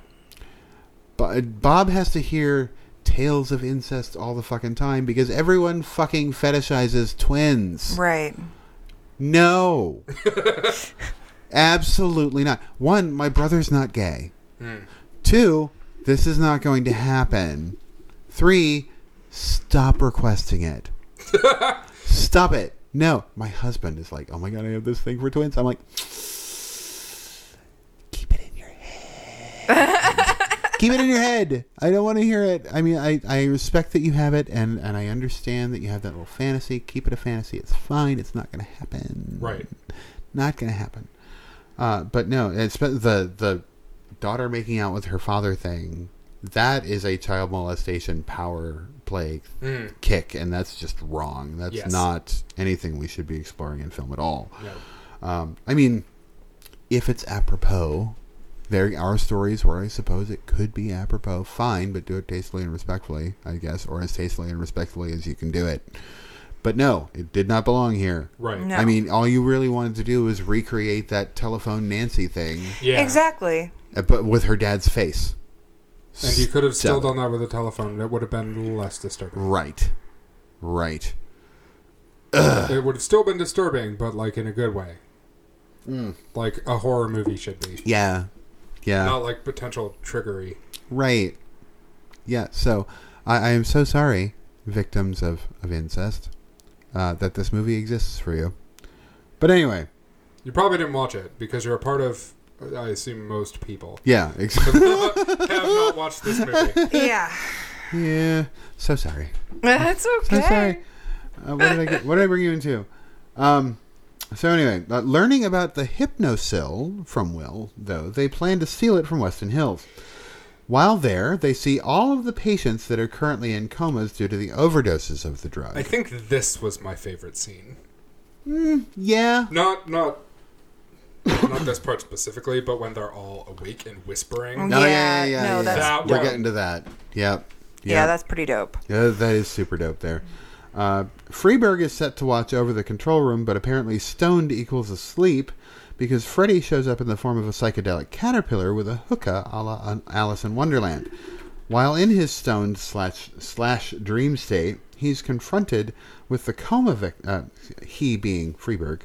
Speaker 2: Bo- Bob uh, has to hear tales of incest all the fucking time because everyone fucking fetishizes twins.
Speaker 3: Right.
Speaker 2: No. Absolutely not. One, my brother's not gay. Two, this is not going to happen. Three, stop requesting it. stop it. No. My husband is like, oh my God, I have this thing for twins. I'm like, keep it in your head. keep it in your head. I don't want to hear it. I mean, I, I respect that you have it, and, and I understand that you have that little fantasy. Keep it a fantasy. It's fine. It's not going to happen.
Speaker 1: Right.
Speaker 2: Not going to happen. Uh, but no, it's been the the daughter making out with her father thing. That is a child molestation power play
Speaker 1: Hmm.
Speaker 2: kick, and that's just wrong. That's
Speaker 1: Yes.
Speaker 2: not anything we should be exploring in film at all.
Speaker 1: No.
Speaker 2: Um, I mean, if it's apropos, there are stories where I suppose it could be apropos. Fine, but do it tastefully and respectfully, I guess, or as tastefully and respectfully as you can do it. But no, it did not belong here.
Speaker 1: Right.
Speaker 3: No.
Speaker 2: I mean, all you really wanted to do was recreate that telephone Nancy thing,
Speaker 1: Yeah.
Speaker 3: Exactly.
Speaker 2: uh, but with her dad's face.
Speaker 1: And you could have still
Speaker 2: Stop it.
Speaker 1: done that with a telephone. That would have been less disturbing.
Speaker 2: Right. Right.
Speaker 1: It would have still been disturbing, but like in a good way. Like a horror movie should be.
Speaker 2: Yeah. Yeah.
Speaker 1: Not like potential trickery.
Speaker 2: Right. Yeah. So I, I am so sorry, victims of, of incest, uh, that this movie exists for you. But anyway,
Speaker 1: You probably didn't watch it because you're a part of, I assume, most people.
Speaker 2: yeah. Ex-
Speaker 1: have not watched this movie.
Speaker 3: Yeah.
Speaker 2: yeah. So sorry.
Speaker 3: That's
Speaker 2: So
Speaker 3: okay.
Speaker 2: sorry. Uh, what did I get? What did I bring you into? Um, so anyway, uh, learning about the hypnosil from Will, though they plan to steal it from Weston Hills. While there, they see all of the patients that are currently in comas due to the overdoses of the drug.
Speaker 1: I think this was my favorite scene.
Speaker 2: yeah,
Speaker 1: Not not not this part specifically, but when they're all awake and whispering.
Speaker 2: No,
Speaker 3: Yeah,
Speaker 2: Oh, yeah, yeah, yeah.
Speaker 3: no,
Speaker 2: yeah,
Speaker 3: that's-
Speaker 1: That
Speaker 2: We're
Speaker 1: one.
Speaker 2: getting to that. Yep.
Speaker 3: Yeah,
Speaker 2: Yep.
Speaker 3: that's pretty dope.
Speaker 2: Yeah, that is super dope there. Uh, Freeberg is set to watch over the control room, but apparently stoned equals asleep because Freddy shows up in the form of a psychedelic caterpillar with a hookah a la an Alice in Wonderland. While in his stoned slash, slash dream state, he's confronted with the coma victim, uh, he being Freeberg,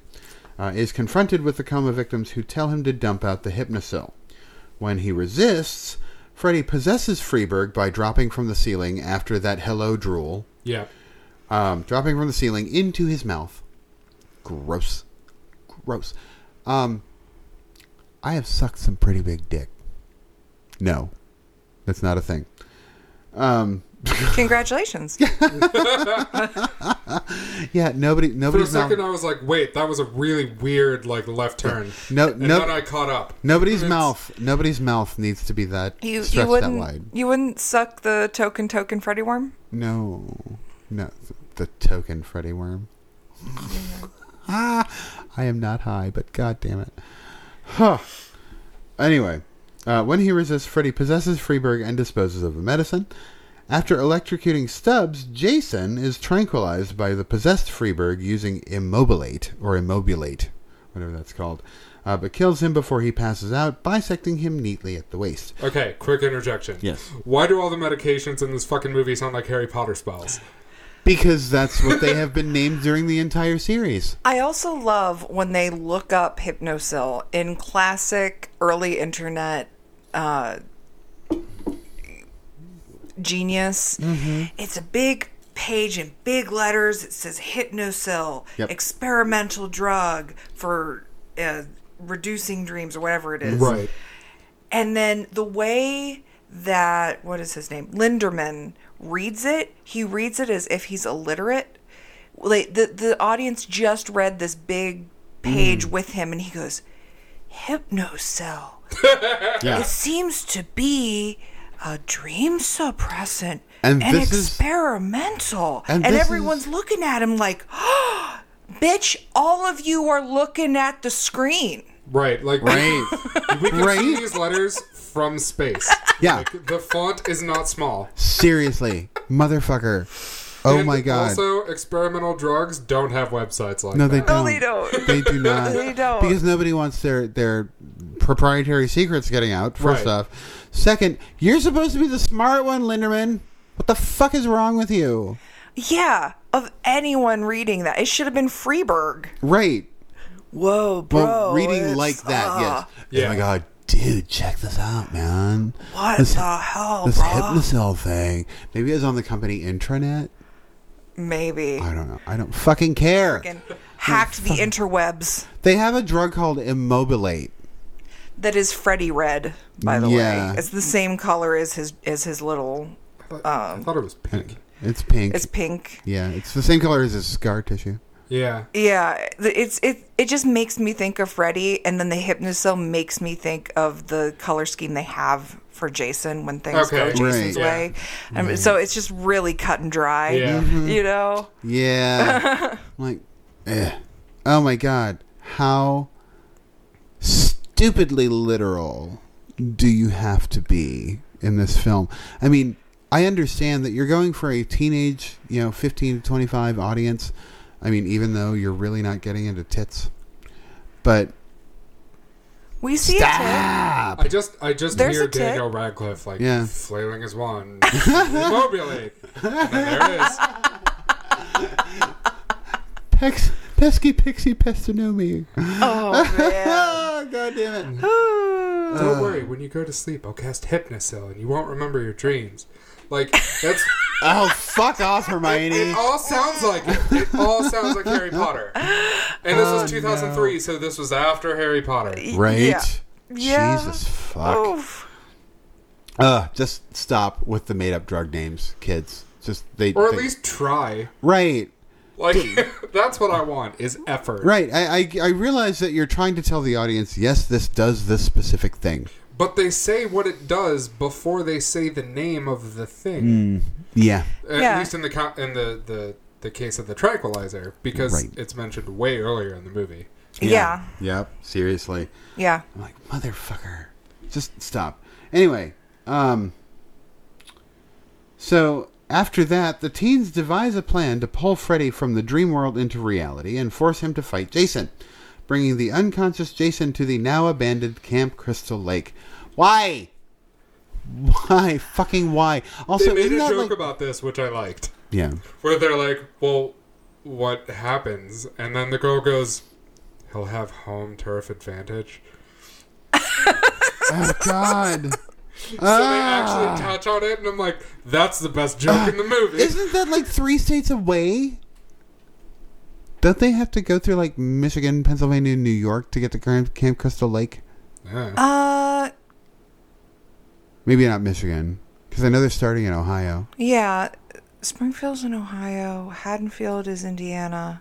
Speaker 2: uh, is confronted with the coma victims who tell him to dump out the hypnosil. When he resists, Freddy possesses Freeberg by dropping from the ceiling after that hello drool,
Speaker 1: Yeah.
Speaker 2: um, dropping from the ceiling into his mouth. Gross. Gross. Um, I have sucked some pretty big dick. No, that's not a thing. Um,
Speaker 3: Congratulations.
Speaker 2: yeah, nobody,
Speaker 1: For a
Speaker 2: nobody's mouth,
Speaker 1: second, I was like, "Wait, that was a really weird like left turn."
Speaker 2: No-
Speaker 1: and
Speaker 2: no-
Speaker 1: then I caught up.
Speaker 2: nobody's
Speaker 1: It's-
Speaker 2: mouth, nobody's mouth needs to be that
Speaker 3: You you
Speaker 2: stretched that wide.
Speaker 3: wouldn't you wouldn't suck the token token Freddy worm?
Speaker 2: No, no, the token Freddy worm. ah, I am not high, but god damn it. Huh. Anyway, uh, when he resists, Freddy possesses Freeberg and disposes of the medicine. After electrocuting Stubbs, Jason is tranquilized by the possessed Freeberg using immobilate or immobulate, whatever that's called, uh, but kills him before he passes out, bisecting him neatly at the waist.
Speaker 1: Okay, quick interjection.
Speaker 2: Yes.
Speaker 1: Why do all the medications in this fucking movie sound like Harry Potter spells?
Speaker 2: Because that's what they have been named during the entire series.
Speaker 3: I also love when they look up hypnosil in classic early internet uh, genius. It's a big page in big letters. It says hypnosil,
Speaker 2: Yep.
Speaker 3: experimental drug for uh, reducing dreams or whatever it is.
Speaker 1: Right.
Speaker 3: And then the way that what is his name Linderman reads it, he reads it as if he's illiterate. Like the the audience just read this big page
Speaker 2: Mm.
Speaker 3: with him, and he goes, "Hypnocell.
Speaker 2: Yeah.
Speaker 3: It seems to be." A dream suppressant
Speaker 2: And this is-
Speaker 3: experimental,
Speaker 2: and
Speaker 3: and
Speaker 2: this
Speaker 3: everyone's
Speaker 2: is-
Speaker 3: looking at him like, "Bitch, all of you are looking at the screen."
Speaker 1: Right. Like
Speaker 2: Right.
Speaker 1: we can see
Speaker 2: Right.
Speaker 1: these letters from space.
Speaker 2: Yeah.
Speaker 1: Like, the font is not small.
Speaker 2: Seriously, motherfucker. Oh
Speaker 1: And
Speaker 2: my god.
Speaker 1: Also, experimental drugs don't have websites like
Speaker 2: no,
Speaker 1: that.
Speaker 2: they
Speaker 3: No,
Speaker 2: don't.
Speaker 3: they don't.
Speaker 2: They do not.
Speaker 3: They don't.
Speaker 2: Because nobody wants their their proprietary secrets getting out. First
Speaker 1: Right.
Speaker 2: off, second, you're supposed to be the smart one, Linderman. What the fuck is wrong with you?
Speaker 3: Yeah, of anyone reading that, it should have been Freeberg.
Speaker 2: Right.
Speaker 3: Whoa, bro!
Speaker 2: Well, reading
Speaker 3: it's-
Speaker 2: like that,
Speaker 3: ah,
Speaker 2: yes.
Speaker 1: Yeah.
Speaker 2: Oh my god, dude, check this out, man.
Speaker 3: What
Speaker 2: this,
Speaker 3: the hell,
Speaker 2: This
Speaker 3: Oh, bro?
Speaker 2: hypnosil thing. Maybe it's on the company intranet.
Speaker 3: Maybe
Speaker 2: I don't know. I don't fucking care.
Speaker 3: Fucking hacked the interwebs.
Speaker 2: They have a drug called immobilate.
Speaker 3: That is Freddy red, by the
Speaker 2: Yeah.
Speaker 3: way. It's the same color as his as his little.
Speaker 1: I thought, I thought it was pink.
Speaker 2: It's pink.
Speaker 3: It's pink.
Speaker 2: yeah, it's the same color as his scar tissue.
Speaker 1: Yeah.
Speaker 3: Yeah, th- it's it. It just makes me think of Freddy, and then the hypnosil makes me think of the color scheme they have for Jason when things
Speaker 1: Okay.
Speaker 3: go
Speaker 1: Right.
Speaker 3: Jason's
Speaker 1: Yeah.
Speaker 3: way. And so it's just really cut and dry.
Speaker 1: Yeah.
Speaker 3: You know,
Speaker 2: Yeah. I'm like, eh. oh my god, how stupidly literal do you have to be in this film? I mean, I understand that you're going for a teenage, you know, 15 to 25 audience. I mean, even though you're really not getting into tits, but ah,
Speaker 3: we see it.
Speaker 2: stop.
Speaker 1: I just I just
Speaker 3: There's
Speaker 1: hear
Speaker 3: a tit.
Speaker 1: Daniel Radcliffe like
Speaker 2: Yeah.
Speaker 1: flailing his wand. Immobilate. And there it is.
Speaker 2: Pex, pesky pixie pestinomy.
Speaker 3: Oh man.
Speaker 2: Oh, god damn it.
Speaker 1: Don't
Speaker 2: Uh.
Speaker 1: worry, when you go to sleep, I'll cast Hypnosil and you won't remember your dreams. Like, that's.
Speaker 2: Oh, fuck off, Hermione.
Speaker 1: It all sounds like it. It all sounds like Harry Potter. And this
Speaker 2: Oh,
Speaker 1: was 2003, so this was after Harry Potter.
Speaker 2: Right?
Speaker 3: Yeah. Oh.
Speaker 2: Jesus fuck.
Speaker 3: Oof.
Speaker 2: Ugh, just stop with the made up drug names, kids. Just they
Speaker 1: Or at
Speaker 2: they-
Speaker 1: least try.
Speaker 2: Right.
Speaker 1: Like, that's what I want is effort.
Speaker 2: Right. I, I I realize that you're trying to tell the audience, yes, this does this specific thing.
Speaker 1: But they say what it does before they say the name of the
Speaker 2: Hmm.
Speaker 1: thing.
Speaker 2: Yeah.
Speaker 1: At
Speaker 3: Yeah.
Speaker 1: least in the co- in the, the the case of the tranquilizer, because
Speaker 2: Right.
Speaker 1: it's mentioned way earlier in the movie.
Speaker 3: Yeah.
Speaker 2: Yep. Seriously.
Speaker 3: Yeah.
Speaker 2: I'm like, motherfucker. Just stop. Anyway, um So after that, the teens devise a plan to pull Freddy from the dream world into reality and force him to fight Jason, bringing the unconscious Jason to the now abandoned Camp Crystal Lake. Why? Why? Fucking why?
Speaker 1: They
Speaker 2: Also,
Speaker 1: made
Speaker 2: isn't
Speaker 1: a
Speaker 2: that
Speaker 1: joke
Speaker 2: like,
Speaker 1: about this, which I liked.
Speaker 2: yeah,
Speaker 1: where they're like, "Well, what happens?" And then the girl goes, "He'll have home turf advantage."
Speaker 2: oh god,
Speaker 1: So they
Speaker 2: Ah.
Speaker 1: actually touch on it, and I'm like, "That's the best joke in the movie."
Speaker 2: isn't that like three states away? Don't they have to go through like Michigan, Pennsylvania, New York to get to Grand- Camp Crystal Lake?
Speaker 1: Yeah.
Speaker 3: Uh.
Speaker 2: Maybe not Michigan, because I know they're starting in Ohio.
Speaker 3: Yeah. Springfield's in Ohio. Haddonfield is Indiana.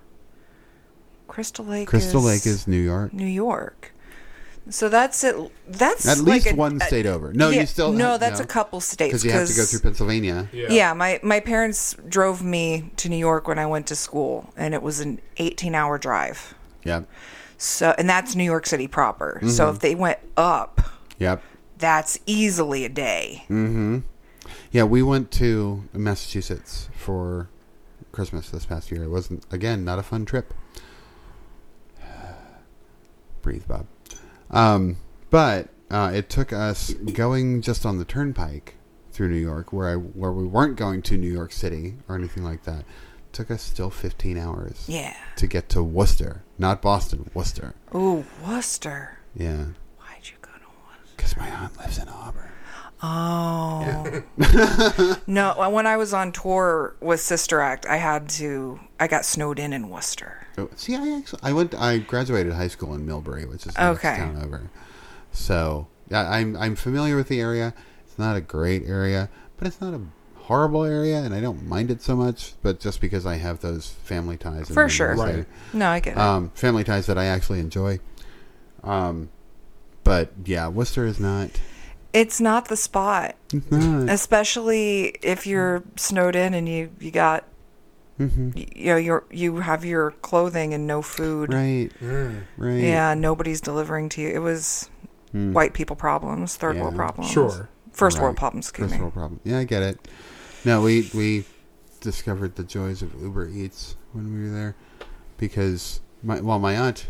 Speaker 3: Crystal Lake.
Speaker 2: Crystal
Speaker 3: is
Speaker 2: Lake is New York.
Speaker 3: New York. So that's it. That's
Speaker 2: At
Speaker 3: like
Speaker 2: least
Speaker 3: a-
Speaker 2: one
Speaker 3: a-
Speaker 2: state over. No,
Speaker 3: yeah,
Speaker 2: you still
Speaker 3: no. That's a couple states
Speaker 2: because you have to go through Pennsylvania.
Speaker 1: Yeah.
Speaker 3: Yeah, my, my parents drove me to New York when I went to school, and it was an 18 hour drive.
Speaker 2: Yep,
Speaker 3: So, and that's New York City proper.
Speaker 2: Mm-hmm.
Speaker 3: So if they went up,
Speaker 2: yep,
Speaker 3: that's easily a day.
Speaker 2: Mm-hmm. yeah. We went to Massachusetts for Christmas this past year. It wasn't again not a fun trip. Breathe, Bob. Um, but uh, it took us going just on the turnpike through New York, where I where we weren't going to New York City or anything like that. took us still fifteen hours.
Speaker 3: Yeah.
Speaker 2: to get to Worcester, not Boston, Worcester.
Speaker 3: Ooh, Worcester.
Speaker 2: Yeah,
Speaker 3: Why'd you go to Worcester?
Speaker 2: because my aunt lives in Auburn.
Speaker 3: Oh. no, uh, when I was on tour with Sister Act, I had to, I got snowed in in Worcester.
Speaker 2: Oh, See, I actually I went I graduated high school in Millbury, which is the
Speaker 3: Okay.
Speaker 2: next town over. So yeah, I'm I'm familiar with the area. It's not a great area, but it's not a horrible area, and I don't mind it so much. But just because I have those family ties, and
Speaker 3: For sure.
Speaker 2: memories there.
Speaker 1: Right.
Speaker 3: No, I get it.
Speaker 2: Um, family ties that I actually enjoy. Um, but yeah, Worcester is not.
Speaker 3: it's not the spot.
Speaker 2: it's not-
Speaker 3: especially if you're snowed in and you you got
Speaker 2: Mm-hmm.
Speaker 3: y- you know your you have your clothing and no food
Speaker 2: right, right. Mm.
Speaker 3: yeah nobody's delivering to you it was white people problems third world
Speaker 2: Hmm. Yeah.
Speaker 3: problems
Speaker 1: Mm. Sure.
Speaker 3: first world
Speaker 2: Right.
Speaker 3: problems excuse
Speaker 2: First
Speaker 3: me
Speaker 2: world problem. Yeah, I get it. No, we we discovered the joys of Uber Eats when we were there because my well my aunt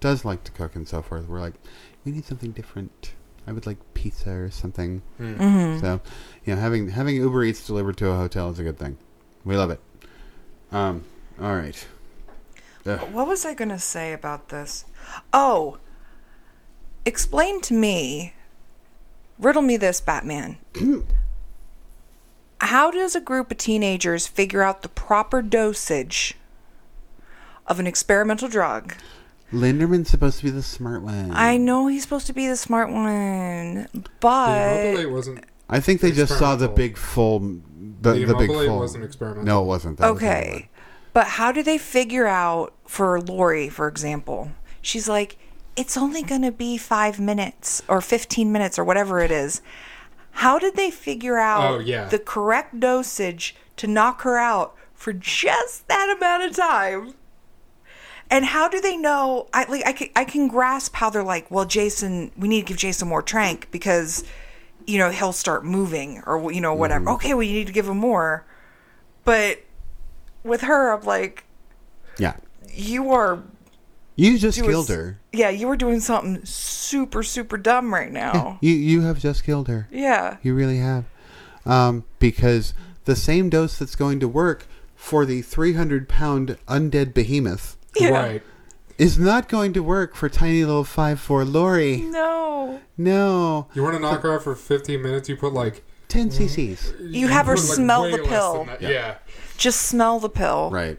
Speaker 2: does like to cook and so forth. We're like, we need something different. I would like pizza or something.
Speaker 1: Mm.
Speaker 3: Mm-hmm.
Speaker 2: So, you know, having having Uber Eats delivered to a hotel is a good thing. We love it. Um, all right. Ugh.
Speaker 3: What was I going to say about this? Oh, explain to me, riddle me this, Batman. How does a group of teenagers figure out the proper dosage of an experimental drug?
Speaker 2: Linderman's supposed to be the smart one.
Speaker 3: I know he's supposed to be the smart one, but
Speaker 1: Immobile wasn't.
Speaker 2: I think they just saw the
Speaker 1: Experimental.
Speaker 2: big full, the,
Speaker 1: The
Speaker 2: the, big
Speaker 1: Immobile
Speaker 2: full.
Speaker 1: wasn't experimental.
Speaker 2: No, it wasn't. That was the other one.
Speaker 3: okay. But how do they figure out for Lori, for example? She's like, it's only going to be five minutes or 15 minutes or whatever it is. How did they figure out
Speaker 1: Oh, yeah.
Speaker 3: the correct dosage to knock her out for just that amount of time? And how do they know? I like I can, I can grasp how they're like, well, Jason, we need to give Jason more trank because, you know, he'll start moving or you know whatever.
Speaker 1: Mm-hmm.
Speaker 3: Okay, well, you need to give him more. But with her, I'm like,
Speaker 2: Yeah.
Speaker 3: you are
Speaker 2: You just
Speaker 3: doing,
Speaker 2: killed her.
Speaker 3: Yeah, you were doing something super super dumb right now.
Speaker 2: You you have just killed her.
Speaker 3: Yeah,
Speaker 2: You really have. Um, because the same dose that's going to work for the 300 pound undead behemoth
Speaker 3: yeah.
Speaker 1: Right.
Speaker 2: is not going to work for tiny little 5 4 Lori.
Speaker 3: No,
Speaker 2: No.
Speaker 1: You want to knock her out for 15 minutes? You put like
Speaker 2: 10 cc's.
Speaker 3: you have her
Speaker 1: put, like,
Speaker 3: smell
Speaker 1: way
Speaker 3: the
Speaker 1: less
Speaker 3: pill.
Speaker 1: than that. Yeah.
Speaker 3: Just smell the pill.
Speaker 2: Right.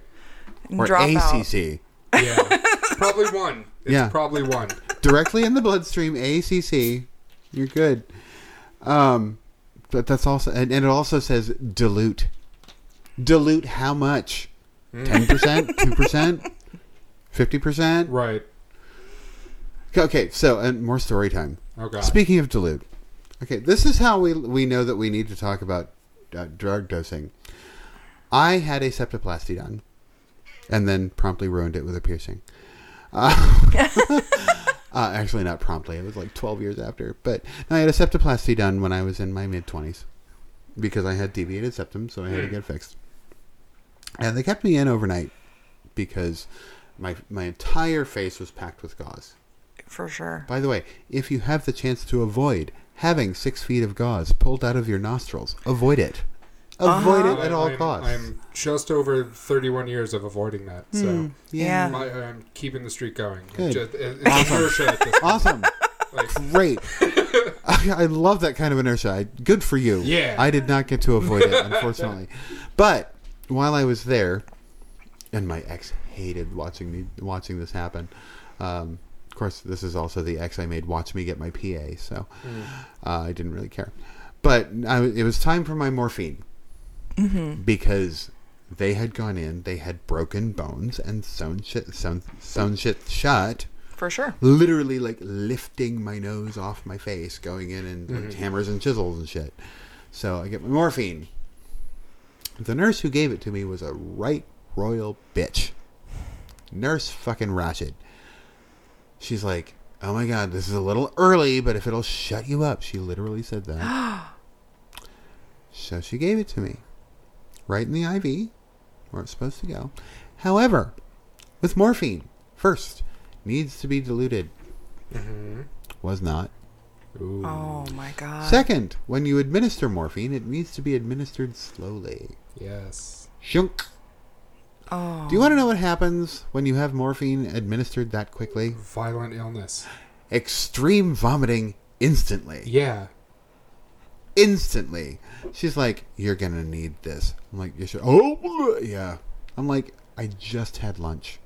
Speaker 3: And
Speaker 2: Or
Speaker 3: drop out.
Speaker 2: ACC.
Speaker 1: Yeah. It's probably one. It's
Speaker 2: Yeah.
Speaker 1: probably one.
Speaker 2: Directly in the bloodstream, ACC. You're good. Um, but that's also, and, and it also says dilute. Dilute how much? 10%? 2%? 50%?
Speaker 1: Right.
Speaker 2: Okay, so and more story time.
Speaker 1: Oh, God.
Speaker 2: Speaking of dilute, okay, this is how we we know that we need to talk about uh, drug dosing. I had a septoplasty done, and then promptly ruined it with a piercing. Uh, uh, actually, not promptly. It was like twelve years after, but no, I had a septoplasty done when I was in my mid twenties because I had deviated septum, so I had to get fixed. And they kept me in overnight because my my entire face was packed with gauze.
Speaker 3: for sure.
Speaker 2: By the way, if you have the chance to avoid having six feet of gauze pulled out of your nostrils, avoid it. Avoid it at all
Speaker 1: I'm,
Speaker 2: costs.
Speaker 1: I'm just over 31 years of avoiding that. So
Speaker 2: Hmm.
Speaker 3: Yeah.
Speaker 1: my, I'm keeping the streak going.
Speaker 2: Good.
Speaker 1: Just, it- it's inertia at this point.
Speaker 2: Awesome.
Speaker 1: Like,
Speaker 2: Great. I, I love that kind of inertia. I, good for you.
Speaker 1: Yeah.
Speaker 2: I did not get to avoid it, unfortunately. but while I was there, and my ex hated watching me watching this happen. Um, of course, this is also the ex I made watch me get my PA, so uh, I didn't really care. But I, w- it was time for my morphine because they had gone in, they had broken bones and sewn shit, sewn, sewn shit shut
Speaker 3: For sure.
Speaker 2: literally like lifting my nose off my face, going in and like, hammers and chisels and shit. So I get my morphine. The nurse who gave it to me was a right royal bitch. Nurse fucking Ratchet. She's like, oh my god, this is a little early, but if it'll shut you up, she literally said that. so she gave it to me. Right in the IV, where it's supposed to go. However, with morphine first needs to be diluted was not
Speaker 3: Oh my god.
Speaker 2: second when you administer morphine it needs to be administered slowly
Speaker 1: yes.
Speaker 2: shunk
Speaker 3: Oh.
Speaker 2: do you want to know what happens when you have morphine administered that quickly
Speaker 1: Violent illness.
Speaker 2: extreme vomiting instantly
Speaker 1: Yeah.
Speaker 2: instantly. She's like, "You're gonna need this." I'm like, "You should." Oh, yeah. I'm like, I just had lunch,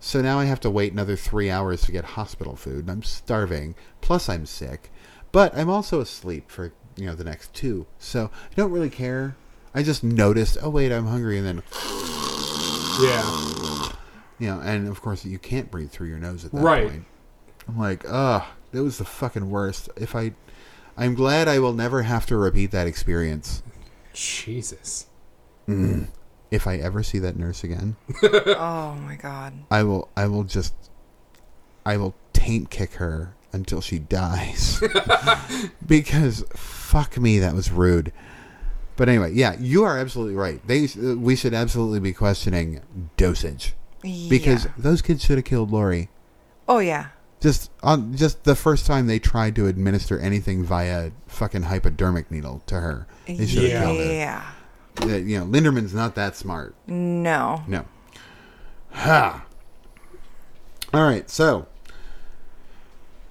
Speaker 2: so now I have to wait another three hours to get hospital food, and I'm starving. Plus, I'm sick, but I'm also asleep for you know the next two, so I don't really care. I just noticed. Oh wait, I'm hungry, and then
Speaker 1: Yeah.
Speaker 2: you know, and of course you can't breathe through your nose at that
Speaker 1: Right.
Speaker 2: point. I'm like, ugh, that was the fucking worst. If I, I'm glad I will never have to repeat that experience.
Speaker 1: Jesus.
Speaker 2: if I ever see that nurse again,
Speaker 3: Oh my god.
Speaker 2: I will I will just I will taint kick her until she dies. because fuck me, that was rude. But anyway, yeah, you are absolutely right. They uh, we should absolutely be questioning dosage
Speaker 3: Yeah.
Speaker 2: because those kids should have killed Lori.
Speaker 3: Oh yeah.
Speaker 2: just on just the first time they tried to administer anything via fucking hypodermic needle to her. They should have
Speaker 1: Yeah.
Speaker 2: killed her.
Speaker 3: Yeah.
Speaker 2: Uh, You know, Linderman's not that smart.
Speaker 3: No.
Speaker 2: No. Ha. All right, so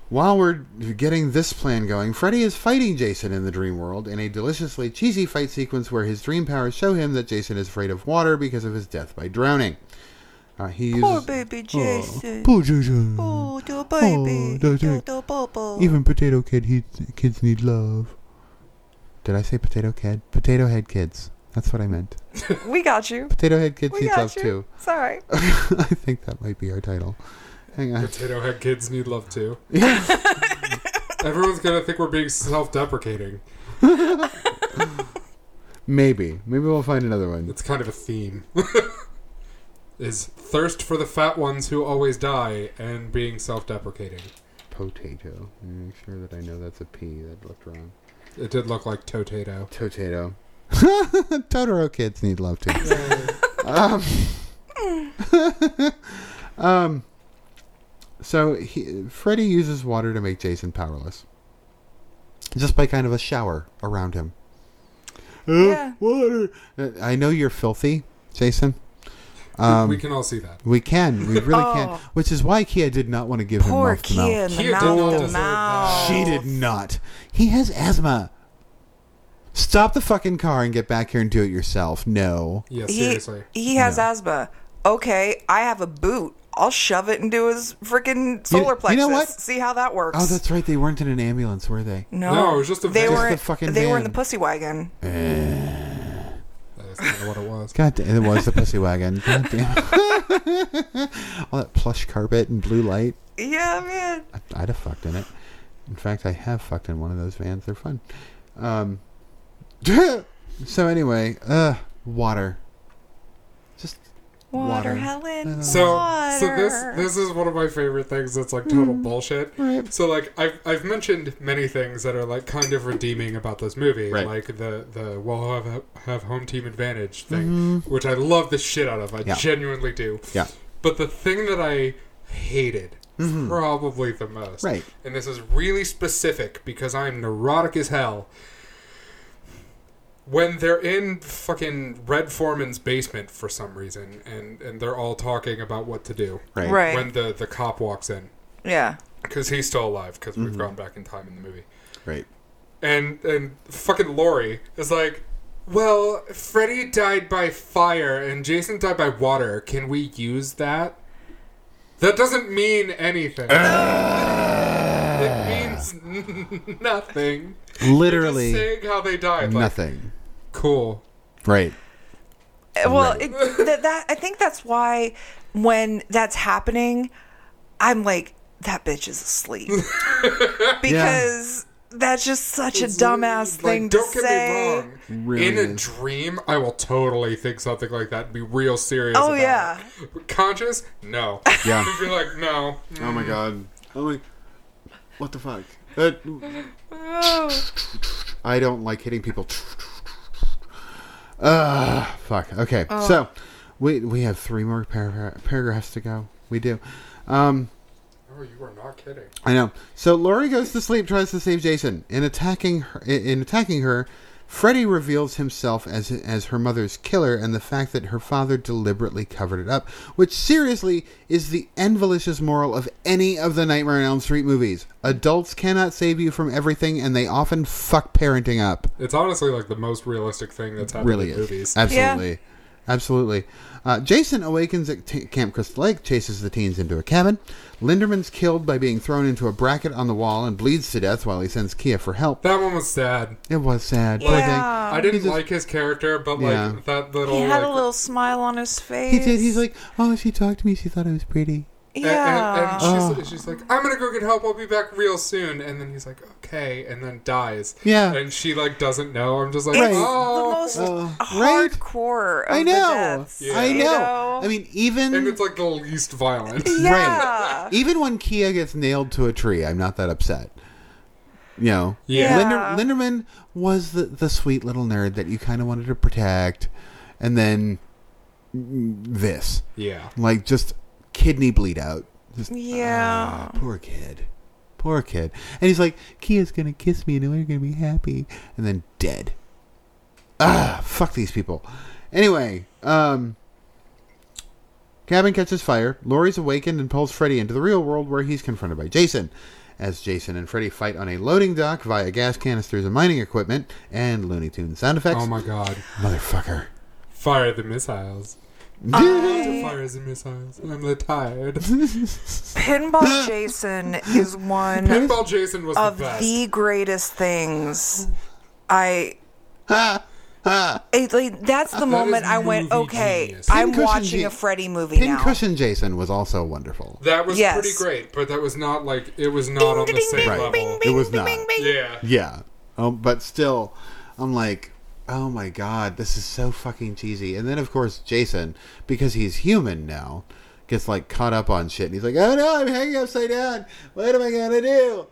Speaker 2: while we're getting this plan going, Freddy is fighting Jason in the dream world in a deliciously cheesy fight sequence where his dream powers show him that Jason is afraid of water because of his death by drowning. Uh, he
Speaker 3: Poor
Speaker 2: uses
Speaker 3: baby Jason.
Speaker 2: Poor Jason.
Speaker 3: Oh, the
Speaker 2: Oh,
Speaker 3: baby.
Speaker 2: that's
Speaker 3: the,
Speaker 2: it.
Speaker 3: the bubble.
Speaker 2: Even potato kid he, kids need love. Did I say potato kid? Potato head kids. That's what I meant.
Speaker 3: we got you.
Speaker 2: Potato head kids
Speaker 3: We
Speaker 2: need
Speaker 3: got
Speaker 2: love
Speaker 3: you.
Speaker 2: too.
Speaker 3: It's all right.
Speaker 2: I think that might be our title. Hang on.
Speaker 1: Potato head kids need love too.
Speaker 2: Yeah.
Speaker 1: Everyone's gonna think we're being self-deprecating.
Speaker 2: Maybe. Maybe we'll find another one.
Speaker 1: It's kind of a theme. Is thirst for the fat ones who always die and being self-deprecating.
Speaker 2: Potato. Let me Make sure that I know that's a P. That looked wrong.
Speaker 1: It did look like Totato.
Speaker 2: Potato. Totoro kids need love too. um, um, so he, Freddy uses water to make Jason powerless, just by kind of a shower around him. Uh,
Speaker 3: Yeah.
Speaker 2: Water. Uh, I know you're filthy, Jason. Um,
Speaker 1: we can all see that.
Speaker 2: we can. We really
Speaker 3: Oh.
Speaker 2: can. Which is why Kia did not want to give him
Speaker 3: Poor
Speaker 2: mouth to mouth.
Speaker 3: kid.
Speaker 1: He
Speaker 3: The
Speaker 1: did not
Speaker 3: mouth to
Speaker 1: deserve that.
Speaker 3: mouth.
Speaker 2: She did not. He has asthma. Stop the fucking car and get back here and do it yourself. No.
Speaker 1: Yeah,
Speaker 3: He,
Speaker 1: seriously.
Speaker 3: he has asthma. Okay, I have a boot. I'll shove it into his freaking
Speaker 2: You- you
Speaker 3: solar
Speaker 2: know
Speaker 3: plexus.
Speaker 2: what?
Speaker 3: See how that works.
Speaker 2: Oh, that's right. They weren't in an ambulance, were they?
Speaker 3: no.
Speaker 1: No, it was just a
Speaker 3: they
Speaker 1: van.
Speaker 3: were
Speaker 2: Just the fucking
Speaker 3: they were in the
Speaker 2: van.
Speaker 3: pussy wagon. Mm-hmm.
Speaker 1: That's kind of what it was.
Speaker 2: God damn, it was the pussy wagon. God damn. All that plush carpet and blue light.
Speaker 3: Yeah, man.
Speaker 2: I- I'd have fucked in it. In fact, I have fucked in one of those vans. They're fun. Um, so anyway, uh, water. Just
Speaker 3: Water,
Speaker 2: Water. Uh,
Speaker 3: Helen.
Speaker 1: So,
Speaker 3: water.
Speaker 1: so this this is one of my favorite things. That's like total
Speaker 2: Hmm.
Speaker 1: bullshit.
Speaker 2: Right.
Speaker 1: So like I've I've mentioned many things that are like kind of redeeming about this movie,
Speaker 2: Right.
Speaker 1: like the the we'll have have home team advantage thing, which I love the shit out of. I
Speaker 2: Mm-hmm. Yeah.
Speaker 1: genuinely do.
Speaker 2: yeah.
Speaker 1: But the thing that I hated probably the most,
Speaker 2: Mm-hmm. Hmm. Right.
Speaker 1: and this is really specific because I'm neurotic as hell. When they're in fucking Red Foreman's basement for some reason, and and they're all talking about what to do
Speaker 2: Right.
Speaker 3: Right.
Speaker 1: when the the cop walks in
Speaker 3: yeah.
Speaker 1: because he's still alive because we've gone back in time in the movie,
Speaker 2: Right.
Speaker 1: and and fucking Lori is like. Well, Freddy died by fire and Jason died by water. Can we use that? That doesn't mean anything. it means n- nothing.
Speaker 2: Literally.
Speaker 1: Just saying how they died. Like,
Speaker 2: Nothing.
Speaker 1: Cool.
Speaker 2: Right.
Speaker 3: Well,
Speaker 2: Right.
Speaker 3: it, that, that I think that's why when that's happening, I'm like that bitch is asleep because that's just such a dumbass
Speaker 1: Like,
Speaker 3: thing to
Speaker 1: don't get
Speaker 3: say.
Speaker 1: me wrong.
Speaker 2: Really
Speaker 1: In a
Speaker 2: is.
Speaker 1: dream, I will totally think something like that and be real serious.
Speaker 3: Oh,
Speaker 1: about
Speaker 3: yeah.
Speaker 1: it. Conscious? No.
Speaker 2: Yeah.
Speaker 1: You'd be like, no.
Speaker 2: Oh my god. Oh my. What the fuck? Uh,
Speaker 3: Oh,
Speaker 2: I don't like hitting people. Ugh. Fuck. Okay. So, we we have three more para- paragraphs to go. We do. Um.
Speaker 1: Oh, you are not kidding.
Speaker 2: I know. So Lori goes to sleep, tries to save Jason. In attacking her, in attacking her, Freddy reveals himself as as her mother's killer and the fact that her father deliberately covered it up, which seriously is the envelicious moral of any of the Nightmare on Elm Street movies. Adults cannot save you from everything, and they often fuck parenting up.
Speaker 1: It's honestly like the most realistic thing that's happened in
Speaker 2: Really is.
Speaker 1: movies.
Speaker 2: Absolutely. Absolutely. Uh, Jason awakens at t- Camp Crystal Lake, chases the teens into a cabin. Linderman's killed by being thrown into a bracket on the wall and bleeds to death while he sends Kia for help.
Speaker 1: That one was
Speaker 3: Um,
Speaker 1: sad.
Speaker 2: It was sad. Poor
Speaker 3: Yeah.
Speaker 2: thing.
Speaker 1: I didn't
Speaker 2: He just-
Speaker 1: like his character, but
Speaker 2: Yeah.
Speaker 1: like that little.
Speaker 3: he had
Speaker 1: like,
Speaker 3: a little smile on his face.
Speaker 2: He did. He's like, oh, she talked to me. She thought I was pretty.
Speaker 1: a- a-
Speaker 3: yeah.
Speaker 1: And,
Speaker 2: Oh.
Speaker 1: and she's, she's like, I'm gonna go get help. I'll be back real soon. And then he's like, okay, and then dies.
Speaker 2: Yeah.
Speaker 1: And she like doesn't know. I'm just like,
Speaker 3: it's
Speaker 1: oh.
Speaker 3: the most
Speaker 2: Oh, right?
Speaker 3: hardcore. Of
Speaker 2: I
Speaker 3: The
Speaker 2: know.
Speaker 3: deaths,
Speaker 1: Yeah.
Speaker 2: I
Speaker 3: you
Speaker 2: know. I mean, even
Speaker 1: and it's like the least violent.
Speaker 3: yeah.
Speaker 2: even when Kia gets nailed to a tree, I'm not that upset. You know,
Speaker 1: Yeah.
Speaker 3: Yeah.
Speaker 2: Linder, Linderman was the the sweet little nerd that you kind of wanted to protect, and then mm, this
Speaker 1: Yeah.
Speaker 2: like just kidney bleed out Just,
Speaker 3: Yeah.
Speaker 2: ah, poor kid. Poor kid. And he's like, Kia's gonna kiss me and we're gonna be happy. And then dead. Ah, fuck these people. Anyway, um Cabin catches fire. Laurie's awakened and pulls Freddy into the real world where he's confronted by Jason. As Jason and Freddy fight on a loading dock via gas canisters and mining equipment and Looney Tunes sound effects.
Speaker 1: Oh my god.
Speaker 2: Motherfucker.
Speaker 1: Fire the missiles. Ah. Fire the missiles. I'm retired.
Speaker 3: Pinball Jason is one
Speaker 1: Pinball Jason was
Speaker 3: of
Speaker 1: the best.
Speaker 3: the greatest things. I.
Speaker 2: Ah,
Speaker 3: It- like, that's the moment I went,
Speaker 1: movie
Speaker 3: okay,
Speaker 1: genius.
Speaker 3: I'm
Speaker 2: Pincushion
Speaker 3: watching
Speaker 2: Jan-
Speaker 3: a Freddy movie now.
Speaker 2: Pincushion Jason was also wonderful.
Speaker 1: that was
Speaker 3: Yes.
Speaker 1: pretty great, but that was not like it was not on the same
Speaker 2: ding,
Speaker 1: level.
Speaker 2: ding, ding. It was not.
Speaker 1: Yeah.
Speaker 2: Yeah. Um, but still, I'm like, oh my god, this is so fucking cheesy. And then of course Jason, because he's human now, gets like caught up on shit, and he's like, oh no, I'm hanging upside down. What am I gonna do?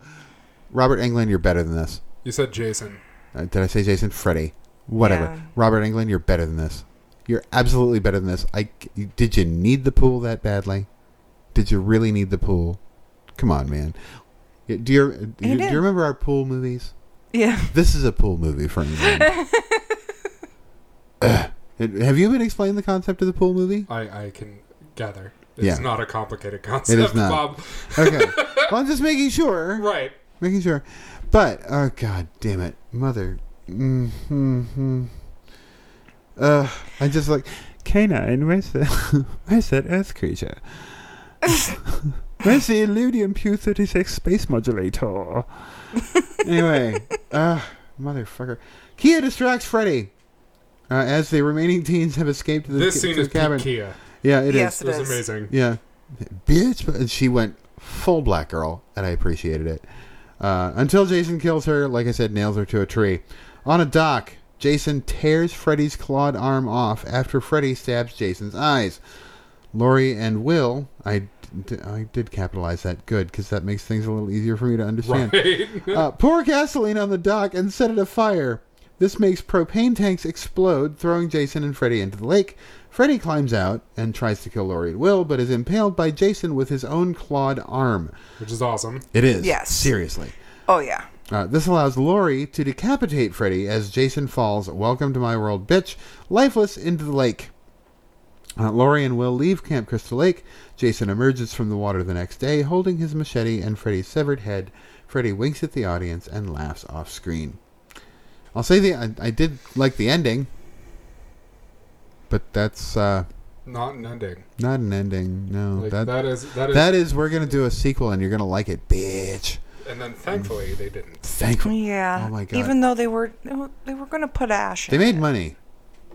Speaker 2: Robert Englund, you're better than this.
Speaker 1: You said Jason.
Speaker 2: Uh, did I say Jason? Freddy. Whatever.
Speaker 3: Yeah.
Speaker 2: Robert Englund, you're better than this. You're absolutely better than this. I c- did you need the pool that badly? Did you really need the pool? Come on, man. Y- Do you, do you, do
Speaker 3: did.
Speaker 2: you remember our pool movies?
Speaker 3: Yeah.
Speaker 2: This is a pool movie for England. Ugh. Have you been explained the concept of the pool movie?
Speaker 1: I, I can gather. It's
Speaker 2: Yeah.
Speaker 1: not a complicated concept,
Speaker 2: not.
Speaker 1: Bob.
Speaker 2: Okay. well, I'm just making sure.
Speaker 1: Right.
Speaker 2: Making sure. But, oh, god damn it. Mother. Mm-hmm. Uh, I just like, canine, where's the, where's that earth creature? where's the Illudium Q36 space modulator? anyway, uh, motherfucker. Kia distracts Freddy. Uh, as the remaining teens have escaped to the
Speaker 1: This
Speaker 2: ca-
Speaker 1: scene
Speaker 2: to
Speaker 1: is
Speaker 2: the cabin.
Speaker 1: peak Kia.
Speaker 2: Yeah, it is.
Speaker 3: Yes,
Speaker 1: It was
Speaker 3: It is.
Speaker 1: amazing.
Speaker 2: Yeah. Bitch. But she went full black girl, and I appreciated it. Uh, until Jason kills her, like I said, nails her to a tree. On a dock, Jason tears Freddy's clawed arm off after Freddy stabs Jason's eyes. Lori and Will, I, d- I did capitalize that good because that makes things a little easier for me to understand.
Speaker 1: Right.
Speaker 2: Uh, pour gasoline on the dock and set it afire. This makes propane tanks explode, throwing Jason and Freddy into the lake. Freddy climbs out and tries to kill Laurie and Will, but is impaled by Jason with his own clawed arm.
Speaker 1: Which is awesome.
Speaker 2: It is.
Speaker 3: Yes.
Speaker 2: Seriously.
Speaker 3: Oh, yeah.
Speaker 2: Uh, this allows Laurie to decapitate Freddy as Jason falls, welcome to my world, bitch, lifeless into the lake. Uh, Laurie and Will leave Camp Crystal Lake. Jason emerges from the water the next day, holding his machete and Freddy's severed head. Freddy winks at the audience and laughs off screen. I'll say the I, I did like the ending, but that's uh,
Speaker 1: Not an ending.
Speaker 2: not an ending. No,
Speaker 1: Like
Speaker 2: that,
Speaker 1: that is that is
Speaker 2: that is we're gonna do a sequel and you're gonna like it, bitch.
Speaker 1: and then thankfully they didn't.
Speaker 2: Thankful.
Speaker 3: Yeah.
Speaker 2: Oh my God.
Speaker 3: Even though they were they were, they were going to put ash in
Speaker 2: They made
Speaker 3: it.
Speaker 2: money.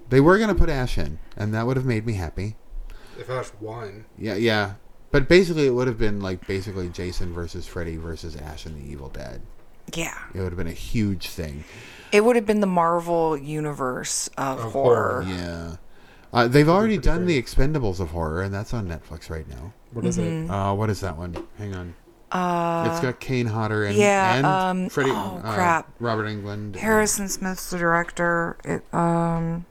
Speaker 2: They were gonna put Ash in, and that would have made me happy.
Speaker 1: If Ash won.
Speaker 2: Yeah, yeah. But basically, it would have been like basically Jason versus Freddy versus Ash and the Evil Dead.
Speaker 3: Yeah.
Speaker 2: It would have been a huge thing.
Speaker 3: It would have been the Marvel universe of,
Speaker 1: Of horror.
Speaker 3: horror.
Speaker 2: Yeah. Uh, they've already
Speaker 1: pretty
Speaker 2: done the Expendables of horror, and that's on Netflix right now.
Speaker 1: What is
Speaker 3: Mm-hmm.
Speaker 1: it?
Speaker 2: Uh, what is that one? Hang on. Uh, it's got Kane Hodder and,
Speaker 3: yeah,
Speaker 2: and
Speaker 3: um,
Speaker 2: Freddy.
Speaker 3: oh,
Speaker 2: uh,
Speaker 3: crap.
Speaker 2: Robert England.
Speaker 3: Harrison Smith's the director. It, um,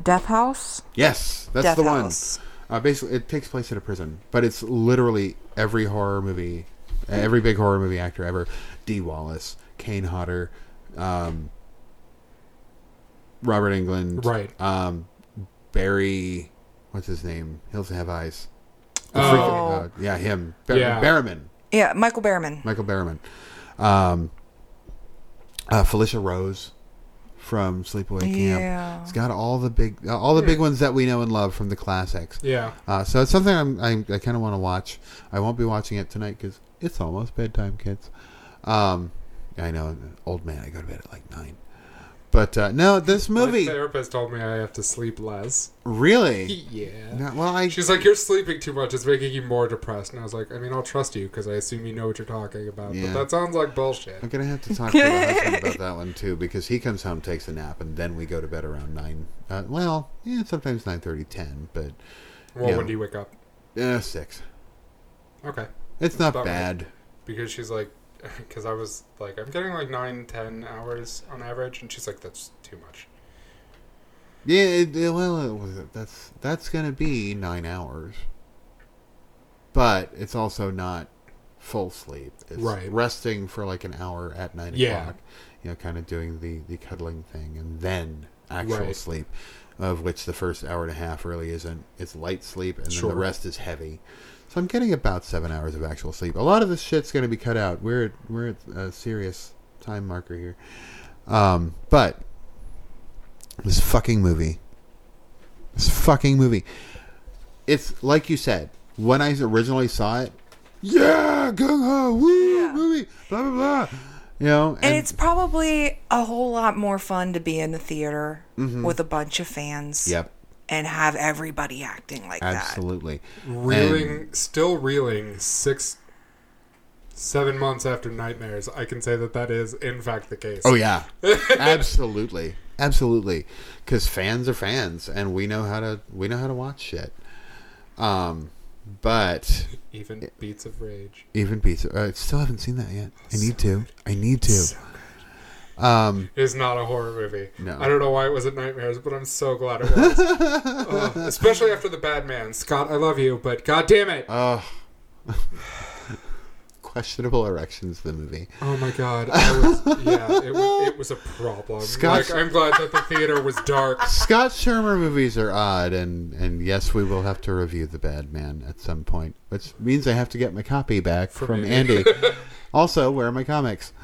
Speaker 3: Death House.
Speaker 2: Yes, that's
Speaker 3: Death
Speaker 2: the
Speaker 3: House.
Speaker 2: one. Uh, basically, it takes place at a prison, but it's literally every horror movie, every big horror movie actor ever. D. Wallace, Kane Hodder, um, Robert England,
Speaker 1: Right.
Speaker 2: Um, Barry, what's his name? Hills Have Eyes. The
Speaker 1: Oh.
Speaker 2: freaking- uh, yeah, him. Bar-
Speaker 1: Yeah.
Speaker 2: Barrowman,
Speaker 3: Yeah, Michael Behrman.
Speaker 2: Michael Barrowman, um, uh, Felicia Rose from Sleepaway Camp.
Speaker 3: Yeah.
Speaker 2: It's got all the big, uh, all the
Speaker 1: Hmm.
Speaker 2: big ones that we know and love from the classics.
Speaker 1: Yeah.
Speaker 2: Uh, so it's something I'm, I, I kind of want to watch. I won't be watching it tonight because it's almost bedtime, kids. Um, I know, old man. I go to bed at like nine. But uh, no, this movie
Speaker 1: My therapist told me I have to sleep less.
Speaker 2: really.
Speaker 1: Yeah.
Speaker 2: No, well, I
Speaker 1: She's like, you're sleeping too much. It's making you more depressed. And I was like, I mean, I'll trust you because I assume you know what you're talking about.
Speaker 2: Yeah.
Speaker 1: But that sounds like bullshit.
Speaker 2: I'm gonna have to talk to the husband about that one too because he comes home, takes a nap, and then we go to bed around nine. Uh, well, yeah, sometimes nine thirty, ten, but
Speaker 1: Well,
Speaker 2: Yeah.
Speaker 1: when do you wake up?
Speaker 2: uh, six.
Speaker 1: Okay.
Speaker 2: It's not
Speaker 1: About right.
Speaker 2: bad.
Speaker 1: Because she's like, because I was like, I'm getting like nine, ten hours on average. And she's like, that's too much.
Speaker 2: Yeah, it, it- well, it was, that's that's gonna be nine hours. but it's also not full sleep. It's
Speaker 1: Right.
Speaker 2: resting for like an hour at nine
Speaker 1: Yeah.
Speaker 2: o'clock. You know, kind of doing the the cuddling thing, and then actual
Speaker 1: Right.
Speaker 2: sleep, of which the first hour and a half really isn't. It's light sleep, and
Speaker 1: Sure.
Speaker 2: then the rest is heavy. So I'm getting about seven hours of actual sleep. A lot of this shit's going to be cut out. We're at, we're at a serious time marker here, um, but this fucking movie, this fucking movie it's like you said when I originally saw it. Yeah, gung ho, woo,
Speaker 3: Yeah.
Speaker 2: movie, blah blah blah. You know,
Speaker 3: And, it's probably a whole lot more fun to be in the theater with a bunch of fans.
Speaker 2: Mm-hmm. yep,
Speaker 3: And have everybody acting like
Speaker 2: absolutely.
Speaker 1: Reeling, still reeling six, seven months after Nightmares, I can say that that is, in fact, the case.
Speaker 2: Oh yeah, absolutely, absolutely. Because fans are fans, and we know how to we know how to watch shit. Um, but
Speaker 1: Even Beats of Rage.
Speaker 2: even pizza, I still haven't seen that yet. I need to. I need to. Um,
Speaker 1: It is not a horror movie.
Speaker 2: No.
Speaker 1: I don't know why it wasn't Nightmares, but I'm so glad it was. Ugh, especially after the Bad Man. Scott, I love you, but god damn it.
Speaker 2: uh, questionable erections. The movie.
Speaker 1: Oh my god. I was, yeah, it, wa- it was a problem.
Speaker 2: Scott-
Speaker 1: Like, I'm glad that the theater was dark.
Speaker 2: Scott Shermer movies are odd, and, and yes, we will have to review The Bad Man at some point, which means I have to get my copy back from,
Speaker 1: me.
Speaker 2: Andy. also, where are my comics?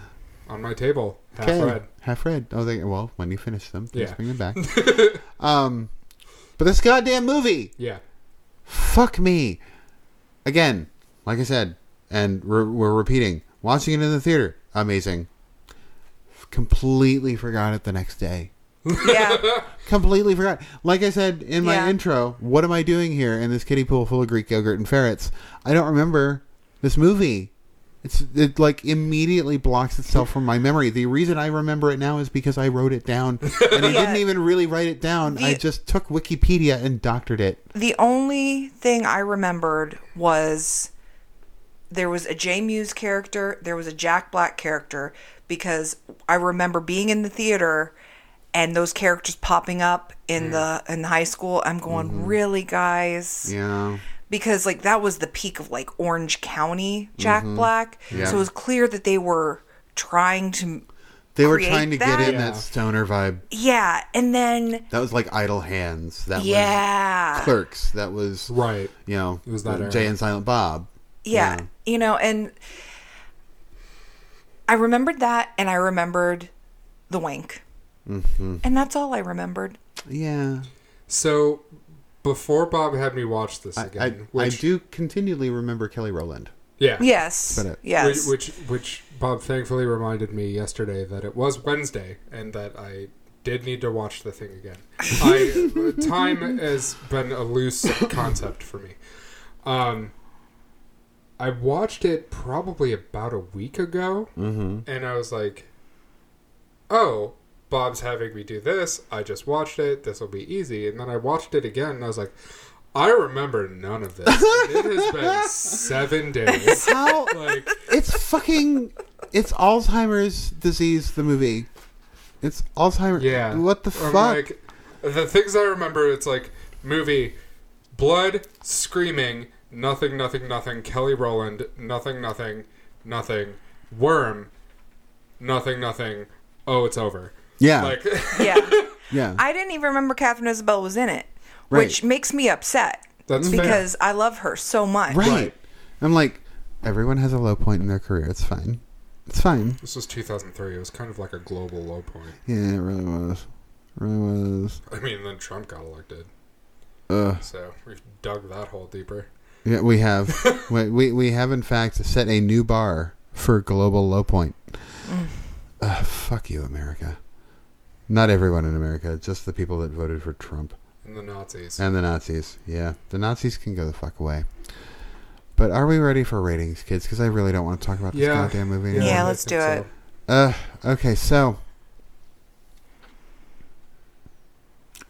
Speaker 1: On my table. Half
Speaker 2: Okay,
Speaker 1: red.
Speaker 2: Half read. Oh, they, well, when you finish them, please
Speaker 1: Yeah.
Speaker 2: bring them back. um, but this goddamn movie,
Speaker 1: Yeah.
Speaker 2: fuck me. Again, like I said, and we're, we're repeating, watching it in the theater, amazing. Completely forgot it the next day.
Speaker 3: that. Yeah.
Speaker 2: completely forgot. Like I said in my
Speaker 3: Yeah.
Speaker 2: intro, what am I doing here in this kiddie pool full of Greek yogurt and ferrets? I don't remember this movie. It's it like immediately blocks itself from my memory. The reason I remember it now is because I wrote it down, and I
Speaker 3: Yeah.
Speaker 2: didn't even really write it down. I
Speaker 3: The-
Speaker 2: just took Wikipedia and doctored it.
Speaker 3: the only thing I remembered was there was a J Muse character, there was a Jack Black character, because I remember being in the theater and those characters popping up
Speaker 2: Mm.
Speaker 3: in the in high school. I'm going,
Speaker 2: Mm-hmm.
Speaker 3: really, guys?
Speaker 2: Yeah,
Speaker 3: Because like that was the peak of like Orange County Jack Black,
Speaker 2: Mm-hmm. Yeah.
Speaker 3: so it was clear that they were trying to,
Speaker 2: they were
Speaker 3: Create
Speaker 2: trying to get
Speaker 3: that?
Speaker 2: in
Speaker 1: Yeah.
Speaker 2: that stoner vibe.
Speaker 3: yeah. And then
Speaker 2: That was like Idle Hands. That
Speaker 3: yeah,
Speaker 2: was Clerks. That was
Speaker 1: Right.
Speaker 2: you know uh,
Speaker 1: It was that era.
Speaker 2: Jay and Silent Bob.
Speaker 3: yeah, you know and i remembered that and i remembered the wink
Speaker 2: Mm-hmm.
Speaker 3: and that's all i remembered
Speaker 2: Yeah.
Speaker 1: So before Bob had me watch this
Speaker 2: I-
Speaker 1: again,
Speaker 2: I, I
Speaker 1: which,
Speaker 2: do continually remember Kelly Rowland.
Speaker 1: yeah,
Speaker 3: yes
Speaker 2: But, uh,
Speaker 3: yes
Speaker 1: which, which which Bob thankfully reminded me yesterday that it was Wednesday and that I did need to watch the thing again. I, time has been a loose concept for me. Um, I watched it probably about a week ago, and I was like, "Oh, Bob's having me do this. I just watched it. This will be easy." And then I watched it again, and I was like, "I remember none of this. it has been seven days."
Speaker 2: How
Speaker 1: Like,
Speaker 2: it's fucking it's Alzheimer's disease the movie. It's Alzheimer's.
Speaker 1: yeah,
Speaker 2: What the
Speaker 1: I'm
Speaker 2: fuck?
Speaker 1: Like, the things I remember, it's like movie, blood, screaming, nothing, nothing, nothing. Kelly Rowland, nothing, nothing, nothing. Worm, nothing, nothing. Oh, it's over.
Speaker 2: yeah.
Speaker 1: Like,
Speaker 3: yeah
Speaker 2: yeah.
Speaker 3: i didn't even remember catherine isabel was in it
Speaker 2: Right.
Speaker 3: which makes me upset
Speaker 1: that's fair.
Speaker 3: because i love her so much
Speaker 2: right.
Speaker 1: right.
Speaker 2: I'm like everyone has a low point in their career. It's fine. It's fine.
Speaker 1: This was 2003. It was kind of like a global low point.
Speaker 2: Yeah, it really was. It really was.
Speaker 1: I mean, then Trump got elected,
Speaker 2: Ugh.
Speaker 1: so we've dug that hole deeper.
Speaker 2: Yeah, we have we, we we have in fact set a new bar for global low point. Ugh, fuck you, America. Not everyone in America, just the people that voted for Trump.
Speaker 1: And the Nazis.
Speaker 2: And the Nazis. Yeah, the Nazis can go the fuck away. But are we ready for ratings, kids? Because I really don't want to talk about this
Speaker 1: Yeah.
Speaker 2: goddamn movie anymore.
Speaker 3: Yeah,
Speaker 1: I
Speaker 3: let's
Speaker 1: think
Speaker 3: do
Speaker 1: so.
Speaker 3: it.
Speaker 2: Uh, okay, so.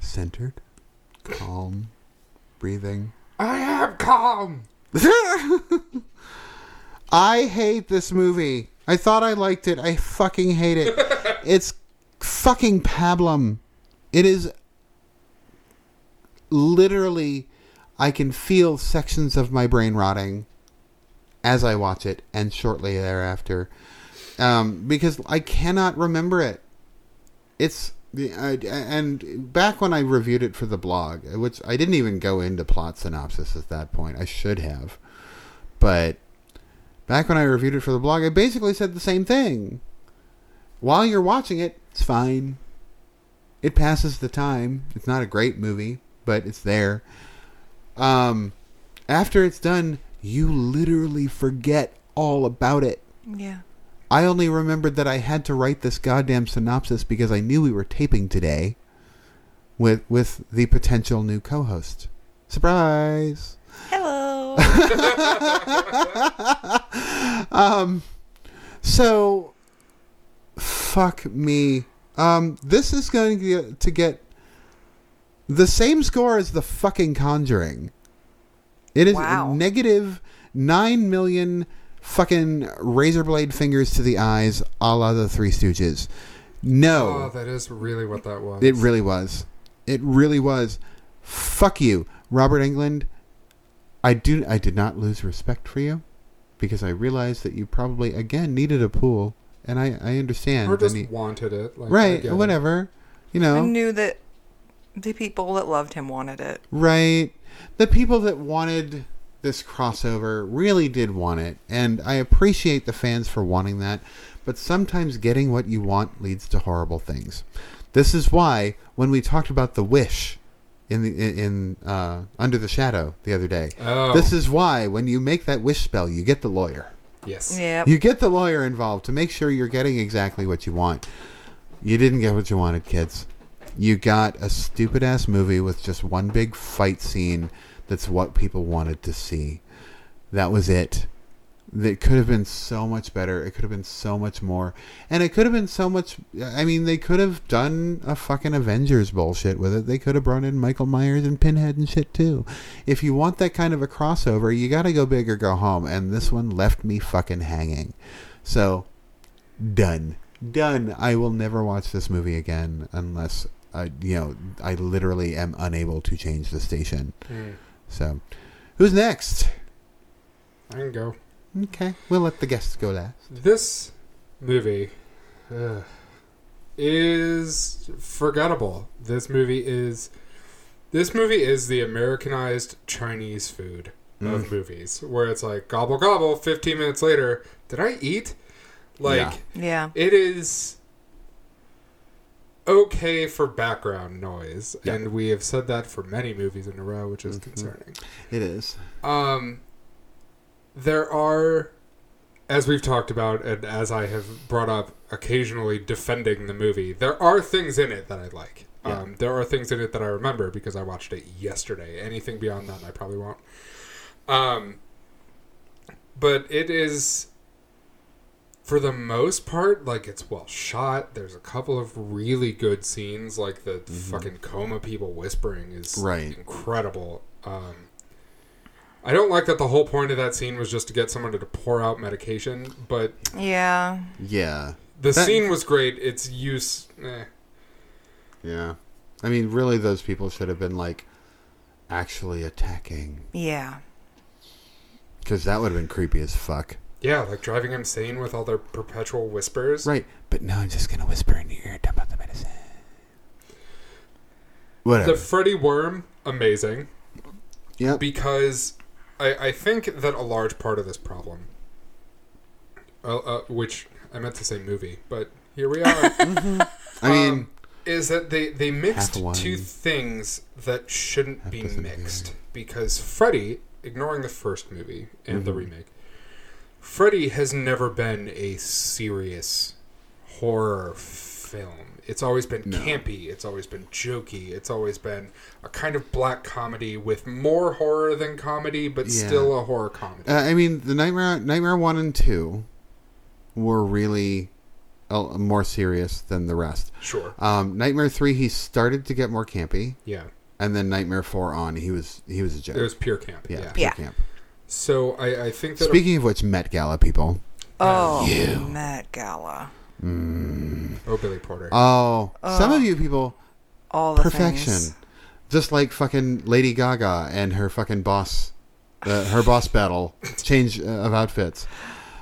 Speaker 2: Centered, calm, breathing.
Speaker 1: I am calm.
Speaker 2: I hate this movie. I thought I liked it. I fucking hate it. it's fucking pablum. It is literally I can feel sections of my brain rotting as I watch it and shortly thereafter um, because I cannot remember it. It's the I, and back when I reviewed it for the blog, which I didn't even go into plot synopsis at that point. I should have, but back when I reviewed it for the blog, I basically said the same thing. While you're watching it, it's fine. It passes the time. It's not a great movie, but it's there. Um, after it's done, you literally forget all about it.
Speaker 3: Yeah.
Speaker 2: I only remembered that I had to write this goddamn synopsis because I knew we were taping today with with the potential new co-host. Surprise.
Speaker 3: Hello.
Speaker 2: So fuck me. Um this is going to get, to get the same score as the fucking conjuring. It is
Speaker 3: Wow.
Speaker 2: a negative 9 million fucking razor blade fingers to the eyes a la the three stooges.
Speaker 1: Oh,
Speaker 2: No.
Speaker 1: that is really what that was.
Speaker 2: It really was. It really was. Fuck you, Robert England. I do. I did not lose respect for you, because I realized that you probably again needed a pool, and I I understand.
Speaker 1: or just
Speaker 2: I need-
Speaker 1: wanted it. Like, I
Speaker 2: right,
Speaker 1: get it.
Speaker 2: whatever. You
Speaker 3: I
Speaker 2: know,
Speaker 3: knew that the people that loved him wanted it.
Speaker 2: right. The people that wanted this crossover really did want it, and I appreciate the fans for wanting that. But sometimes getting what you want leads to horrible things. This is why when we talked about the wish in the in in, uh, under the shadow the other day,
Speaker 1: Oh.
Speaker 2: this is why when you make that wish spell, you get the lawyer.
Speaker 1: Yes.
Speaker 3: Yeah.
Speaker 2: You get the lawyer involved to make sure you're getting exactly what you want. You didn't get what you wanted, kids. You got a stupid ass movie with just one big fight scene that's what people wanted to see. That was it. That could have been so much better. It could have been so much more. And it could have been so much. I mean, they could have done a fucking Avengers bullshit with it. They could have brought in Michael Myers and Pinhead and shit too. If you want that kind of a crossover, you got to go big or go home. And this one left me fucking hanging. So, done. Done. I will never watch this movie again unless, I, you know, I literally am unable to change the station.
Speaker 1: Hmm.
Speaker 2: So, who's next?
Speaker 1: I can go.
Speaker 2: Okay, we'll let the guests go last.
Speaker 1: This movie ugh, is forgettable. This movie is this movie is the Americanized Chinese food
Speaker 2: Hmm.
Speaker 1: of movies, where it's like gobble gobble. Fifteen minutes later, did I eat? Like
Speaker 2: Yeah.
Speaker 3: yeah.
Speaker 1: it is okay for background noise,
Speaker 2: Yeah. Mm-hmm.
Speaker 1: and we have said that for many movies in a row, which is concerning.
Speaker 2: It is.
Speaker 1: Um, there are, as we've talked about, and as I have brought up occasionally defending the movie, there are things in it that I like.
Speaker 2: Yeah.
Speaker 1: Um, there are things in it that I remember because I watched it yesterday. Anything beyond that, I probably won't. Um, but it is, for the most part, like it's well shot. There's a couple of really good scenes, like the fucking coma people whispering is
Speaker 2: Mm-hmm. Right.
Speaker 1: incredible. Um, I don't like that the whole point of that scene was just to get someone to pour out medication, but
Speaker 3: Yeah.
Speaker 2: Yeah.
Speaker 1: the
Speaker 2: That-
Speaker 1: scene was great. Its use, eh.
Speaker 2: Yeah. I mean, really, those people should have been like actually attacking
Speaker 3: Yeah.
Speaker 2: because that would have been creepy as fuck.
Speaker 1: yeah, like driving him insane with all their perpetual whispers.
Speaker 2: Right. But now I'm just gonna whisper in your ear about the medicine. Whatever.
Speaker 1: The Freddy worm, amazing.
Speaker 2: yep.
Speaker 1: because I, I think that a large part of this problem, uh, uh, which I meant to say movie, but here we are,
Speaker 2: I mean,
Speaker 1: um, is that they, they mixed
Speaker 2: Half wine.
Speaker 1: two things that shouldn't be
Speaker 2: doesn't
Speaker 1: mixed. Because Freddy, ignoring the first movie and
Speaker 2: Mm-hmm.
Speaker 1: the remake, Freddy has never been a serious horror film. It's always been campy. It's always been jokey. It's always been a kind of black comedy with more horror than comedy, but
Speaker 2: Yeah.
Speaker 1: still a horror comedy.
Speaker 2: uh, I mean, the nightmare, nightmare one and two, were really uh, more serious than the rest.
Speaker 1: sure.
Speaker 2: Um, nightmare three, he started to get more campy.
Speaker 1: Yeah.
Speaker 2: and then Nightmare Four on, he was he was a joke.
Speaker 1: It was pure camp.
Speaker 2: yeah,
Speaker 1: Yeah.
Speaker 2: pure
Speaker 3: Yeah.
Speaker 2: camp.
Speaker 1: So I, I think that. a-
Speaker 2: Speaking of which, Met Gala people.
Speaker 3: Oh, Met Gala.
Speaker 1: oh, Billy Porter.
Speaker 2: Oh, some of you people
Speaker 3: All the
Speaker 2: perfection.
Speaker 3: things.
Speaker 2: Just like fucking Lady Gaga and her fucking boss, uh, her boss battle change uh, of outfits.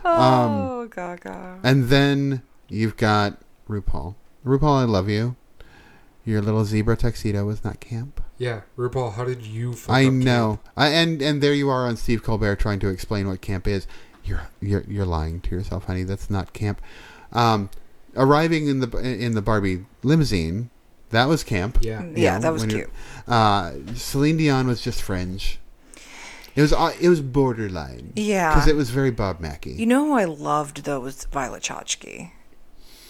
Speaker 2: Um,
Speaker 3: Oh, Gaga.
Speaker 2: And then you've got RuPaul. RuPaul, I love you. Your little zebra tuxedo was not camp.
Speaker 1: Yeah, RuPaul, how did you? Fuck
Speaker 2: I
Speaker 1: up
Speaker 2: know. I, and and there you are on Steve Colbert trying to explain what camp is. You're you're you're lying to yourself, honey. That's not camp. Um, arriving in the in the Barbie limousine, that was camp.
Speaker 1: camp? Yeah,
Speaker 3: Mm. Yeah, that was
Speaker 2: when you're-
Speaker 3: cute.
Speaker 2: Uh, Celine Dion was just fringe. It was uh, it was borderline.
Speaker 3: Yeah.
Speaker 2: because it was very Bob Mackie.
Speaker 3: You know who I loved though was Violet Chachki.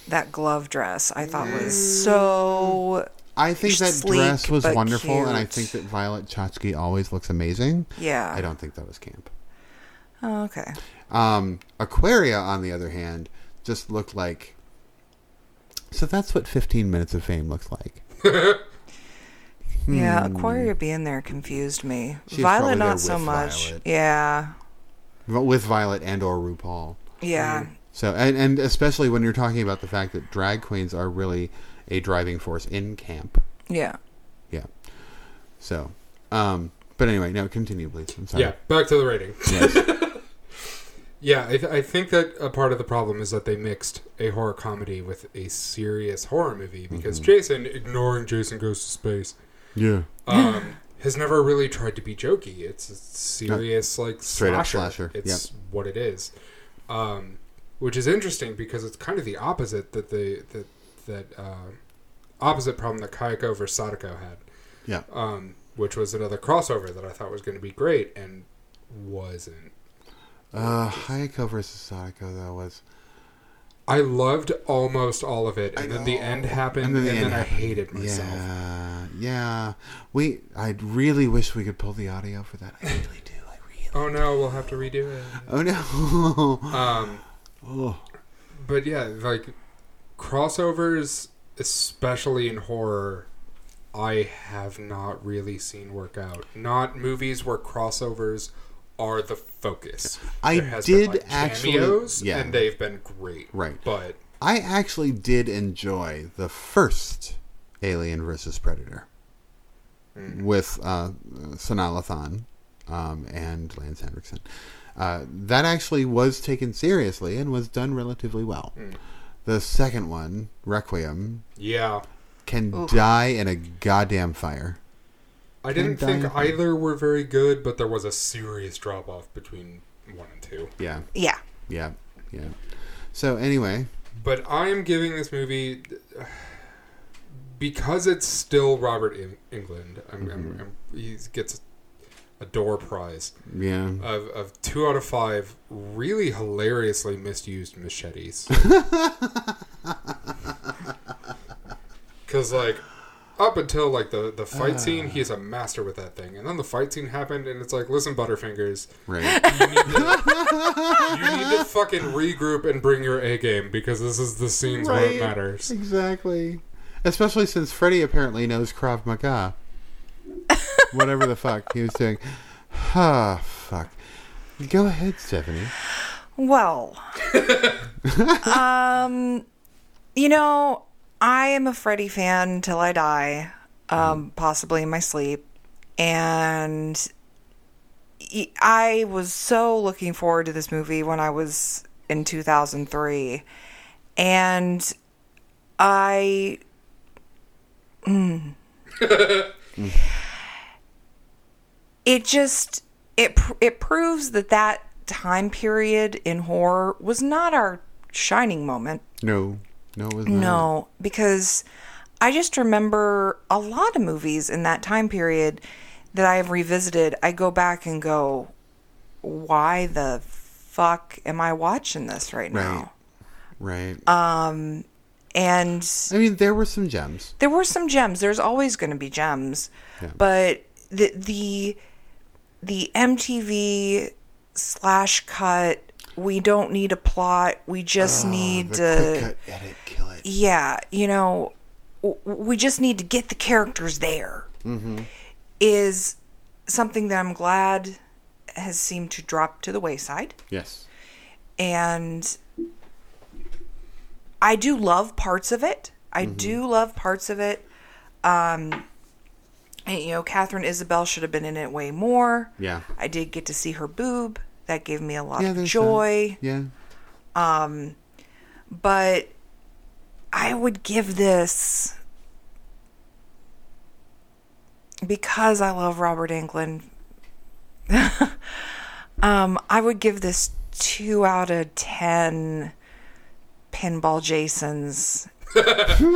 Speaker 3: That glove dress I thought was so
Speaker 2: I think that
Speaker 3: sleek,
Speaker 2: dress was
Speaker 3: but
Speaker 2: wonderful, and I
Speaker 3: cute.
Speaker 2: think that Violet Chachki always looks amazing.
Speaker 3: yeah.
Speaker 2: I don't think that was camp.
Speaker 3: Oh, okay.
Speaker 2: Um, Aquaria, on the other hand, just looked like. So that's what 15 minutes of fame looks like.
Speaker 3: Yeah, Aquaria being there confused me.
Speaker 2: She's Hmm. probably
Speaker 3: Violet
Speaker 2: there
Speaker 3: not so
Speaker 2: with
Speaker 3: much.
Speaker 2: Violet.
Speaker 3: Yeah.
Speaker 2: V- With Violet and or RuPaul.
Speaker 3: Yeah.
Speaker 2: So and, and especially when you're talking about the fact that drag queens are really a driving force in camp.
Speaker 3: Yeah.
Speaker 2: Yeah. So, um, but anyway, no, continue, please. I'm sorry.
Speaker 1: yeah. Back to the rating.
Speaker 2: Yes.
Speaker 1: Yeah, I, th- I think that a part of the problem is that they mixed a horror comedy with a serious horror movie because
Speaker 2: Mm-hmm.
Speaker 1: Jason, ignoring Jason Goes to Space,
Speaker 2: yeah.
Speaker 1: um, has never really tried to be jokey. It's a serious, like
Speaker 2: Straight up
Speaker 1: slasher.
Speaker 2: slasher,
Speaker 1: It's what it is, um, which is interesting because it's kind of the opposite that the that that uh, opposite problem that Kayako versus Sadako had,
Speaker 2: Yeah.
Speaker 1: um, which was another crossover that I thought was going to be great and wasn't.
Speaker 2: Uh, Hayako versus Sadako, though, was.
Speaker 1: I loved almost all of it,
Speaker 2: I
Speaker 1: and then the
Speaker 2: know.
Speaker 1: end happened,
Speaker 2: And
Speaker 1: and
Speaker 2: then
Speaker 1: then,
Speaker 2: the end
Speaker 1: I
Speaker 2: happened.
Speaker 1: hated myself.
Speaker 2: Yeah, yeah. We, I really wish we could pull the audio for that. I really do. I really.
Speaker 1: Oh no, we'll have to redo it.
Speaker 2: Oh no.
Speaker 1: Um,
Speaker 2: oh.
Speaker 1: but yeah, like crossovers, especially in horror, I have not really seen work out. Not movies where crossovers are the focus.
Speaker 2: I
Speaker 1: There has
Speaker 2: did
Speaker 1: been, like,
Speaker 2: actually-
Speaker 1: cameos,
Speaker 2: yeah.
Speaker 1: and they've been great,
Speaker 2: Right.
Speaker 1: But
Speaker 2: I actually did enjoy the first Alien versus Predator with uh, Sonalathan um, and Lance Henriksen. Uh, that actually was taken seriously and was done relatively well. The second one, Requiem,
Speaker 1: yeah,
Speaker 2: can die in a goddamn fire.
Speaker 1: I didn't
Speaker 2: Dying
Speaker 1: think
Speaker 2: Light.
Speaker 1: either were very good, but there was a serious drop off between one and two.
Speaker 2: Yeah,
Speaker 3: Yeah.
Speaker 2: yeah, yeah. So anyway,
Speaker 1: But I am giving this movie because it's still Robert in- England. I'm, I'm, I'm, he gets a door prize
Speaker 2: yeah.
Speaker 1: of, of two out of five really hilariously misused machetes. Because like up until like the the fight scene, he's a master with that thing, and then the fight scene happened, and it's like, listen, Butterfingers,
Speaker 2: Right.
Speaker 1: you need to, you need to fucking regroup and bring your A game because this is the scenes where it
Speaker 2: Right.
Speaker 1: matters.
Speaker 2: Exactly. Especially since Freddy apparently knows Krav Maga. Whatever the fuck he was doing. Ah, fuck. Go ahead, Stephanie.
Speaker 3: Well, um, you know, I am a Freddy fan till I die, um, possibly in my sleep, and y- I was so looking forward to this movie when I was in 2003, and I. Mm. it just it pr- it proves that that time period in horror was not our shining moment.
Speaker 2: No. No, it was not.
Speaker 3: No, because I just remember a lot of movies in that time period that I have revisited. I go back and go, why the fuck am I watching this right
Speaker 2: Right.
Speaker 3: now?
Speaker 2: Right.
Speaker 1: Uh,
Speaker 3: And
Speaker 2: I mean, there were some gems.
Speaker 3: there were some gems. There's always going to be gems, but the the the MTV slash cut. We don't need a plot. We just need
Speaker 2: Oh, quick
Speaker 3: to.
Speaker 2: cut edit, kill it.
Speaker 1: e
Speaker 3: yeah, you know, w- we just need to get the characters there. Is
Speaker 2: Mm-hmm.
Speaker 3: something that I'm glad has seemed to drop to the wayside.
Speaker 2: Yes.
Speaker 3: And I
Speaker 2: Mm-hmm.
Speaker 3: do love parts of it. I do love parts of it. Um, And, you know, Catherine Isabel should have been in it way more.
Speaker 2: Yeah.
Speaker 3: I did get to see her boob. That gave me a lot
Speaker 2: Yeah,
Speaker 3: of
Speaker 2: there's
Speaker 3: joy.
Speaker 2: that. Yeah.
Speaker 3: But I would give this because I love Robert Englund. um, I would give this two out of ten pinball Jasons.
Speaker 4: I,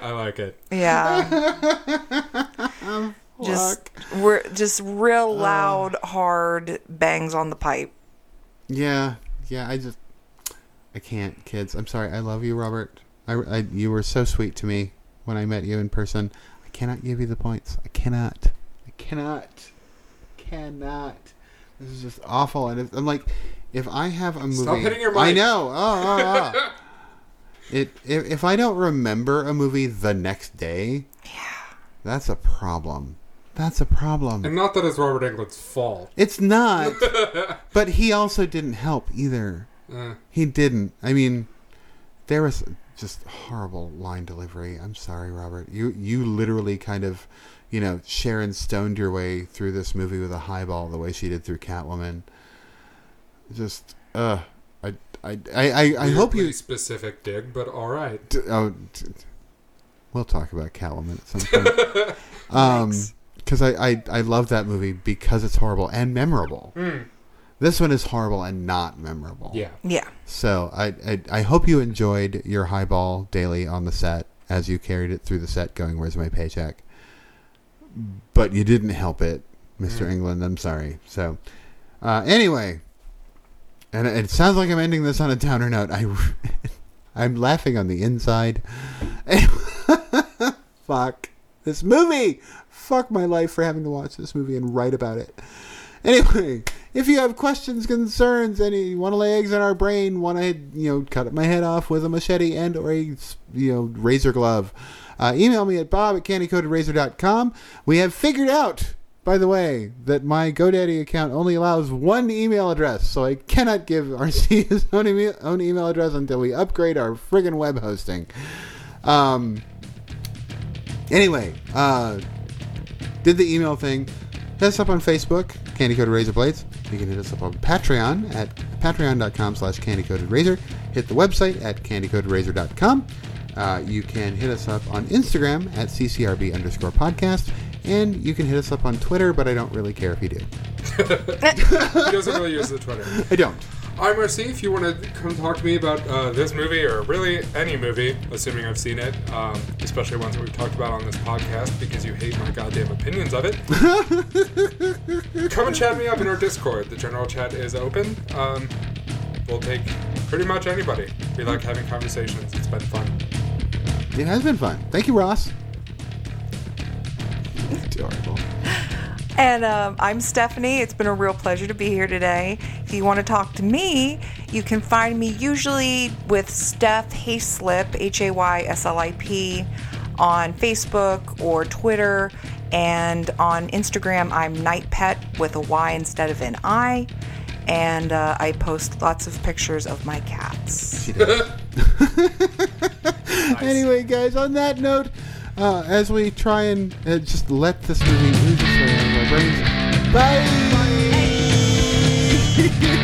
Speaker 4: I like it.
Speaker 3: Yeah. just we're just real loud, hard bangs on the pipe.
Speaker 2: Yeah. Yeah. I just I can't, kids. I'm sorry. I love you, Robert. I, I you were so sweet to me when I met you in person. I cannot give you the points. I cannot. I cannot. Cannot. This is just awful. And if, I'm like, if I have a movie,
Speaker 1: Stop hitting your
Speaker 2: I
Speaker 1: mic.
Speaker 2: know. Oh, oh, oh. it if, if I don't remember a movie the next day, yeah, that's a problem. That's a problem.
Speaker 1: And not that it's Robert Englund's fault.
Speaker 2: It's not. but he also didn't help either.
Speaker 1: Uh,
Speaker 2: He didn't. I mean, there was just horrible line delivery. I'm sorry, Robert. You you literally kind of, you know, Sharon stoned your way through this movie with a highball the way she did through Catwoman. Just uh I I I I, I hope you
Speaker 1: weirdly specific dig, but all right.
Speaker 2: D- oh, d- d- we'll talk about Catwoman at some point. um, because I, I I love that movie because it's horrible and memorable. This one is horrible and not memorable.
Speaker 1: Yeah.
Speaker 3: Yeah.
Speaker 2: So I, I I hope you enjoyed your highball daily on the set as you carried it through the set, going, "Where's my paycheck?" But you didn't help it, Mister England. I'm sorry. So uh, anyway, and it it sounds like I'm ending this on a downer note. I I'm laughing on the inside. Fuck this movie. Fuck my life for having to watch this movie and write about it. Anyway, if you have questions, concerns, any want to lay eggs in our brain, want to you know cut my head off with a machete and or a you know razor glove, uh, email me at bob at candycoatedrazor.com. We have figured out, by the way, that my GoDaddy account only allows one email address, so I cannot give RC his own email, own email address until we upgrade our friggin' web hosting. Um. Anyway, uh did the email thing. Hit us up on Facebook, Candy Coated Razor Blades. You can hit us up on Patreon at patreon.com slash candycoatedrazor. Hit the website at candycoatedrazor.com. Uh, you can hit us up on Instagram at ccrb underscore podcast. And you can hit us up on Twitter, but I don't really care if you do.
Speaker 1: He doesn't really use the Twitter.
Speaker 2: I don't.
Speaker 1: I'm RC. If you want to come talk to me about uh, this movie or really any movie, assuming I've seen it, um, especially ones that we've talked about on this podcast because you hate my goddamn opinions of it, come and chat me up in our Discord. The general chat is open. Um, we'll take pretty much anybody. We like having conversations, it's been fun.
Speaker 2: It has been fun. Thank you, Ross. Adorable.
Speaker 3: And um, I'm Stephanie. It's been a real pleasure to be here today. If you want to talk to me, you can find me usually with Steph Hayslip, H A Y S L I P, on Facebook or Twitter. And on Instagram, I'm Night Pet with a Y instead of an I. And uh, I post lots of pictures of my cats.
Speaker 2: She did. Anyway, guys, on that note, uh, as we try and uh, just let this movie ooze its way out of our brains, bye.